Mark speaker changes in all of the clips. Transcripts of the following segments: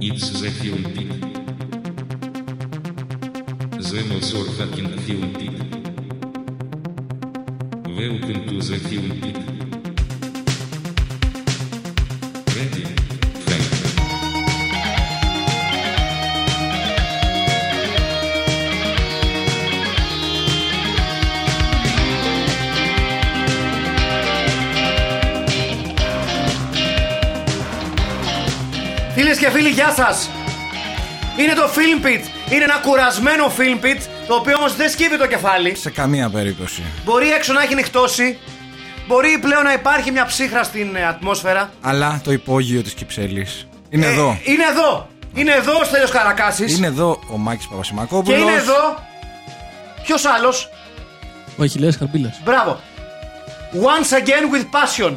Speaker 1: Ilse Fiorentini. Zemo Zorfakin Fiorentini. Welcome to the Fiorentini. Ready? Frank.
Speaker 2: Φίλε και φίλοι, γεια σας! Είναι το Film Pit. Είναι ένα κουρασμένο Film Pit, το οποίο όμως δεν σκύβει το κεφάλι.
Speaker 3: Σε καμία περίπτωση.
Speaker 2: Μπορεί έξω να έχει νυχτώσει. Μπορεί πλέον να υπάρχει μια ψύχρα στην ε, ατμόσφαιρα.
Speaker 3: Αλλά το υπόγειο της Κυψέλης είναι
Speaker 2: Ε,
Speaker 3: εδώ.
Speaker 2: Είναι εδώ. Είναι εδώ ο Στέλιος Καρακάσης.
Speaker 3: Είναι εδώ ο Μάκης
Speaker 2: Και
Speaker 3: Παπασημακόπουλο.
Speaker 2: είναι εδώ. Ποιος άλλος.
Speaker 4: Όχι, λέω Χαρμπίλας.
Speaker 2: Μπράβο. Once again with passion.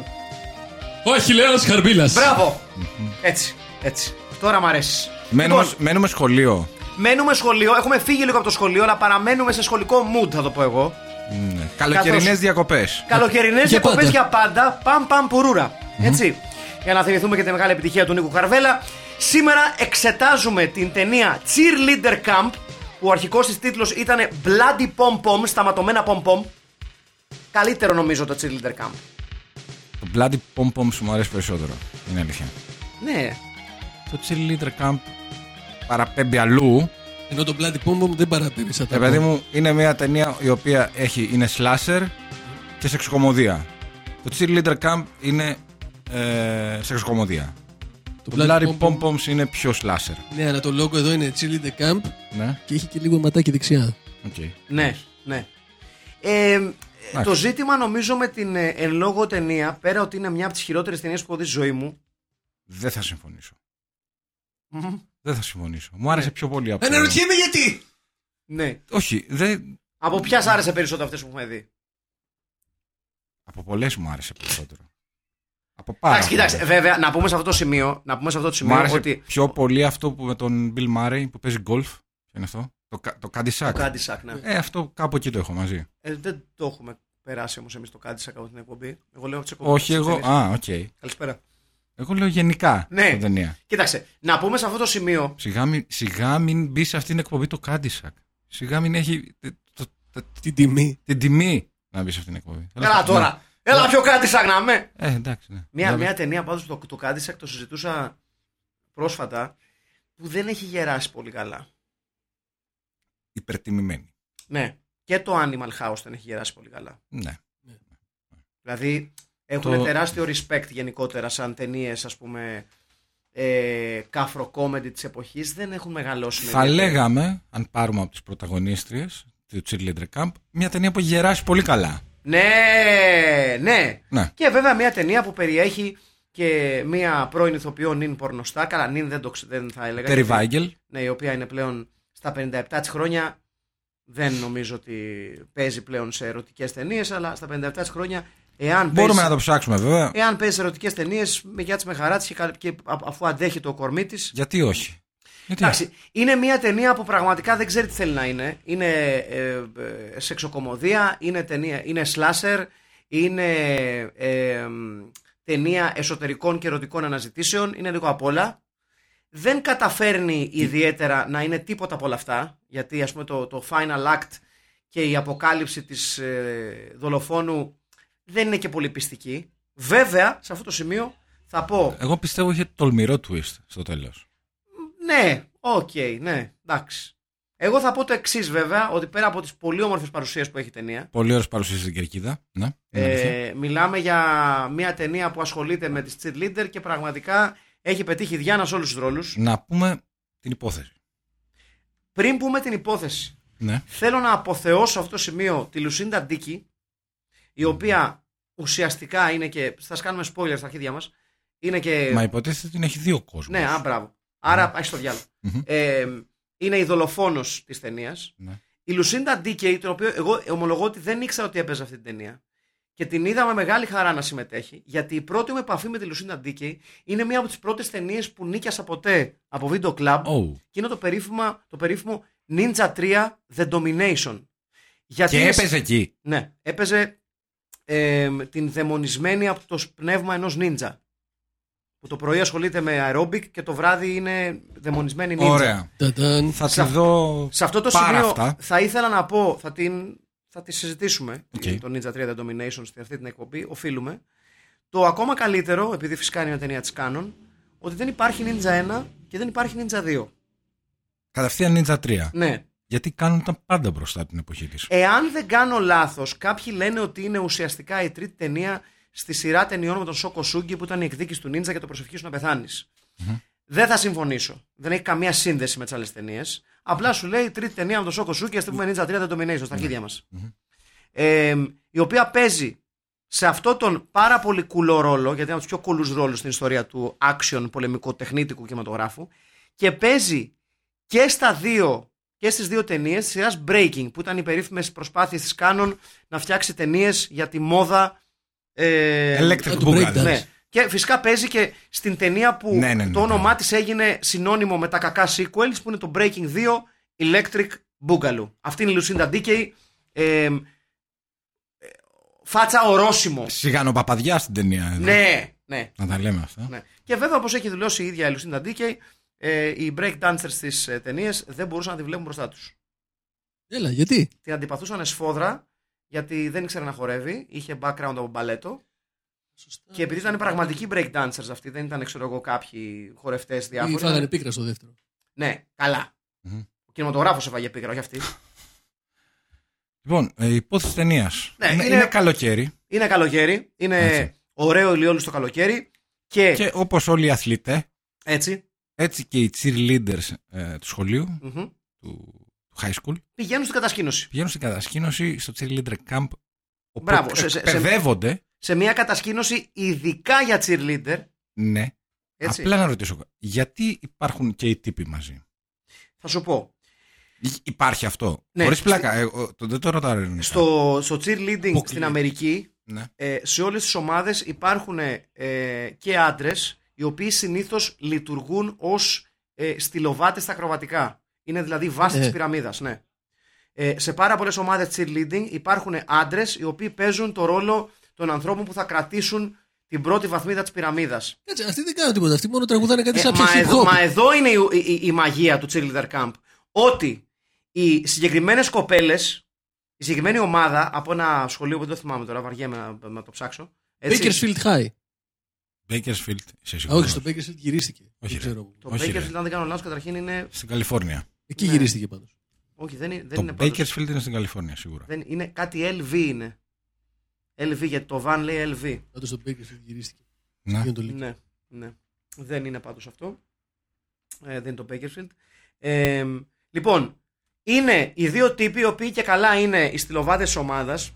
Speaker 4: Όχι, λέω Χαρμπίλας.
Speaker 2: Μπράβο. Έτσι. Έτσι. Τώρα μ' αρέσεις.
Speaker 3: Μένουμε, μένουμε σχολείο.
Speaker 2: μένουμε σχολείο. Έχουμε φύγει λίγο από το σχολείο, αλλά παραμένουμε σε σχολικό mood, θα το πω εγώ.
Speaker 3: Καλοκαιρινέ διακοπές.
Speaker 2: Καλοκαιρινές
Speaker 4: Για
Speaker 2: διακοπές
Speaker 4: πάντα.
Speaker 2: για πάντα. Παμ παμ πουρούρα. Έτσι. Για να θυμηθούμε και τη μεγάλη επιτυχία του Νίκου Καρβέλα. Σήμερα εξετάζουμε την ταινία Cheerleader Camp. Που ο αρχικός της τίτλος ήταν Bloody Pom Pom, σταματωμένα Pom Pom. Καλύτερο νομίζω το Cheerleader Camp.
Speaker 3: Το Bloody Pom Pom σου μου αρέσει περισσότερο. Είναι αλήθεια.
Speaker 2: Ναι.
Speaker 3: Το Cheerleader Camp παραπέμπει αλλού.
Speaker 4: Ενώ το πλάτη πόμπο δεν παραπέμπει σαν
Speaker 3: Ε, παιδί μου, είναι μια ταινία η οποία έχει, είναι slasher και σεξοκομωδία. Το Cheerleader Camp είναι ε, σεξοκομωδία. Το Bloody Pom Poms είναι πιο slasher.
Speaker 4: Ναι, αλλά το λόγο εδώ είναι Chili the Camp
Speaker 3: Ναι,
Speaker 4: και έχει και λίγο ματάκι δεξιά.
Speaker 3: οκ.
Speaker 2: Ναι, ναι. Ε, ε, το ζήτημα νομίζω με την ε, εν λόγω ταινία, πέρα ότι είναι μια από τις χειρότερες ταινίες που έχω δει στη ζωή μου.
Speaker 3: Δεν θα συμφωνήσω. Δεν θα συμφωνήσω. Μου άρεσε πιο πολύ από.
Speaker 4: Αναρωτιέμαι γιατί!
Speaker 2: Ναι.
Speaker 3: Όχι, δεν.
Speaker 2: Από ποιας σ' άρεσε περισσότερο αυτές που έχουμε δει.
Speaker 3: Από πολλές μου άρεσε περισσότερο. Από πάρα
Speaker 2: Εντάξει,
Speaker 3: πολλές.
Speaker 2: κοιτάξτε, βέβαια, να πούμε σε αυτό το σημείο, να πούμε σε αυτό το
Speaker 3: Μου
Speaker 2: σημείο
Speaker 3: άρεσε
Speaker 2: ότι.
Speaker 3: πιο πολύ αυτό που με τον Bill Murray που παίζει γκολφ. Ποιο είναι αυτό. Το, κα- το Cadillac.
Speaker 2: Το Κάντισακ, ναι.
Speaker 3: Ε, αυτό κάπου εκεί το έχω μαζί.
Speaker 2: Ε, δεν το έχουμε περάσει όμως εμείς το Κάντισακ από την εκπομπή. Εγώ λέω τι εκπομπέ.
Speaker 3: Όχι, εγώ. Α, οκ.
Speaker 2: Καλησπέρα.
Speaker 3: Εγώ λέω γενικά
Speaker 2: Ναι.
Speaker 3: στην ταινία.
Speaker 2: Κοίταξε, να πούμε σε αυτό το σημείο.
Speaker 3: Σιγά μην, σιγά μην μπει σε αυτήν την εκπομπή το Cadillac. Σιγά μην έχει τε- το- τε-
Speaker 4: Την τιμή.
Speaker 3: την τιμή να μπει σε αυτήν την εκπομπή.
Speaker 2: Έλα τώρα. Έλα πιο Κάντισακ να με.
Speaker 3: Ναι. Ε, εντάξει. Ναι.
Speaker 2: Μια,
Speaker 3: Έλα,
Speaker 2: μια ταινία πάντως το, το Κάντισακ το συζητούσα πρόσφατα που δεν έχει γεράσει πολύ καλά.
Speaker 3: Υπερτιμημένη.
Speaker 2: Ναι. Και το Animal House δεν έχει γεράσει πολύ καλά.
Speaker 3: Ναι.
Speaker 2: Δηλαδή έχουν
Speaker 3: Το-
Speaker 2: τεράστιο respect γενικότερα σαν ταινίες, ας πούμε. Ε, κάφρο κόμεντι της εποχής δεν έχουν μεγαλώσει με
Speaker 3: Θα
Speaker 2: ιδιαίτερη-
Speaker 3: λέγαμε, αν πάρουμε από τις πρωταγωνίστριες του Cheerleader Camp, μια ταινία που έχει γεράσει πολύ καλά.
Speaker 2: Ναι, ναι.
Speaker 3: Ναι.
Speaker 2: Και βέβαια μια ταινία που περιέχει και μια πρώην ηθοποιό νυν πορνοστά. Καλά, νυν δεν, το, ξε- δεν θα έλεγα.
Speaker 3: Terry
Speaker 2: γιατί-
Speaker 3: Weigel,
Speaker 2: Ναι, η οποία είναι πλέον στα 57 της χρόνια. Δεν νομίζω ότι παίζει πλέον σε ερωτικές ταινίες, αλλά στα 57 της χρόνια, εάν
Speaker 3: μπορούμε
Speaker 2: παίζει,
Speaker 3: να το ψάξουμε βέβαια,
Speaker 2: εάν παίζει σε ερωτικές ταινίες, με γεια της με χαρά τη και, κα- και α- αφού αντέχει το κορμί της.
Speaker 3: γιατί όχι. Γιατί όχι.
Speaker 2: Εντάξει, είναι μια ταινία που πραγματικά δεν ξέρει τι θέλει να είναι. Είναι ε, ε, σεξοκομωδία, είναι, ταινία, είναι slasher, είναι ε, ε, ταινία εσωτερικών και ερωτικών αναζητήσεων, είναι λίγο απ' όλα. Δεν καταφέρνει ιδιαίτερα να είναι τίποτα από όλα αυτά, γιατί ας πούμε το, το final act και η αποκάλυψη της ε, δολοφόνου δεν είναι και πολύ πιστική. Βέβαια, σε αυτό το σημείο θα πω
Speaker 3: Εγώ πιστεύω είχε τολμηρό twist στο τέλος.
Speaker 2: ναι, οκ, ναι, εντάξει. Εγώ θα πω το εξής βέβαια, ότι πέρα από τις πολύ όμορφες παρουσίες που έχει η ταινία,
Speaker 3: Πολύ ωραίος παρουσίαση στην Κερκίδα. Ναι, είναι αλήθεια.
Speaker 2: ε, μιλάμε για μια ταινία που ασχολείται με τη cheerleader και πραγματικά έχει πετύχει διάνα σε όλους τους ρόλους.
Speaker 3: Να πούμε την υπόθεση.
Speaker 2: Πριν πούμε την υπόθεση,
Speaker 3: Ναι.
Speaker 2: θέλω να αποθεώσω αυτό το σημείο τη Λουσίντα Ντίκη, η οποία ουσιαστικά είναι και. Θα σας κάνουμε spoiler στα αρχίδια μας. Είναι και.
Speaker 3: Μα υποτίθεται ότι την έχει δύο κόσμους.
Speaker 2: Ε, Ναι, α, μπράβο. Άρα, έχει το διάλογο.
Speaker 3: Μμμ.
Speaker 2: Ε, είναι η δολοφόνος της ταινίας.
Speaker 3: Ναι.
Speaker 2: Η Λουσίντα Ντίκεϊ, την οποία εγώ ομολογώ ότι δεν ήξερα ότι έπαιζε αυτή την ταινία. Και την είδα με μεγάλη χαρά να συμμετέχει, γιατί η πρώτη μου επαφή με τη Λουσίντα Ντίκεϊ είναι μία από τις πρώτες ταινίες που νίκιασα ποτέ από βίντεο κλαμπ.
Speaker 3: Oh.
Speaker 2: Και είναι το περίφημα, το περίφημο Ninja 3 The Domination. Γιατί
Speaker 3: Και
Speaker 2: είναι-
Speaker 3: έπαιζε εκεί.
Speaker 2: Ναι, έπαιζε ε, την δαιμονισμένη από το πνεύμα ενός νίντζα. Που το πρωί ασχολείται με αερόμπικ και το βράδυ είναι δαιμονισμένη νύχτα.
Speaker 3: Ωραία.
Speaker 4: Τατάν.
Speaker 3: Θα τη δω.
Speaker 2: Σε αυτό το
Speaker 3: πάρα
Speaker 2: σημείο
Speaker 3: Αυτά.
Speaker 2: θα ήθελα να πω, θα, την, θα τη συζητήσουμε ε,
Speaker 3: Οκ.
Speaker 2: το Ninja 30 Domination στη αυτή την εκπομπή, οφείλουμε. Το ακόμα καλύτερο, επειδή φυσικά είναι μια ταινία της Canon, ότι δεν υπάρχει Ninja 1 και δεν υπάρχει Ninja 2.
Speaker 3: Κατευθείαν Ninja 3.
Speaker 2: Ναι.
Speaker 3: Γιατί κάνουν τα πάντα μπροστά την εποχή της.
Speaker 2: Εάν δεν κάνω λάθος, κάποιοι λένε ότι είναι ουσιαστικά η τρίτη ταινία στη σειρά ταινιών με τον Σόκο Σούγκη που ήταν η εκδίκηση του Ninja και το προσευχή σου να πεθανεις Δεν θα συμφωνήσω. Δεν έχει καμία σύνδεση με τις άλλες ταινίες. Απλά σου λέει τρίτη ταινία με τον Σόκο Σούγκη, ας πούμε Ninja 30 Domination στα αρχίδια μας. Ε, η οποία παίζει σε αυτό τον πάρα πολύ κουλό ρόλο, γιατί είναι από τους πιο κουλούς ρόλους στην ιστορία του action πολεμικού τεχνίτικου κινηματογράφου. Και παίζει και στα δύο και στις δύο ταινίες της σειράς Breaking που ήταν οι περίφημες προσπάθειες της Canon να φτιάξει ταινίες για τη μόδα ε,
Speaker 3: Electric
Speaker 4: του
Speaker 3: Boogaloo.
Speaker 4: breakdance.
Speaker 2: ναι. Και φυσικά παίζει και στην ταινία που
Speaker 3: Ναι, ναι, ναι,
Speaker 2: το όνομά
Speaker 3: ναι.
Speaker 2: της έγινε συνώνυμο με τα κακά sequels που είναι το Breaking 2 Electric Boogaloo. Αυτή είναι η Lucinda Dickey. Ε, ε, φάτσα ορόσημο.
Speaker 3: Σιγάνο παπαδιά στην ταινία. εδώ.
Speaker 2: ναι, ναι.
Speaker 3: Να τα λέμε αυτά.
Speaker 2: Ναι. Και βέβαια, όπως έχει δηλώσει η ίδια η Λουσίντα Ντίκεϊ, ε, οι break dancers τη ε, ταινία δεν μπορούσαν να τη βλέπουν μπροστά τους.
Speaker 4: Έλα, γιατί.
Speaker 2: Την αντιπαθούσαν σφόδρα, γιατί δεν ήξερε να χορεύει, είχε background από μπαλέτο.
Speaker 4: Σωστά.
Speaker 2: Και επειδή ήταν πραγματικοί break dancers αυτοί, δεν ήταν ξέρω εγώ κάποιοι χορευτές
Speaker 4: Ή
Speaker 2: διάφοροι.
Speaker 4: φάγανε πίκρα στο δεύτερο.
Speaker 2: Ναι, καλά.
Speaker 3: Μμμ.
Speaker 2: Ο κινηματογράφος έφαγε πίκρα, όχι αυτή.
Speaker 3: Λοιπόν, ε, η υπόθεση ταινίας.
Speaker 2: Ναι,
Speaker 3: είναι,
Speaker 2: είναι-
Speaker 3: είναι καλοκαίρι
Speaker 2: Είναι καλοκαίρι, είναι
Speaker 3: Έτσι.
Speaker 2: ωραίο ηλιόλου στο καλοκαίρι και,
Speaker 3: και όπως όλοι οι αθλητές,
Speaker 2: έτσι.
Speaker 3: έτσι και οι cheerleaders ε, του σχολείου,
Speaker 2: μμμ,
Speaker 3: του, του high school,
Speaker 2: Πηγαίνουν στην κατασκήνωση.
Speaker 3: πηγαίνουν στην κατασκήνωση στο cheerleader camp. Όπου
Speaker 2: Μπράβο, σε- σε- σε-
Speaker 3: εκπαιδεύονται.
Speaker 2: Σε μια κατασκήνωση ειδικά για cheerleader.
Speaker 3: Ναι.
Speaker 2: Έτσι.
Speaker 3: Απλά να ρωτήσω. Γιατί υπάρχουν και οι τύποι μαζί.
Speaker 2: Θα σου πω.
Speaker 3: Υ- Υπάρχει αυτό.
Speaker 2: Ναι.
Speaker 3: Χωρίς πλάκα. Εγώ, το, δεν το ρωτάω. ειρωνικά.
Speaker 2: Στο, στο cheerleading
Speaker 3: Αποκλείεται.
Speaker 2: στην Αμερική,
Speaker 3: Ναι.
Speaker 2: ε, σε όλες τις ομάδες υπάρχουν ε, και άντρες, οι οποίοι συνήθως λειτουργούν ως ε, στυλοβάτες στα ακροβατικά. Είναι δηλαδή βάση
Speaker 4: Ε.
Speaker 2: της πυραμίδας, ναι. Ε, σε πάρα πολλές ομάδες cheerleading υπάρχουν άντρες οι οποίοι παίζουν το ρόλο των ανθρώπων που θα κρατήσουν την πρώτη βαθμίδα της πυραμίδας.
Speaker 4: Κάτσε, αυτοί δεν κάνουν τίποτα. Αυτοί μόνο τραγουδάνε κάτι
Speaker 2: Ε,
Speaker 4: σαν
Speaker 2: μα,
Speaker 4: ψυχή.
Speaker 2: εδώ, μα εδώ είναι η, η- η- η μαγεία του cheerleader camp. Ότι οι συγκεκριμένες κοπέλες, η συγκεκριμένη ομάδα από ένα σχολείο που δεν το θυμάμαι τώρα, βαριέμαι να, να το ψάξω. έτσι.
Speaker 4: Bakersfield High.
Speaker 3: Bakersfield. Είσαι
Speaker 4: Α,
Speaker 3: σίγουρος.
Speaker 4: όχι, στο Bakersfield γυρίστηκε.
Speaker 3: Όχι,
Speaker 4: Δεν
Speaker 3: ρε.
Speaker 4: ξέρω.
Speaker 2: Το
Speaker 3: Όχι,
Speaker 2: Bakersfield,
Speaker 3: ρε.
Speaker 2: αν δεν κάνω λάθος, καταρχήν είναι.
Speaker 3: Στην Καλιφόρνια.
Speaker 4: Εκεί
Speaker 2: Ναι.
Speaker 4: γυρίστηκε πάντως.
Speaker 2: Όχι, δεν, είναι- δεν είναι
Speaker 3: το
Speaker 2: πάντως.
Speaker 3: Bakersfield είναι στην Καλιφόρνια σίγουρα.
Speaker 2: Δεν, είναι κάτι LV είναι. LV, γιατί το van λέει LV.
Speaker 4: Πάντως το Bakersfield γυρίστηκε.
Speaker 3: Να.
Speaker 4: Πήγαινε το Λύκειο.
Speaker 2: Ναι, ναι. Δεν είναι πάντως αυτό. Ε, δεν είναι το Bakersfield. Ε, λοιπόν, είναι οι δύο τύποι οι οποίοι και καλά είναι οι στυλοβάτες της ομάδας.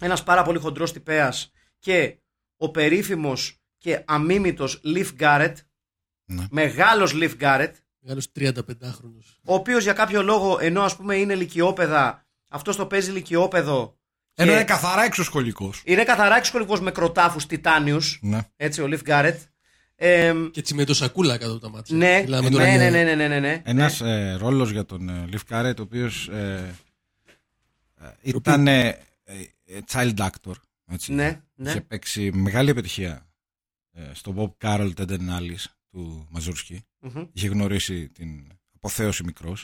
Speaker 2: Ένας πάρα πολύ χοντρός τυπέας και ο περίφημος και αμίμητος Leaf Garrett.
Speaker 3: Ναι.
Speaker 2: Μεγάλος Leaf Garrett.
Speaker 4: Μεγάλος 35χρονο.
Speaker 2: Ο οποίος για κάποιο λόγο ενώ ας πούμε είναι λυκειόπαιδα αυτός το παίζει λυκειόπαιδο.
Speaker 3: Ενώ
Speaker 2: και
Speaker 3: είναι καθαρά εξωσχολικός.
Speaker 2: είναι καθαρά εξωτερικός με κροτάφους τιτάνιους.
Speaker 3: Ναι.
Speaker 2: Έτσι ο Leaf Garrett. Ε,
Speaker 4: Και τσιμετοσακούλα κάτω από τα μάτια.
Speaker 2: Ναι,
Speaker 4: Μιλάμε
Speaker 2: ναι,
Speaker 4: τώρα για-
Speaker 2: ναι, ναι, ναι, ναι, ναι, ναι.
Speaker 3: Ένα ε, ρόλος για τον ε, Λιφ Καρέτ, ο οποίος ε, ε, ήταν ε, ε, child actor. Έτσι.
Speaker 2: Ναι, ναι.
Speaker 3: Είχε παίξει μεγάλη επιτυχία ε, στο Bob Carroll Tender Alice του Μαζούρσκι.
Speaker 2: Μμμ.
Speaker 3: Είχε γνωρίσει την αποθέωση μικρός.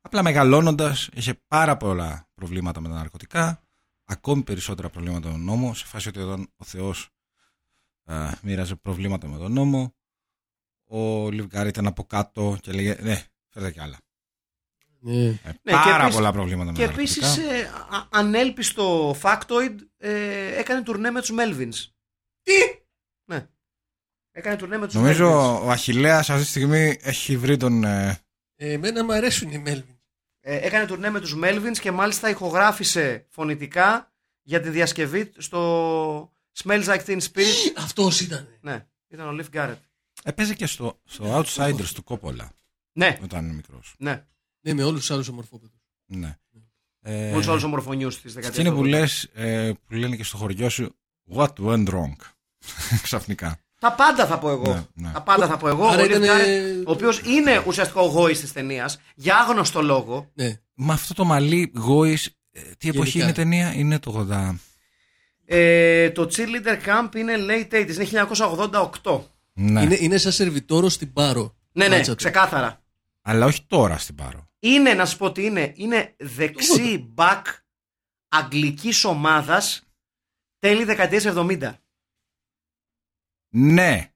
Speaker 3: Απλά μεγαλώνοντας, είχε πάρα πολλά προβλήματα με τα ναρκωτικά. Ακόμη περισσότερα προβλήματα με τον νόμο. Σε φάση ότι όταν ο Θεός μοίραζε προβλήματα με τον νόμο, ο Λιβγκάρη ήταν από κάτω και λέγε Ναι, φέρτε κι άλλα.
Speaker 4: Ναι.
Speaker 3: Ε,
Speaker 2: και
Speaker 3: πάρα
Speaker 2: επίσης-
Speaker 3: πολλά προβλήματα με
Speaker 2: Και
Speaker 3: τα ναρκωτικά.
Speaker 2: επίσης ανέλπιστο factoid ε, έκανε τουρνέ με τους Melvins. Τι! Ναι. Έκανε τουρνέ με τους
Speaker 3: Νομίζω ο Αχηλέας αυτή τη στιγμή έχει βρει τον. ε,
Speaker 4: Ε, Εμένα μου αρέσουν οι Μέλβιν.
Speaker 2: Ε, έκανε τουρνέ με τους Melvins και μάλιστα ηχογράφησε φωνητικά για τη διασκευή στο Smells Like Teen Spirit.
Speaker 4: Αυτός ήταν.
Speaker 2: ναι, ήταν ο Leaf Garrett.
Speaker 3: Έπαιζε και στο, στο Outsiders του Κόπολα
Speaker 2: Ναι,
Speaker 3: όταν ήταν μικρός.
Speaker 2: ναι.
Speaker 4: Ναι, με όλους τους άλλους ομορφόπεδους.
Speaker 3: Ναι.
Speaker 2: Ε...
Speaker 3: Ε,
Speaker 2: Όλους τους ομορφωνιού της δεκαετίας.
Speaker 3: Αυτή είναι
Speaker 2: του
Speaker 3: που
Speaker 2: 80.
Speaker 3: λε, που λένε και στο χωριό σου, What went wrong. Ξαφνικά.
Speaker 2: Τα πάντα θα πω εγώ.
Speaker 3: Ναι, ναι.
Speaker 2: Τα πάντα θα πω εγώ.
Speaker 4: Άρα
Speaker 2: ο Leaf
Speaker 4: ήτανε-
Speaker 2: Garrett, ο οποίος είναι ουσιαστικό γόης της ταινίας για άγνωστο λόγο.
Speaker 4: Ναι.
Speaker 3: Με αυτό το μαλλί γόης, ε, τι εποχή
Speaker 4: Γενικά.
Speaker 3: είναι η ταινία, είναι το 80.
Speaker 2: Ε, το Cheerleader Camp είναι late 80s, είναι 1988.
Speaker 3: Ναι.
Speaker 4: Είναι, είναι σαν σερβιτόρο στην Πάρο.
Speaker 2: Ναι, ναι,
Speaker 4: Μάτσα του.
Speaker 2: ξεκάθαρα.
Speaker 3: Αλλά όχι τώρα στην Πάρο.
Speaker 2: Είναι, να σου πω τι είναι, είναι δεξί back αγγλικής ομάδας τέλη δεκαετίας 70.
Speaker 3: Ναι.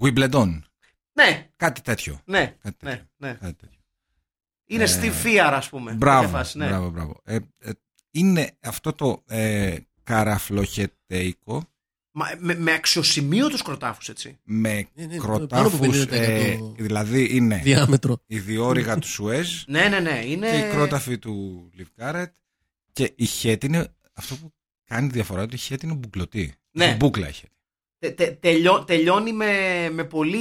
Speaker 3: Wimbledon.
Speaker 2: Ναι,
Speaker 3: Κάτι τέτοιο.
Speaker 2: ναι,
Speaker 3: Κάτι
Speaker 2: ναι,
Speaker 3: τέτοιο.
Speaker 2: ναι.
Speaker 3: Κάτι τέτοιο.
Speaker 2: Είναι στη Φίαρα, ας πούμε.
Speaker 3: Ε, Μπράβο,
Speaker 2: Τέτοια φάση, ναι.
Speaker 3: μπράβο, μπράβο. Ε, ε, είναι αυτό το ε, καραφλοχετέικο
Speaker 2: Μα, με, με αξιοσημείωτους κροτάφους, έτσι.
Speaker 3: με
Speaker 4: Ναι, ναι, πάνω
Speaker 3: κροτάφους,
Speaker 4: από 50%
Speaker 3: ε, δηλαδή είναι
Speaker 4: Διάμετρο.
Speaker 3: η διόρυγα του Σουέζ
Speaker 2: Ναι, ναι, ναι, είναι...
Speaker 3: και η κρόταφη του Λιβκάρετ και η χέτη είναι αυτό που κάνει διαφορά του, η χέτη είναι μπουκλωτή.
Speaker 2: Ναι.
Speaker 3: Είναι Μπούκλα η χέτη.
Speaker 2: Τε- τε- τελειώ- τελειώνει με, με πολύ...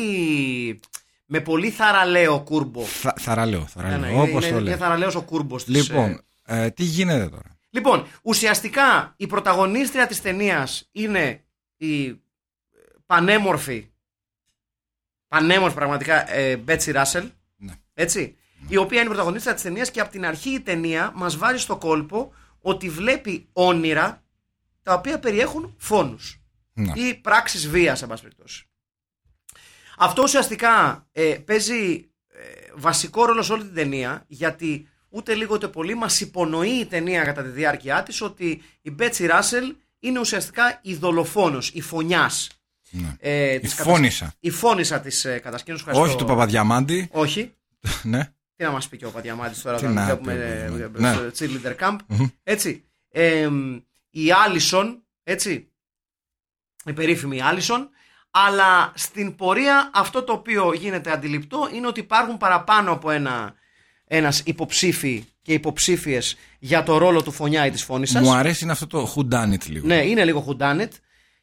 Speaker 2: Με πολύ θαραλέο κούρμπο.
Speaker 3: Θα, θαραλέο, θαραλέο,
Speaker 2: Ναι, ναι,
Speaker 3: όπως
Speaker 2: είναι, είναι
Speaker 3: το λέει.
Speaker 2: θαραλέος ο κούρμπος της, ε,
Speaker 3: Λοιπόν, ε, τι γίνεται τώρα.
Speaker 2: Λοιπόν, ουσιαστικά η πρωταγωνίστρια της ταινίας είναι η ε, πανέμορφη, πανέμορφη πραγματικά, ε, Μπέτσι Ράσελ,
Speaker 3: Ναι.
Speaker 2: έτσι, η οποία είναι η πρωταγωνίστρια της ταινίας και από την αρχή η ταινία μας βάζει στο κόλπο ότι βλέπει όνειρα τα οποία περιέχουν φόνους
Speaker 3: Να.
Speaker 2: ή πράξεις βίας, εν πάση περιπτώσει. Αυτό ουσιαστικά ε, παίζει ε, βασικό ρόλο σε όλη την ταινία, γιατί ούτε λίγο ούτε πολύ μας υπονοεί η ταινία κατά τη διάρκειά της ότι η Μπέτσι Ράσελ είναι ουσιαστικά η δολοφόνος, η φωνιάς.
Speaker 3: Ναι.
Speaker 2: ε,
Speaker 3: Η
Speaker 2: της κατασ-
Speaker 3: φώνησα.
Speaker 2: Η φώνησα της ε, κατασκήνωσης.
Speaker 3: Όχι του Παπαδιαμάντη.
Speaker 2: Όχι.
Speaker 3: ναι.
Speaker 2: Τι να μας πει και ο Παπαδιαμάντης τώρα
Speaker 3: Τι
Speaker 2: όταν
Speaker 3: να
Speaker 2: βλέπουμε
Speaker 3: πει ο
Speaker 2: ε,
Speaker 3: Παπαδιαμάντης.
Speaker 2: ε,
Speaker 3: Ναι.
Speaker 2: στο cheerleader camp.
Speaker 3: Μμμ.
Speaker 2: Έτσι. Ε, η Άλισον, έτσι. Η περίφημη Άλισον. Αλλά στην πορεία αυτό το οποίο γίνεται αντιληπτό είναι ότι υπάρχουν παραπάνω από ένα ένας υποψήφι και υποψήφιες για το ρόλο του φωνιά ή της φωνής σας.
Speaker 3: Μου αρέσει είναι αυτό το who done it λίγο.
Speaker 2: Ναι, είναι λίγο χουντάνετ.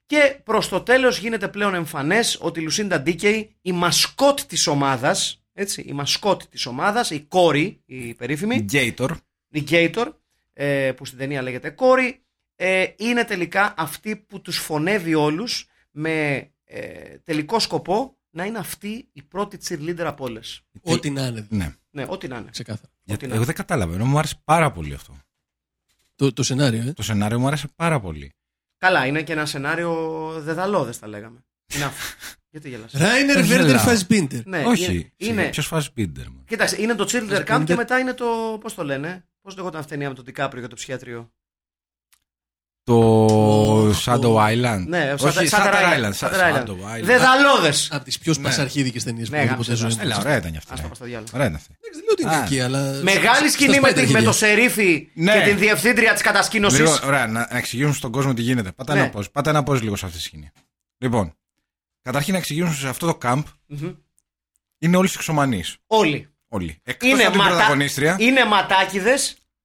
Speaker 2: Και προς το τέλος γίνεται πλέον εμφανές ότι η Λουσίντα Ντίκεϊ, η μασκότ της ομάδας, έτσι, η μασκότ της ομάδας, η κόρη, η περίφημη,
Speaker 3: Gator.
Speaker 2: η Gator, ε, που στην ταινία λέγεται κόρη, ε, είναι τελικά αυτή που τους φωνεύει όλους με ε, τελικό σκοπό να είναι αυτή η πρώτη cheerleader από όλες.
Speaker 4: Ό,τι να είναι.
Speaker 3: Ναι.
Speaker 2: Ναι, ό,τι να είναι.
Speaker 4: Ξεκάθαρα.
Speaker 3: Γιατί
Speaker 2: να-
Speaker 3: εγώ δεν κατάλαβα. Ενώ μου άρεσε πάρα πολύ αυτό.
Speaker 4: Το, το σενάριο, ε.
Speaker 3: Το σενάριο μου άρεσε πάρα πολύ.
Speaker 2: Καλά, είναι και ένα σενάριο δεδαλώδες θα λέγαμε. Να, γιατί γελάς.
Speaker 4: Ράινερ Βέρντερ
Speaker 3: γελάω.
Speaker 4: Φασμπίντερ.
Speaker 2: Ναι,
Speaker 3: Όχι.
Speaker 2: είναι,
Speaker 3: Ποιο φάζει Πίντερ.
Speaker 2: Κοίταξε, είναι το Cheerleader
Speaker 4: Ας
Speaker 2: Camp και
Speaker 4: πούμε,
Speaker 2: μετά είναι το. Πώς το λένε, Πώς λεγόταν αυτή η ταινία με τον Τικάπριο για το ψυχιατρίο.
Speaker 3: Το
Speaker 4: Το-
Speaker 3: Shadow Island.
Speaker 2: Ναι,
Speaker 3: Όχι,
Speaker 2: Shutter- Shutter Island,
Speaker 3: Shutter
Speaker 2: Shutter Island.
Speaker 3: Shadow Island.
Speaker 2: Δεδαλώδε!
Speaker 4: Από τις
Speaker 3: Ναι.
Speaker 4: πιο σπασαρχίδικε ταινίε που
Speaker 2: Ναι,
Speaker 4: έχω
Speaker 2: γάμισε
Speaker 4: ποτέ
Speaker 2: τα.
Speaker 4: ζωή μου.
Speaker 3: Έλα, ωραία ήταν και
Speaker 2: Α
Speaker 3: αυτή.
Speaker 2: το
Speaker 3: ναι.
Speaker 2: πα στο διάλογο.
Speaker 3: Ωραία ήταν αυτή.
Speaker 4: Εντάξει, Δεν λέω ότι είναι
Speaker 3: Α.
Speaker 4: κακή, αλλά.
Speaker 2: Μεγάλη
Speaker 4: στα-
Speaker 2: σκηνή
Speaker 4: στα
Speaker 2: με, τη- με
Speaker 4: σπαταρχίδια.
Speaker 2: το Σερίφι
Speaker 3: Ναι. Λοιπόν, ε,
Speaker 2: και την διευθύντρια της κατασκήνωσης.
Speaker 3: Λίγο, ωραία, να να εξηγήσουμε στον κόσμο τι γίνεται. Πάτε
Speaker 2: Ναι.
Speaker 3: ένα πώ. Πάτε ένα πώς λίγο σε αυτή τη σκηνή. Λοιπόν, καταρχήν να εξηγήσουμε σε αυτό το camp είναι όλοι σεξομανείς.
Speaker 2: Όλοι.
Speaker 3: Όλοι. Εκτός από
Speaker 2: Είναι,
Speaker 3: την
Speaker 2: ματα...
Speaker 3: πρωταγωνίστρια.
Speaker 2: είναι ματάκιδες,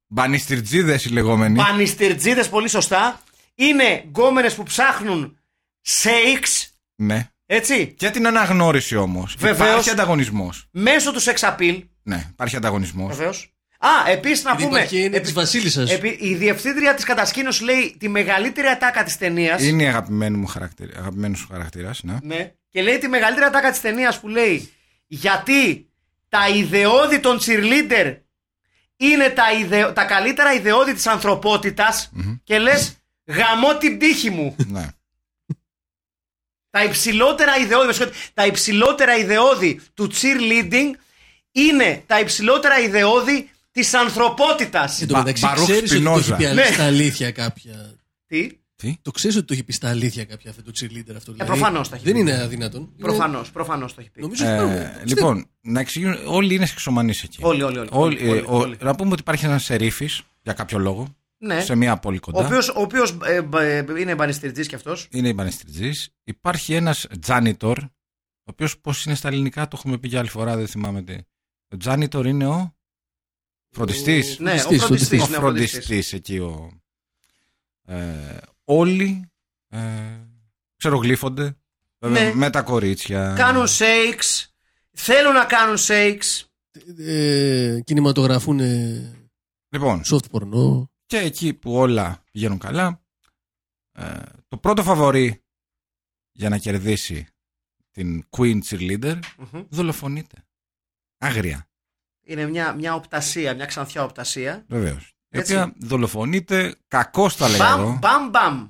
Speaker 3: Μπανιστηρτζίδε οι λεγόμενοι.
Speaker 2: πανιστηρτζίδες πολύ σωστά. Είναι γκόμενες που ψάχνουν σέιξ,
Speaker 3: Ναι.
Speaker 2: έτσι,
Speaker 3: Και την αναγνώριση όμως.
Speaker 2: Βεβαίως.
Speaker 3: Υπάρχει ανταγωνισμός.
Speaker 2: μέσω του σεξαπίλ.
Speaker 3: Ναι, υπάρχει ανταγωνισμός.
Speaker 2: Βεβαίως. Α, επίσης να
Speaker 4: Την
Speaker 2: πούμε.
Speaker 4: υπαρχία είναι της Βασίλισσας.
Speaker 2: Επί- η διευθύντρια της κατασκήνωσης λέει τη μεγαλύτερη ατάκα της ταινίας.
Speaker 3: Είναι η αγαπημένη μου χαρακτήρι... αγαπημένος σου χαρακτήρας. Ναι.
Speaker 2: Ναι. Και λέει τη μεγαλύτερη ατάκα της ταινίας που λέει Γιατί τα ιδεώδη των cheerleader είναι τα, ιδε... τα καλύτερα ιδεώδη της ανθρωπότητας και λες γαμώ την τύχη μου.
Speaker 3: ναι.
Speaker 2: τα υψηλότερα ιδεώδη, με συγχωρείτε, τα υψηλότερα ιδεώδη του cheerleading είναι τα υψηλότερα ιδεώδη της ανθρωπότητας.
Speaker 4: Εν τω μεταξύ,
Speaker 3: Μπα- Μπαρούχ
Speaker 4: ξέρεις ότι το
Speaker 3: Σπινόζα.
Speaker 4: έχει πει
Speaker 2: Ναι.
Speaker 4: στα αλήθεια κάποια.
Speaker 2: Τι,
Speaker 3: Τι.
Speaker 4: Το ξέρεις ότι το έχει πει στα αλήθεια κάποια αυτό το cheerleader αυτό. δηλαδή.
Speaker 2: Ε, προφανώς τα έχει
Speaker 4: Δεν
Speaker 2: πει.
Speaker 4: είναι αδυνατόν. Είναι-
Speaker 2: προφανώς, προφανώς το έχει πει.
Speaker 4: Νομίζω ότι
Speaker 3: Ε,
Speaker 4: πράγμα.
Speaker 3: λοιπόν, να εξηγούν. Όλοι είναι σεξομανείς εκεί.
Speaker 2: Όλοι, όλοι, όλοι.
Speaker 3: Όλοι, ε,
Speaker 2: Όλοι,
Speaker 3: ο-
Speaker 2: όλοι.
Speaker 3: Να πούμε ότι υπάρχει ένας σερίφης για κάποιο λόγο
Speaker 2: Ναι.
Speaker 3: σε μία πόλη κοντά.
Speaker 2: Ο οποίος ο οποίος, ε, μπα- ε, είναι μπανιστηριτή κι αυτός.
Speaker 3: Είναι η Υπάρχει ένας janitor, ο οποίος πώς είναι στα ελληνικά το έχουμε πει για άλλη φορά, δεν θυμάμαι τι. Ο janitor είναι ο. Φροντιστής.
Speaker 4: Ο-
Speaker 2: Ναι, ο
Speaker 4: Φροντιστής,
Speaker 2: φροντιστής.
Speaker 3: ο
Speaker 4: φροντιστής.
Speaker 3: φροντιστής εκεί ο. Ε, όλοι ε, ξερογλύφονται. Βέβαια,
Speaker 2: Ναι.
Speaker 3: με τα κορίτσια.
Speaker 2: Κάνουν shakes. Θέλουν να κάνουν shakes.
Speaker 4: Ε, κινηματογραφούν ε,
Speaker 3: Λοιπόν,
Speaker 4: soft πορνό.
Speaker 3: και εκεί που όλα πηγαίνουν καλά, ε, το πρώτο φαβορή για να κερδίσει την Queen Cheerleader δολοφονείται. Άγρια,
Speaker 2: Είναι μια, μια οπτασία, μια ξανθιά οπτασία.
Speaker 3: βεβαίως. Η
Speaker 2: Έτσι.
Speaker 3: οποία δολοφονείται κακό τα λέγαω.
Speaker 2: Μπαμ, μπαμ, μπαμ.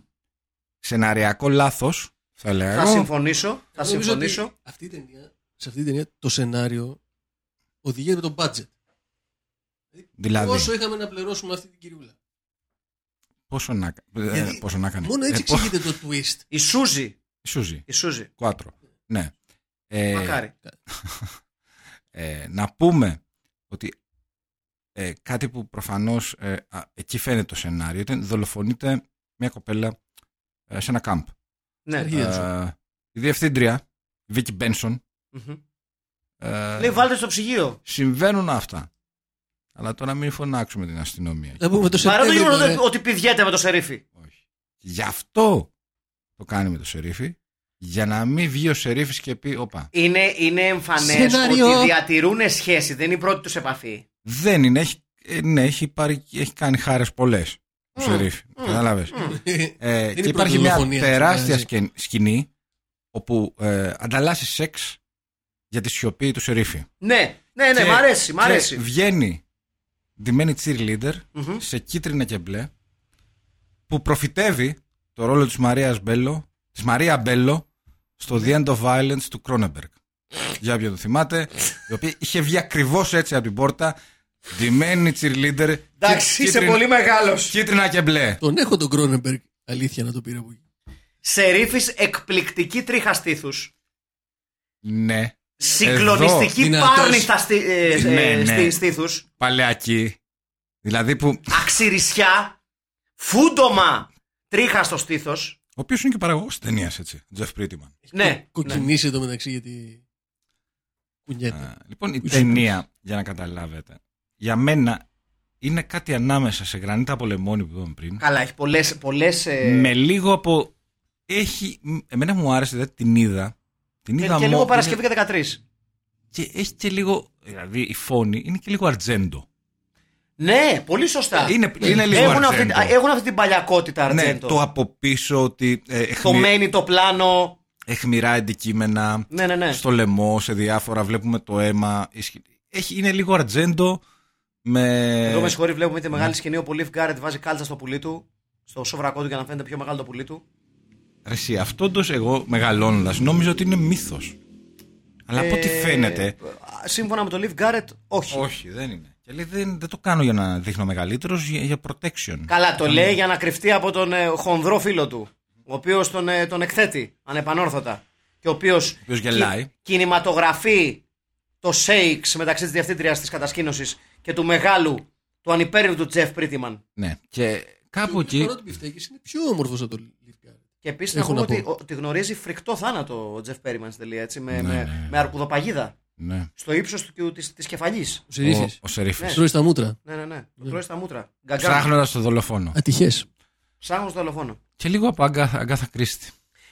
Speaker 3: σεναριακό λάθος, θα λέω.
Speaker 2: Θα συμφωνήσω. Θα
Speaker 4: Εγώ νομίζω
Speaker 2: συμφωνήσω.
Speaker 4: ότι Αυτή η ταινία, σε αυτή την ταινία το σενάριο οδηγεί με το budget.
Speaker 3: Δηλαδή,
Speaker 4: Πόσο είχαμε να πληρώσουμε αυτή την κυριούλα.
Speaker 3: πόσο να, ε,
Speaker 4: Γιατί
Speaker 3: πόσο να κάνει.
Speaker 4: Μόνο έτσι
Speaker 3: Ε, πο-
Speaker 4: εξηγείται το twist.
Speaker 2: Η Σούζη.
Speaker 3: Σούζι,
Speaker 2: Η Σούζη.
Speaker 3: κουάτρο. Ναι. Ε,
Speaker 2: Μακάρι.
Speaker 3: ε, να πούμε ότι ε, κάτι που προφανώς ε, α, εκεί φαίνεται το σενάριο ήταν δολοφονείται μια κοπέλα ε, σε ένα κάμπ.
Speaker 2: Ναι.
Speaker 4: αρχή. Τι έδωσε?
Speaker 3: Ε, η διευθύντρια, η Βίκη Μπένσον,
Speaker 2: Μμμ.
Speaker 3: ε,
Speaker 2: Λέει βάλτε στο ψυγείο.
Speaker 3: συμβαίνουν αυτά. Αλλά τώρα μην φωνάξουμε την αστυνομία.
Speaker 4: Να πούμε το
Speaker 2: Παρά το
Speaker 4: Σεπτέμβριο.
Speaker 2: γεγονό
Speaker 4: μωρέ.
Speaker 2: ότι- ότι πηδιέται με το σερίφι.
Speaker 3: Όχι. Γι' αυτό το κάνει με το Σερίφη, για να μην βγει ο Σερίφης και πει, όπα,
Speaker 2: Είναι, είναι εμφανές
Speaker 4: Σενάριο.
Speaker 2: ότι διατηρούν σχέση, δεν είναι η πρώτη τους επαφή.
Speaker 3: δεν είναι, έχει, ε, ναι, έχει, πάρει, έχει κάνει χάρες πολλές
Speaker 2: Μμ,
Speaker 3: ο Σερίφη.
Speaker 2: μμ.
Speaker 3: Κατάλαβες. Ε,
Speaker 4: Είναι
Speaker 3: και
Speaker 4: η
Speaker 3: υπάρχει
Speaker 4: πρώτη
Speaker 3: μια
Speaker 4: δολοφονία,
Speaker 3: τεράστια
Speaker 4: έτσι,
Speaker 3: σκεν- σκηνή όπου ε, ανταλλάσσεις σεξ για τη σιωπή του Σερίφη.
Speaker 2: Ναι, ναι, ναι,
Speaker 3: Και-
Speaker 2: μ' αρέσει, μ'
Speaker 3: και
Speaker 2: αρέσει.
Speaker 3: βγαίνει ντυμένη cheerleader
Speaker 2: Μμμ.
Speaker 3: σε κίτρινα και μπλε που προφητεύει το ρόλο της Μαρίας Μπέλο, της Μαρία Μπέλο στο
Speaker 2: Ναι.
Speaker 3: The End of Violence του Κρόνεμπεργκ. Για όποιον το θυμάται, η οποία είχε βγει ακριβώς έτσι από την πόρτα, ντυμένη cheerleader.
Speaker 2: Εντάξει,
Speaker 3: κί-
Speaker 2: είσαι
Speaker 3: κίτρινα-
Speaker 2: πολύ μεγάλος.
Speaker 3: Κίτρινα και μπλε.
Speaker 4: Τον έχω τον Κρόνεμπεργκ. Αλήθεια να το πήρα από εκεί.
Speaker 2: Σερίφη εκπληκτική τρίχα στήθους.
Speaker 3: Ναι,
Speaker 2: Συγκλονιστική
Speaker 4: Δυνατός.
Speaker 2: πάρνηθα στη, ε, ε,
Speaker 3: Ναι, ναι.
Speaker 2: στη στήθους.
Speaker 3: παλαιακή. Δηλαδή που.
Speaker 2: Αξιρισιά. Φούντομα τρίχα στο στήθος.
Speaker 3: Ο οποίος είναι και παραγωγός ταινίας, έτσι. Τζεφ Πρίτιμαν.
Speaker 2: Ναι, ναι.
Speaker 4: Κοκκινήσει το μεταξύ γιατί. Κουνιέται.
Speaker 3: Λοιπόν, η
Speaker 4: Που
Speaker 3: ταινία, για να καταλάβετε, για μένα είναι κάτι ανάμεσα σε γρανίτα από λεμόνι που είπαμε πριν.
Speaker 2: Καλά, έχει πολλές, πολλές ε,
Speaker 3: Με λίγο από. Έχει. Εμένα μου άρεσε, δηλαδή την είδα. Την
Speaker 2: και,
Speaker 3: είδα
Speaker 2: και λίγο
Speaker 3: μόνο-
Speaker 2: Παρασκευή και 13.
Speaker 3: Και έχει και λίγο. Δηλαδή η φωνή είναι και λίγο αρτζέντο.
Speaker 2: Ναι, πολύ σωστά.
Speaker 3: Ε, Είναι, είναι λίγο
Speaker 2: έχουν, αυτή,
Speaker 3: αρτζέντο.
Speaker 2: έχουν αυτή την παλιακότητα
Speaker 3: ναι,
Speaker 2: Αρτζέντο.
Speaker 3: το από πίσω ότι ε,
Speaker 2: το
Speaker 3: εχμη-
Speaker 2: μένει το πλάνο.
Speaker 3: εχμηρά αντικείμενα.
Speaker 2: Ναι, ναι, ναι.
Speaker 3: στο λαιμό, σε διάφορα, βλέπουμε το αίμα. η σκη- Έχει, είναι λίγο αρτζέντο με.
Speaker 2: Εδώ με συγχωρεί, βλέπουμε τη
Speaker 3: ναι.
Speaker 2: μεγάλη σκηνή όπου ο Λιφ Γκάρετ βάζει κάλτσα στο πουλί του, στο σοβρακό του για να φαίνεται πιο μεγάλο το πουλί του.
Speaker 3: Ρε εσύ, αυτό το εγώ μεγαλώνοντας νόμιζα ότι είναι μύθος Αλλά από ό,τι
Speaker 2: Ε,
Speaker 3: φαίνεται.
Speaker 2: Σύμφωνα με τον Λιφ Γκάρετ, όχι.
Speaker 3: Όχι, δεν είναι. Και λέει δεν, δεν το κάνω για να δείχνω μεγαλύτερος για, για protection.
Speaker 2: Καλά, το λέει για να κρυφτεί από τον ε, χονδρό φίλο του, ο οποίος τον, ε, τον εκθέτει ανεπανόρθωτα. Και ο οποίος
Speaker 3: οποίος γελάει.
Speaker 2: κινηματογραφεί το σέιξ μεταξύ της διευθύντριας της κατασκήνωσης και του μεγάλου, του ανυπέρβλητου Τζεφ Πρίτιμαν.
Speaker 3: Ναι. Και κάπου
Speaker 4: Το
Speaker 3: εκεί.
Speaker 4: ρόλο του Μπιφτέκης είναι πιο όμορφος από τον Λιφκάρη.
Speaker 2: Και επίσης να
Speaker 4: Έχω
Speaker 2: πούμε
Speaker 4: να πω.
Speaker 2: ότι, ο- ότι γνωρίζει φρικτό θάνατο ο Τζεφ Πέριμαν στην τελεία, έτσι, με,
Speaker 3: Ναι,
Speaker 2: με,
Speaker 3: ναι, ναι.
Speaker 2: με αρκουδοπαγίδα
Speaker 3: Ναι.
Speaker 2: στο ύψος του της κεφαλής.
Speaker 4: Ο
Speaker 3: Ο,
Speaker 4: Σερίφης.
Speaker 3: ο Σερίφης.
Speaker 4: Τρώει στα μούτρα.
Speaker 2: Ναι, ναι, ναι. Το τρώει στα μούτρα. Γκαγκά.
Speaker 3: Ψάχνοντας το δολοφόνο.
Speaker 4: Ατυχές.
Speaker 2: Ψάχνω στο δολοφόνο.
Speaker 3: Και λίγο από Αγκάθα Κρίστη.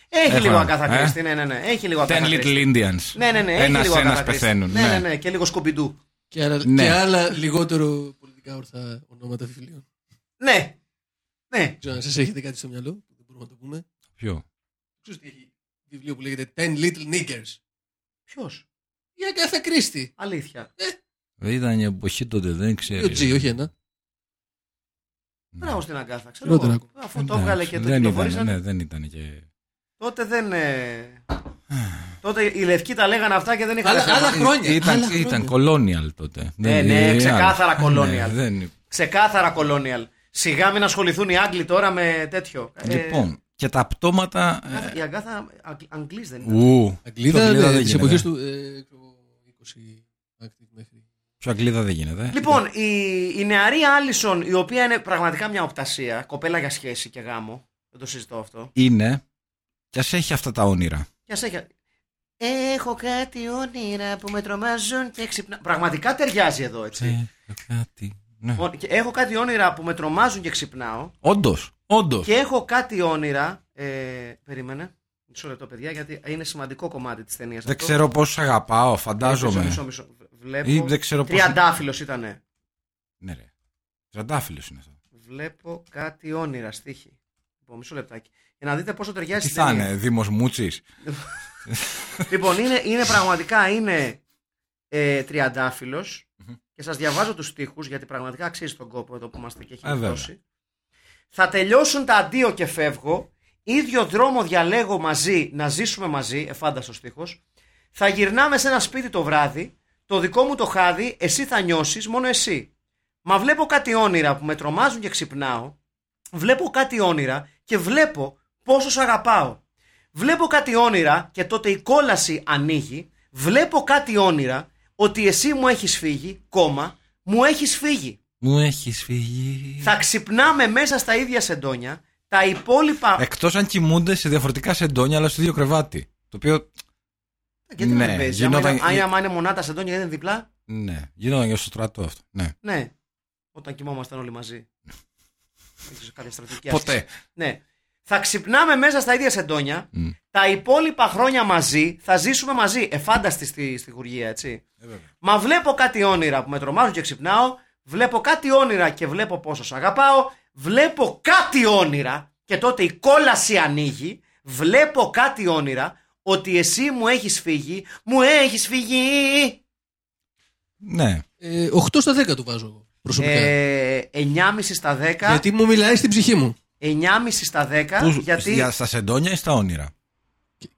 Speaker 2: Έχει
Speaker 3: Έχω
Speaker 2: λίγο
Speaker 3: να-
Speaker 2: Αγκάθα
Speaker 3: ε.
Speaker 2: Κρίστη, ναι, ναι, ναι. Έχει λίγο
Speaker 3: Ten
Speaker 2: Αγκάθα Κρίστη.
Speaker 3: Little Indians.
Speaker 2: Ναι, ναι, ναι. έχει
Speaker 3: Ένας,
Speaker 2: λίγο Agatha
Speaker 3: ένας
Speaker 2: Christie.
Speaker 3: πεθαίνουν.
Speaker 2: Ναι, ναι, ναι. Και λίγο σκομπιντού.
Speaker 4: Και, άλλα-
Speaker 3: Ναι.
Speaker 4: και άλλα λιγότερο πολιτικά ορθά ονόματα βιβλίων.
Speaker 2: Ναι. Ναι.
Speaker 4: Δεν ξέρω αν σα έχετε κάτι στο μυαλό που δεν μπορούμε να το πούμε.
Speaker 3: Ποιο.
Speaker 4: Ξέρω ότι έχει βιβλίο που λέγεται Ten Little Niggers.
Speaker 2: Ποιος.
Speaker 4: Για κάθε Κρίστη.
Speaker 2: Αλήθεια.
Speaker 3: Δεν Ε, ήταν η εποχή τότε, δεν
Speaker 4: Δύο
Speaker 2: Ε,
Speaker 3: ξέρει.
Speaker 4: G, όχι ένα.
Speaker 2: Μπράβο στην Αγκάθα. Ξέρω
Speaker 4: Χειρότερα.
Speaker 2: εγώ. Αφού το έβγαλε και το
Speaker 3: Ναι. δεν ήταν,
Speaker 2: κυκλοφορήσαν.
Speaker 3: ναι, δεν ήταν και.
Speaker 2: Τότε δεν. ε, Τότε οι λευκοί τα λέγανε αυτά και δεν είχαν.
Speaker 4: Άλλα, άλλα
Speaker 2: θέμα.
Speaker 4: χρόνια.
Speaker 3: Ήταν,
Speaker 4: άλλα χρόνια.
Speaker 3: ήταν colonial τότε. Ε,
Speaker 2: Ναι, ναι, ξεκάθαρα colonial.
Speaker 3: Ναι, δεν...
Speaker 2: Ξεκάθαρα colonial. Σιγά μην ασχοληθούν οι Άγγλοι τώρα με τέτοιο. Ε,
Speaker 3: Λοιπόν, και τα πτώματα. ε,
Speaker 2: η Αγκάθα- Η Αγκάθα Αγγ- Αγγλής δεν ήταν.
Speaker 3: Ου,
Speaker 4: Αγγλίδα,
Speaker 3: Αγγλίδα
Speaker 4: ναι,
Speaker 3: δεν
Speaker 4: τις
Speaker 3: γίνεται.
Speaker 4: εποχές του ε, ξέρω, 20 active μέχρι.
Speaker 3: πιο Αγγλίδα δεν γίνεται.
Speaker 2: Λοιπόν, η, η νεαρή Άλισον, η οποία είναι πραγματικά μια οπτασία, κοπέλα για σχέση και γάμο, δεν το συζητώ αυτό.
Speaker 3: Είναι και ας έχει αυτά τα όνειρα.
Speaker 2: Για σέχια. Έχω κάτι όνειρα που με τρομάζουν και ξυπνάω. Πραγματικά ταιριάζει εδώ, έτσι.
Speaker 3: Έχω κάτι. Ναι.
Speaker 2: Ο- και Έχω κάτι όνειρα που με τρομάζουν και ξυπνάω.
Speaker 3: Όντως, όντως.
Speaker 2: Και έχω κάτι όνειρα. Ε, περίμενε. Μισό λεπτό, παιδιά, γιατί είναι σημαντικό κομμάτι της ταινίας.
Speaker 3: Δεν ξέρω πόσο φαντάζομαι.
Speaker 2: Ε, Μισό,
Speaker 3: φαντάζομαι.
Speaker 2: μισό. Βλέπω.
Speaker 3: Ή δεν ξέρω πόσο-
Speaker 2: Τριαντάφυλλο ήταν.
Speaker 3: Ναι, ρε. Τριαντάφυλλος είναι αυτό.
Speaker 2: Βλέπω κάτι όνειρα, στοίχη. Λοιπόν, μισό λεπτάκι. Για να δείτε πόσο ταιριάζει
Speaker 3: Τι
Speaker 2: η
Speaker 3: θα
Speaker 2: ταινία.
Speaker 3: είναι, Δήμος Μούτσης.
Speaker 2: Λοιπόν, είναι, είναι πραγματικά είναι ε, τριαντάφυλλος και σας διαβάζω τους στίχους γιατί πραγματικά αξίζει τον κόπο εδώ που είμαστε και έχει
Speaker 3: Ε, βέβαια.
Speaker 2: δώσει. Θα τελειώσουν τα αντίο και φεύγω. ίδιο δρόμο διαλέγω μαζί, να ζήσουμε μαζί, εφάνταστος στίχος. Θα γυρνάμε σε ένα σπίτι το βράδυ, το δικό μου το χάδι, εσύ θα νιώσεις, μόνο εσύ. Μα βλέπω κάτι όνειρα που με τρομάζουν και ξυπνάω. Βλέπω κάτι όνειρα και βλέπω πόσο σ' αγαπάω. Βλέπω κάτι όνειρα και τότε η κόλαση ανοίγει. Βλέπω κάτι όνειρα ότι εσύ μου έχεις φύγει, κόμμα, μου έχεις φύγει.
Speaker 3: Μου έχεις φύγει.
Speaker 2: Θα ξυπνάμε μέσα στα ίδια σεντόνια, τα υπόλοιπα...
Speaker 3: Εκτός αν κοιμούνται σε διαφορετικά σεντόνια, αλλά στο ίδιο κρεβάτι. Το οποίο.
Speaker 2: γιατί να
Speaker 3: ναι,
Speaker 2: μην παίζει,
Speaker 3: γινόταν-
Speaker 2: άμα, είναι, άμα- άμα είναι μονά τα σεντόνια δεν είναι διπλά,
Speaker 3: Ναι, γινόταν και στο στρατό αυτό. Ναι.
Speaker 2: ναι. Όταν κοιμόμασταν όλοι μαζί. Δεν ξέρω, κάποια στρατηγική άσκηση.
Speaker 3: Ποτέ.
Speaker 2: Ναι. Θα ξυπνάμε μέσα στα ίδια σεντόνια.
Speaker 3: Μμ.
Speaker 2: Τα υπόλοιπα χρόνια μαζί θα ζήσουμε μαζί. Εφάνταστη στη, στη χουργία, έτσι.
Speaker 3: Ε, βέβαια.
Speaker 2: Μα βλέπω κάτι όνειρα που με τρομάζουν και ξυπνάω. Βλέπω κάτι όνειρα και βλέπω πόσο σ' αγαπάω. Βλέπω κάτι όνειρα και τότε η κόλαση ανοίγει. Βλέπω κάτι όνειρα ότι εσύ μου έχεις φύγει. Μου έχεις φύγει.
Speaker 3: Ναι.
Speaker 4: Ε, 8 στα 10 του βάζω εγώ προσωπικά.
Speaker 2: Ε, 9,5 στα 10.
Speaker 4: γιατί μου μιλάει στην ψυχή μου.
Speaker 2: 9,5 στα 10.
Speaker 3: Πού-
Speaker 2: γιατί...
Speaker 3: για- στα σεντόνια ή στα όνειρα.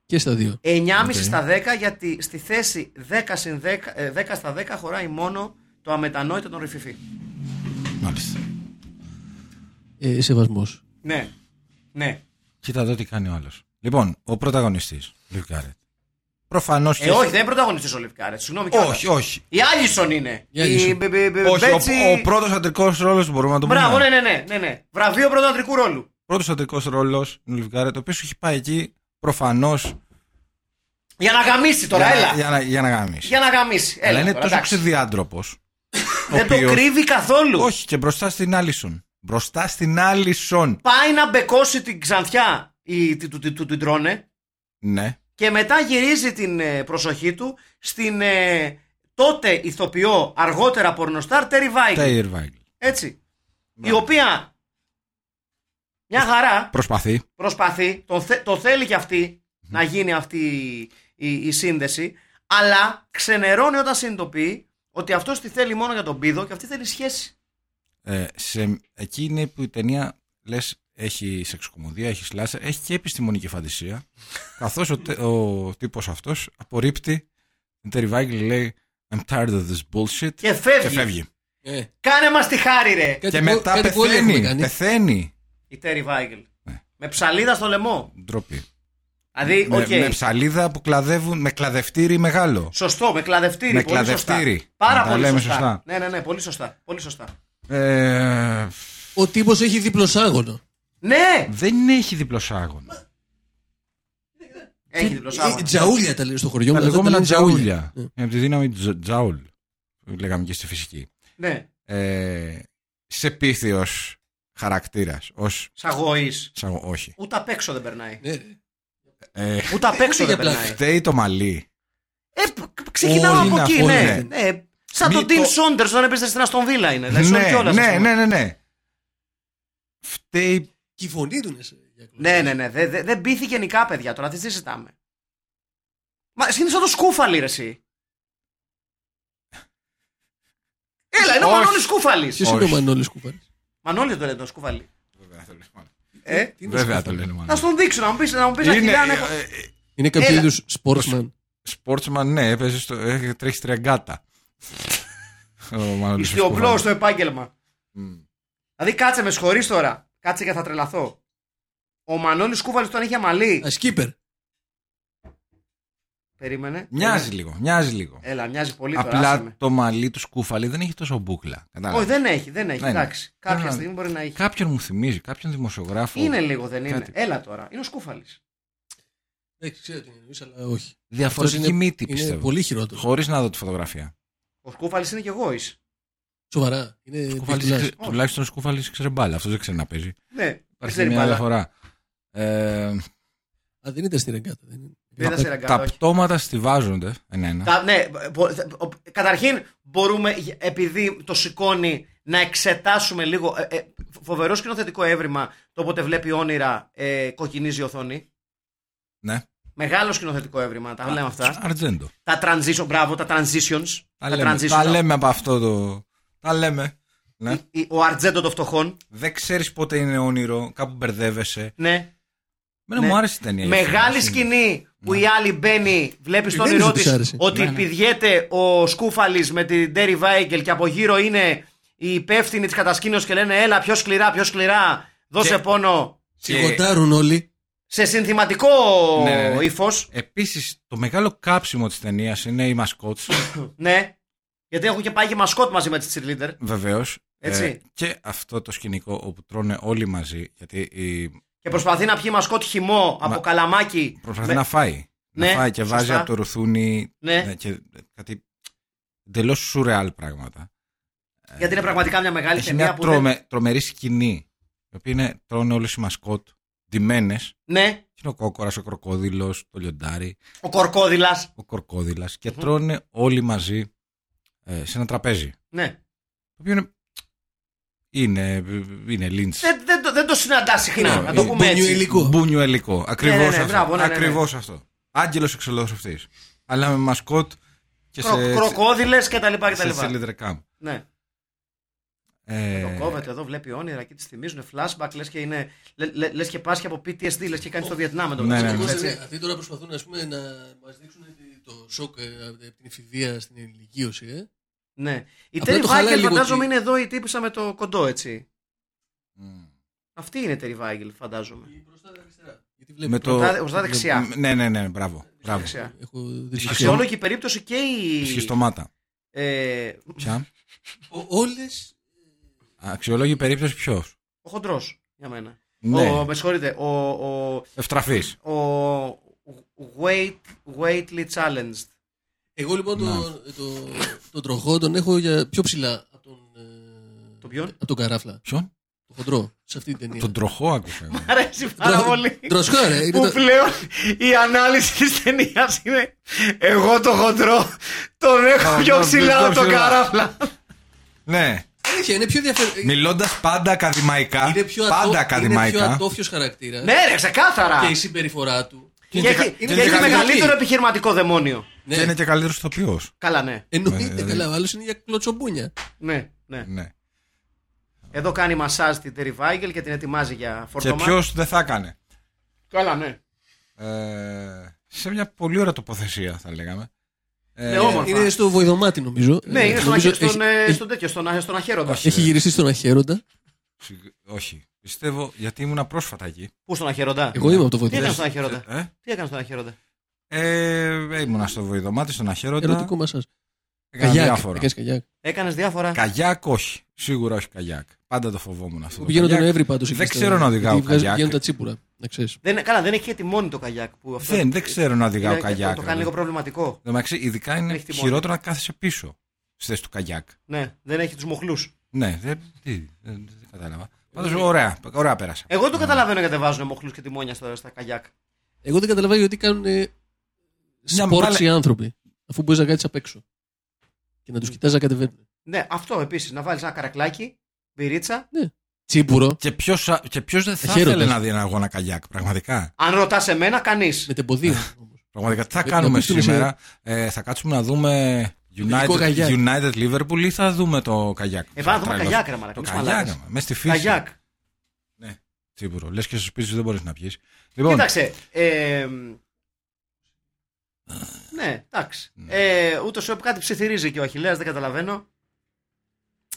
Speaker 4: Και στα δύο.
Speaker 2: 9,5
Speaker 3: Οκ.
Speaker 2: στα 10 γιατί στη θέση 10, συν 10, ε, 10 στα 10 χωράει μόνο το αμετανόητο των Ρεφιφί.
Speaker 3: Μάλιστα.
Speaker 4: Ε, Σεβασμός.
Speaker 2: Ναι. Ναι.
Speaker 3: Κοίτα εδώ τι κάνει ο άλλος. Λοιπόν, ο πρωταγωνιστής. Λιβ Γκάρετ. Προφανώς.
Speaker 2: Ε, όχι, δεν είναι πρωταγωνιστής ο Λιβκάρετ. Συγγνώμη κιόλας.
Speaker 3: όχι, όχι.
Speaker 2: Η Άλισον είναι.
Speaker 4: Η Άλισον.
Speaker 2: μπ- μπ- μπ-
Speaker 3: όχι
Speaker 2: Ε, Μπέτσι-
Speaker 3: ο, ο πρώτος αντρικός ρόλος μπορούμε να το πούμε.
Speaker 2: Μπράβο, ναι, ναι, ναι, ναι, ναι. Βραβείο πρωτοαντρικού ρόλου.
Speaker 3: Πρώτος αντρικός ρόλος είναι ο Λιβ Γκάρετ, ο οποίος έχει πάει εκεί προφανώς.
Speaker 2: Για να γαμίσει τώρα,
Speaker 3: για,
Speaker 2: έλα. Για,
Speaker 3: Για, να, για να γαμίσει.
Speaker 2: να γαμίσει. Έλα,
Speaker 3: Αλλά είναι
Speaker 2: τώρα,
Speaker 3: τόσο
Speaker 2: εντάξει.
Speaker 3: ξεδιάντροπος.
Speaker 2: Δεν το κρύβει καθόλου.
Speaker 3: Όχι, και μπροστά στην Άλισον. Μπροστά στην Άλισον.
Speaker 2: Πάει να μπεκώσει την ξανθιά η, τη- του- τη- του την τρώνε.
Speaker 3: Ναι.
Speaker 2: Και μετά γυρίζει την ε, προσοχή του στην ε, τότε ηθοποιό, αργότερα πορνοστάρ, Terry Weigl.
Speaker 3: Τέιρ Βάιλ.
Speaker 2: Έτσι. Η
Speaker 3: Μπράβο.
Speaker 2: οποία μια χαρά
Speaker 3: Προσπαθεί.
Speaker 2: προσπαθεί, το, θε- το θέλει κι αυτη να γίνει αυτή η, η- η σύνδεση, αλλά ξενερώνει όταν συνειδητοποιεί ότι αυτός τη θέλει μόνο για τον πίδο και αυτή θέλει σχέση.
Speaker 3: Ε, σε, εκεί είναι που η ταινία λες έχει σεξουκομωδία, έχει σλάσερ, έχει και επιστημονική φαντασία. Καθώς ο, τε- ο τύπος αυτός απορρίπτει την Τέρι Βάγκελ λέει I'm tired of this bullshit
Speaker 2: Και φεύγει.
Speaker 3: και φεύγει.
Speaker 4: Ε,
Speaker 2: Κάνε μας τη χάρη, ρε!
Speaker 4: κάτι
Speaker 3: και
Speaker 4: που-
Speaker 3: μετά
Speaker 4: κάτι που όλοι Ε, έχουμε
Speaker 3: πεθαίνει.
Speaker 4: κάνει.
Speaker 3: Πεθαίνει.
Speaker 2: Η Τέρι Βάγκελ.
Speaker 3: Ναι.
Speaker 2: Με ψαλίδα στο λαιμό.
Speaker 3: Ντροπή.
Speaker 2: Δηλαδή, οκ.
Speaker 3: Με, με ψαλίδα που κλαδεύουν, με κλαδευτήρι μεγάλο.
Speaker 2: Σωστό, με κλαδευτήρι.
Speaker 3: Με
Speaker 2: πολύ
Speaker 3: κλαδευτήρι.
Speaker 2: Σωστά. Πάρα
Speaker 3: Να τα
Speaker 2: πολύ
Speaker 3: λέμε
Speaker 2: σωστά.
Speaker 3: σωστά.
Speaker 2: Ναι, ναι, ναι, πολύ σωστά. Πολύ σωστά.
Speaker 3: Ε,
Speaker 4: Ο τύπος έχει διπλωσάγωνο.
Speaker 2: Ναι!
Speaker 3: δεν έχει διπλωσάγων.
Speaker 2: Έχει διπλό
Speaker 4: Ε,
Speaker 2: σάββατο.
Speaker 4: Τζαούλια τα λέει στο χωριό
Speaker 3: Τα
Speaker 4: μου.
Speaker 3: λεγόμενα
Speaker 4: λένε Ε,
Speaker 3: τζαούλια. Είναι από τη δύναμη τζ- τζαούλ. που Λέγαμε και στη φυσική.
Speaker 2: Ναι,
Speaker 3: ε, σε πείθει ως χαρακτήρας, ως...
Speaker 2: σαγωής.
Speaker 3: σαν- όχι.
Speaker 2: Ούτε απ' έξω δεν περνάει.
Speaker 4: Ναι, ναι.
Speaker 3: Ε,
Speaker 2: Ούτε απ' έξω δεν
Speaker 4: Ούτε για πλάκα.
Speaker 2: περνάει.
Speaker 3: φταίει το μαλλί.
Speaker 2: Ε, π- ξεκινάω
Speaker 3: Όλοι
Speaker 2: από
Speaker 3: είναι
Speaker 2: εκεί,
Speaker 3: αυτό,
Speaker 2: ναι.
Speaker 3: ναι.
Speaker 2: ναι. Σαν τον
Speaker 3: Μη
Speaker 2: Τιμ
Speaker 3: το-
Speaker 2: Σόντερ όταν έπαιζε στην Αστον Βίλα είναι. Δηλαδή, συγγνώμη
Speaker 3: ναι,
Speaker 2: κιόλας, ας
Speaker 3: ναι,
Speaker 2: πούμε.
Speaker 3: ναι, ναι, ναι. Φταίει...
Speaker 4: Και ε, η φωνή του είναι σε διακλώσεις.
Speaker 2: Ναι, ναι, ναι. Δεν δε, δεν πείθει γενικά, παιδιά. Τώρα τι συζητάμε. Μα συνήθως το σκούφαλι, ρε, εσύ. Έλα, είναι ο
Speaker 3: Όχι.
Speaker 2: Μανώλης Σκούφαλης.
Speaker 4: Ποιος είναι ο
Speaker 3: Όχι.
Speaker 4: Μανώλης Κουβάρης.
Speaker 2: Μανώλη το λένε το σκούφαλι. Ε,
Speaker 4: Τι είναι
Speaker 3: Βέβαια
Speaker 4: αυτό?
Speaker 3: το λένε
Speaker 2: να
Speaker 3: μάλλον.
Speaker 2: στον δείξω, να μου πεις να μου πεις
Speaker 3: Είναι
Speaker 2: αρχικά. ναι.
Speaker 3: ε, ε,
Speaker 4: Είναι κάποιο
Speaker 2: Έλα.
Speaker 4: είδους sportsman.
Speaker 3: sportsman, ναι, έπαιζε στο, ε, τρέχει τρεγκάτα. Ο Μανώλης
Speaker 2: Ιστιοπλό
Speaker 3: Σκουβάλης.
Speaker 2: στο επάγγελμα.
Speaker 3: Μμ.
Speaker 2: Δηλαδή κάτσε με συγχωρείς τώρα. Κάτσε και θα τρελαθώ. Ο Μανώλης Κούβαλης τον είχε
Speaker 3: Ε,
Speaker 2: αμαλή.
Speaker 4: Α, σκύπερ.
Speaker 2: Περίμενε. Ε,
Speaker 3: Μοιάζει λίγο, μοιάζει λίγο.
Speaker 2: Έλα, μοιάζει πολύ τώρα. άσε
Speaker 3: Απλά
Speaker 2: με.
Speaker 3: το μαλλί του σκούφαλι δεν έχει τόσο μπουκλα.
Speaker 2: Όχι,
Speaker 3: Κατάλαβες.
Speaker 2: δεν έχει, δεν έχει.
Speaker 3: Ναι, ναι.
Speaker 2: Εντάξει. Κάποια
Speaker 3: Ναι,
Speaker 2: στιγμή μπορεί να έχει.
Speaker 3: Κάποιον μου θυμίζει, κάποιον δημοσιογράφο.
Speaker 2: Είναι λίγο, δεν είναι.
Speaker 3: Κάτι.
Speaker 2: Έλα τώρα. Είναι ο Σκούφαλης.
Speaker 4: Δεν Ναι, ξέρω τι εννοείς, αλλά όχι.
Speaker 3: Διαφορετική
Speaker 4: Αυτός είναι-
Speaker 3: μύτη
Speaker 4: είναι
Speaker 3: πιστεύω.
Speaker 4: πολύ χειρότερος.
Speaker 3: Χωρίς να δω τη φωτογραφία.
Speaker 2: Ο Σκούφαλης είναι και εγώ εις.
Speaker 4: Σοβαρά. Είναι
Speaker 3: Σκουφάλης
Speaker 4: διπλάς.
Speaker 3: ξε- τουλάχιστον ο Σκουφάλης ξέρει μπάλα. Αυτό δεν ξέρει να παίζει.
Speaker 2: Ναι, δεν
Speaker 3: Υπάρχει
Speaker 2: ξέρει
Speaker 3: μια
Speaker 2: μπάλα.
Speaker 3: διαφορά. Ε,
Speaker 4: Α, δεν ήταν στη ρεγκάτα. Δεν είναι.
Speaker 2: Δεν ήταν σε ραγκάτα,
Speaker 3: τα
Speaker 2: όχι.
Speaker 3: πτώματα στηβάζονται ένα-ένα.
Speaker 2: Τα- Ναι, μπο- θα- ο- καταρχήν μπορούμε, γε- επειδή το σηκώνει, να εξετάσουμε λίγο. ε, ε, φοβερός σκηνοθετικό έβριμα το όποτε βλέπει όνειρα ε, κοκκινίζει η οθόνη.
Speaker 3: Ναι.
Speaker 2: Μεγάλο σκηνοθετικό έβριμα, τα λέμε αυτά.
Speaker 3: Αρτζέντο.
Speaker 2: Τα transition, μπράβο, τα transitions.
Speaker 3: Τα λέμε, τα
Speaker 2: τα-
Speaker 3: λέμε από αυτό το. Τα λέμε. Ναι.
Speaker 2: η- Ο Αρτζέντο των φτωχών.
Speaker 3: Δεν ξέρεις πότε είναι όνειρο, κάπου μπερδεύεσαι.
Speaker 2: Ναι.
Speaker 3: Μένα μου άρεσε η ταινία. για
Speaker 2: Μεγάλη
Speaker 3: αυτό,
Speaker 2: σκηνή που
Speaker 3: Ναι.
Speaker 2: η άλλη μπαίνει, βλέπεις τον
Speaker 4: Δεν
Speaker 2: όνειρό
Speaker 4: σου της
Speaker 2: της
Speaker 4: άρεσε.
Speaker 2: ότι πηδιέται ο Σκούφαλης με την Ντέρι Βάικελ και από γύρω είναι οι υπεύθυνοι της κατασκήνωσης και λένε Έλα, πιο σκληρά, πιο σκληρά, δώσε
Speaker 3: Και-
Speaker 2: πόνο.
Speaker 4: Σιγοντάρουν όλοι.
Speaker 2: Σε συνθηματικό
Speaker 3: Ναι, ναι, ναι.
Speaker 2: ύφος.
Speaker 3: Επίσης, το μεγάλο κάψιμο της ταινίας είναι οι μασκότ.
Speaker 2: Ναι. Γιατί έχουν και πάει και μασκότ μαζί με τη cheerleader.
Speaker 3: Βεβαίως.
Speaker 2: Έτσι.
Speaker 3: Ε, και αυτό το σκηνικό όπου τρώνε όλοι μαζί. Γιατί η-
Speaker 2: Και προσπαθεί να πιει μασκότ χυμό από
Speaker 3: Μα-
Speaker 2: καλαμάκι.
Speaker 3: προσπαθεί
Speaker 2: Με-
Speaker 3: να φάει.
Speaker 2: Ναι,
Speaker 3: να φάει και
Speaker 2: σωστά.
Speaker 3: βάζει από το ρουθούνι.
Speaker 2: Ναι.
Speaker 3: ε, Και κάτι εντελώς σουρεάλ πράγματα.
Speaker 2: Γιατί είναι πραγματικά μια μεγάλη
Speaker 3: Έχει
Speaker 2: ταινία
Speaker 3: μια
Speaker 2: που. δεν-
Speaker 3: τρομε- τρομερή σκηνή. Η οποία είναι, τρώνε όλε οι μασκότ. Ντυμένες.
Speaker 2: Ναι,
Speaker 3: Είναι ο κόκορας, ο κροκόδηλος, το λιοντάρι,
Speaker 2: ο κορκόδηλας.
Speaker 3: ο κορκόδηλας. Και τρώνε όλοι μαζί ε, σε ένα τραπέζι.
Speaker 2: Ναι.
Speaker 3: Το οποίο είναι. Είναι, είναι λίντς.
Speaker 2: Δεν, δεν, το- δεν το συναντά συχνά,
Speaker 3: Ναι,
Speaker 2: να το
Speaker 3: ε,
Speaker 2: πούμε έτσι.
Speaker 4: Μπουνιουελικό.
Speaker 3: Μπούνιο ελικό. Ακριβώς
Speaker 2: Ναι, ναι, ναι,
Speaker 3: αυτό.
Speaker 2: μπράβο, ναι, ναι, ναι.
Speaker 3: Ακριβώς αυτό. Άγγελος εξολοθρευτή. Αλλά με μασκότ και σε.
Speaker 2: Κροκόδηλε κτλ.
Speaker 3: σε cylinder cam.
Speaker 2: Ναι.
Speaker 3: Ε,
Speaker 2: Το κόβεται εδώ, βλέπει όνειρα και τη θυμίζουν flashback. Λες και, είναι, λε- λε- λες και πάσχει από PTSD, λες και κάνει στο Βιετνάμ. εν τω
Speaker 3: Ναι,
Speaker 4: Ναι,
Speaker 2: μεταξύ,
Speaker 3: ναι, ναι.
Speaker 2: έτσι.
Speaker 4: Αυτοί τώρα προσπαθούν ας πούμε, να μας δείξουν τη- το σοκ ε, από την εφηβεία στην ηλικίωση. Ε.
Speaker 2: Ναι. Η
Speaker 4: Απλά
Speaker 2: Terry
Speaker 4: το χαλάει
Speaker 2: Weigel
Speaker 4: λίγο
Speaker 2: φαντάζομαι
Speaker 4: ότι-
Speaker 2: είναι εδώ η τύπησα με το κοντό, έτσι.
Speaker 3: μ,
Speaker 2: Αυτή είναι η Terry Weigel, φαντάζομαι.
Speaker 4: Ή Μπροστά ή αριστερά. Γιατί βλέπω.
Speaker 3: με το...
Speaker 2: Μπροστά- μπροστά δεξιά.
Speaker 3: μ, Ναι, ναι, ναι, μπράβο. μπράβο.
Speaker 2: Δεξιά.
Speaker 4: Έχω δει
Speaker 3: Ισχυστό-
Speaker 2: Σε όλο και η περίπτωση και η.
Speaker 3: Σχιστομάτα.
Speaker 2: Ε,
Speaker 3: Ποια.
Speaker 4: Όλε.
Speaker 3: Αξιολόγη περίπτωση ποιος.
Speaker 2: ο χοντρός για μένα.
Speaker 3: Ναι.
Speaker 2: Ο, με συγχωρείτε. Ο, ο,
Speaker 3: Ευτραφής.
Speaker 2: ο, weight, weightly challenged.
Speaker 4: Εγώ λοιπόν τον το, τον τροχό τον έχω για πιο ψηλά από τον. ε,
Speaker 2: Τον ποιον?
Speaker 4: Από τον καράφλα.
Speaker 3: Ποιον.
Speaker 4: Τον χοντρό. Σε αυτή την ταινία.
Speaker 3: Τον τροχό άκουσα. εγώ.
Speaker 2: Μ' αρέσει πάρα πολύ.
Speaker 4: Τροσχό, ρε. είναι
Speaker 2: Που
Speaker 4: το-
Speaker 2: πλέον η ανάλυση της ταινίας είναι Εγώ το χοντρό τον έχω
Speaker 3: Τον
Speaker 2: πιο
Speaker 3: έχω
Speaker 2: ψηλά
Speaker 3: πιο
Speaker 2: από τον
Speaker 3: ψηλά.
Speaker 2: καράφλα.
Speaker 3: ναι.
Speaker 4: Αλήθεια, είναι πιο ενδιαφέρον.
Speaker 3: Μιλώντας πάντα ακαδημαϊκά.
Speaker 4: Είναι πιο, ατό...
Speaker 3: Πάντα
Speaker 4: είναι πιο
Speaker 3: ακαδημαϊκά.
Speaker 4: ατόφιος χαρακτήρας
Speaker 2: Ναι, ρε, ξεκάθαρα.
Speaker 4: και η συμπεριφορά του.
Speaker 2: Και έχει,
Speaker 3: και
Speaker 2: και
Speaker 3: είναι
Speaker 2: έχει
Speaker 3: και
Speaker 2: μεγαλύτερο
Speaker 4: καλή.
Speaker 2: επιχειρηματικό δαιμόνιο.
Speaker 4: Ναι.
Speaker 3: Και είναι και καλύτερος ηθοποιό.
Speaker 2: Καλά, ναι.
Speaker 4: Εννοείται,
Speaker 3: Ε,
Speaker 4: καλά, ο άλλος είναι για κλωτσομπούνια.
Speaker 2: ναι, ναι.
Speaker 3: Ναι.
Speaker 2: Εδώ κάνει μασάζ την Terry Weigel και την ετοιμάζει για
Speaker 3: Και
Speaker 2: φορτωμά.
Speaker 3: ποιος δεν θα έκανε.
Speaker 2: Καλά, ναι.
Speaker 3: Ε, σε μια πολύ ωραία τοποθεσία θα λέγαμε. Ε,
Speaker 2: Ναι, όμορφα.
Speaker 4: Είναι στο βοηδομάτι νομίζω.
Speaker 2: Ναι,
Speaker 4: Ε,
Speaker 2: είναι στον,
Speaker 4: νομίζω
Speaker 2: αχε- στον,
Speaker 4: έχει-
Speaker 2: ε,
Speaker 4: έχει-
Speaker 2: στον τέτοιο, στον, στον αχαίροντα.
Speaker 3: Όχι.
Speaker 4: Έχει γυριστεί στον αχαίροντα.
Speaker 3: συγ- Όχι. Πιστεύω γιατί ήμουνα πρόσφατα εκεί.
Speaker 2: Πού στον αχαίροντα.
Speaker 3: Ναι.
Speaker 4: Εγώ είμαι από το
Speaker 2: Τι έκανε στον
Speaker 4: βοηδομάτι.
Speaker 2: αχαίροντα.
Speaker 3: Ε,
Speaker 2: Τι έκανε στον αχαίροντα.
Speaker 3: ε, ε, ήμουνα στο βοηδομάτι, στον αχαίροντα.
Speaker 4: Ερωτικό μα σα.
Speaker 3: Έκανα
Speaker 4: Καγιάκ.
Speaker 3: διάφορα.
Speaker 4: Έκανες καγιάκ.
Speaker 2: Έκανες διάφορα.
Speaker 3: Καγιάκ όχι. Σίγουρα όχι καγιάκ. Πάντα το φοβόμουν αυτό.
Speaker 4: Εγώ
Speaker 3: το
Speaker 4: πηγαίνω τον
Speaker 3: καγιάκ.
Speaker 4: Εύρη πάντω.
Speaker 3: Δεν ξέρω να οδηγάω καγιάκ.
Speaker 4: Βγαίνουν τα τσίπουρα. Να ξέρεις.
Speaker 2: Δεν, καλά, δεν έχει και τιμόνι το καγιάκ. Που αυτό
Speaker 3: Δεν, δεν ξέρω να οδηγάω
Speaker 2: είναι-
Speaker 3: καγιάκ.
Speaker 2: Ναι, Το κάνει λίγο προβληματικό.
Speaker 3: Εν τω μεταξύ, ειδικά είναι
Speaker 2: Έχει τιμόνι.
Speaker 3: χειρότερο να κάθεσαι πίσω στη θέση του καγιάκ.
Speaker 2: Ναι, δεν έχει τους μοχλούς.
Speaker 3: Ναι, δεν, τι, δεν, δεν κατάλαβα. Πάντως ωραία, ωραία πέρασα.
Speaker 2: Εγώ το καταλαβαίνω γιατί βάζουν μοχλούς και τιμόνια στα, στα καγιάκ.
Speaker 4: Εγώ δεν καταλαβαίνω γιατί κάνουν
Speaker 3: Μια
Speaker 4: σπόρτς
Speaker 3: μπάλα-
Speaker 4: οι άνθρωποι. Αφού μπορεί να κάτσεις απ' έξω. Και να τους κοιτάζει να κατεβαίνουν.
Speaker 2: Ναι, αυτό επίσης. Να βάλεις ένα καρακλάκι, μπυρίτσα.
Speaker 4: Τσίπουρο.
Speaker 3: Και ποιος και ποιος δεν θα
Speaker 4: Χαίροντας.
Speaker 3: ήθελε να δει ένα αγώνα καγιάκ, πραγματικά.
Speaker 2: Αν ρωτάς εμένα, κανείς.
Speaker 4: Με τεμποδίο. όμως.
Speaker 3: Πραγματικά τι θα
Speaker 4: Να
Speaker 3: κάνουμε
Speaker 4: πέφτουμε σε-
Speaker 3: σήμερα. Ε, θα κάτσουμε να δούμε
Speaker 4: Ειδικό
Speaker 3: United,
Speaker 4: καγιάκ.
Speaker 3: United Liverpool ή θα δούμε το καγιάκ.
Speaker 2: Ε, πάμε να δούμε
Speaker 3: Ναι. Τρελός.
Speaker 2: καγιάκ, ρε μαλάκα,
Speaker 3: Το
Speaker 2: μη
Speaker 3: καγιάκ,
Speaker 2: μαλάκας.
Speaker 3: μέσα στη φύση. Λοιπόν.
Speaker 2: Καγιάκ.
Speaker 3: Σίγουρο. Λες και στο σπίτι σου δεν μπορείς να πιει. Λοιπόν,
Speaker 2: Κοίταξε. Ε, μ, ναι, εντάξει. Ε, Ούτως ή κάτι ψιθυρίζει και ο Αχηλέα, δεν καταλαβαίνω.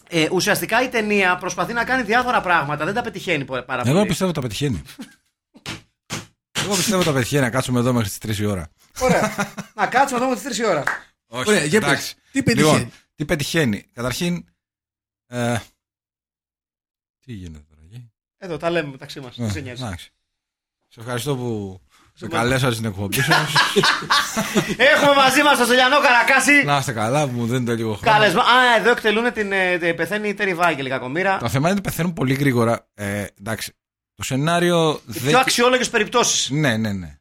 Speaker 2: Ε, ουσιαστικά η ταινία προσπαθεί να κάνει διάφορα πράγματα, δεν τα πετυχαίνει πο- πάρα πολύ.
Speaker 3: εγώ πιστεύω τα πετυχαίνει. εγώ πιστεύω τα πετυχαίνει να κάτσουμε εδώ μέχρι τις 3 η ώρα.
Speaker 2: Ωραία. να κάτσουμε εδώ με τι 3 η ώρα.
Speaker 3: Όχι,
Speaker 4: Ωραία, για πες.
Speaker 3: εντάξει.
Speaker 4: Τι πετυχαίνει.
Speaker 3: Λοιπόν, τι πετυχαίνει. Καταρχήν. Ε, τι γίνεται τώρα εκεί.
Speaker 2: Εδώ τα λέμε μεταξύ μας.
Speaker 3: Ε,
Speaker 2: Δεν σε νοιάζει.
Speaker 3: εντάξει. Σε ευχαριστώ που σε καλέσα στην εκπομπή σας.
Speaker 2: Έχουμε μαζί μας τον Στυλιανό Καρακάση.
Speaker 3: Να είστε καλά που μου δίνετε λίγο χρόνο.
Speaker 2: Καλεσμα... Α, εδώ εκτελούν την. ε, τε- πεθαίνει η Terry Weigel, η κακομοίρα.
Speaker 3: Το θέμα είναι ότι πεθαίνουν πολύ γρήγορα. Ε, εντάξει. Το σενάριο
Speaker 2: Οι
Speaker 3: δεν.
Speaker 2: πιο αξιόλογες περιπτώσεις.
Speaker 3: Ναι, ναι, ναι.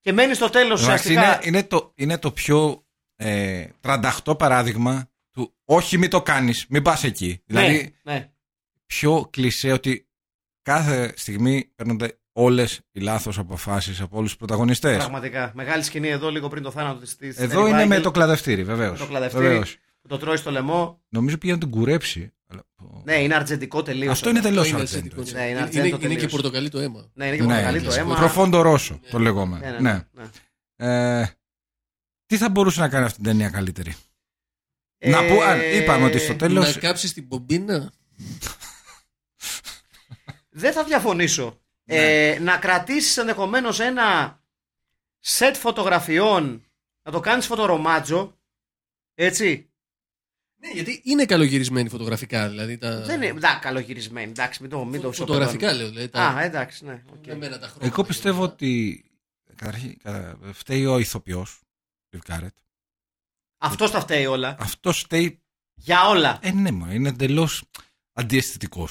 Speaker 2: Και μένει στο τέλος
Speaker 3: Εντάξει,
Speaker 2: ουσιαστικά.
Speaker 3: Είναι, είναι, το, είναι το πιο ε, τρανταχτό παράδειγμα του όχι μην το κάνεις, μην πας εκεί.
Speaker 2: Ναι,
Speaker 3: Δηλαδή
Speaker 2: ναι.
Speaker 3: πιο κλισέ ότι κάθε στιγμή παίρνονται όλες οι λάθος αποφάσεις από όλους τους πρωταγωνιστές.
Speaker 2: Πραγματικά. Μεγάλη σκηνή εδώ, λίγο πριν το θάνατο της. Της
Speaker 3: Εδώ
Speaker 2: Terry
Speaker 3: είναι με
Speaker 2: Weigel,
Speaker 3: το κλαδευτήρι βεβαίως.
Speaker 2: το κλαδευτήρι
Speaker 3: Βεβαίως.
Speaker 2: που το τρώει στο λαιμό.
Speaker 3: Νομίζω πήγε να τον κουρέψει. Αλλά
Speaker 2: Ναι, είναι αρτζεντικό τελείως.
Speaker 3: Αυτό είναι τελείως
Speaker 4: είναι
Speaker 3: αρσεντικό.
Speaker 4: ασιατικό.
Speaker 2: Ναι, είναι
Speaker 4: Είναι-
Speaker 2: αρτζέντο
Speaker 4: Είναι είναι και
Speaker 2: τελείως.
Speaker 4: πορτοκαλί το αίμα.
Speaker 2: Ναι, είναι και πορτοκαλί το αίμα.
Speaker 3: Προφόντο Ρώσο, το λεγόμενο.
Speaker 2: Ναι, ναι,
Speaker 3: Ναι.
Speaker 2: ναι.
Speaker 3: Ε, τι θα μπορούσε να κάνει αυτή την ταινία καλύτερη.
Speaker 2: Ε,
Speaker 3: Να πω, αν είπαμε ότι στο τέλο.
Speaker 4: Να κάψεις την πομπίνα.
Speaker 2: Δεν θα διαφωνήσω.
Speaker 3: Ναι.
Speaker 2: Ε, να κρατήσεις ενδεχομένως ένα σετ φωτογραφιών, να το κάνεις φωτορομάτζο. Έτσι.
Speaker 4: Ναι, γιατί είναι καλογυρισμένη φωτογραφικά. Δηλαδή τα...
Speaker 2: Δεν είναι. Δα, καλογυρισμένη. Εντάξει, μην το, μην το
Speaker 4: Φωτογραφικά
Speaker 2: ψοπεδώνουμε.
Speaker 4: λέω. Δηλαδή,
Speaker 2: Α,
Speaker 4: τα...
Speaker 2: εντάξει, ναι. οκ.
Speaker 4: εμένα τα χρώματα.
Speaker 3: Εγώ πιστεύω ότι. Καταρχήν, κατα- φταίει ο ηθοποιός.
Speaker 2: Αυτό τα φταίει όλα.
Speaker 3: Αυτό φταίει.
Speaker 2: Για όλα.
Speaker 3: Ε, ναι, μωρέ, είναι εντελώς αντιαισθητικός.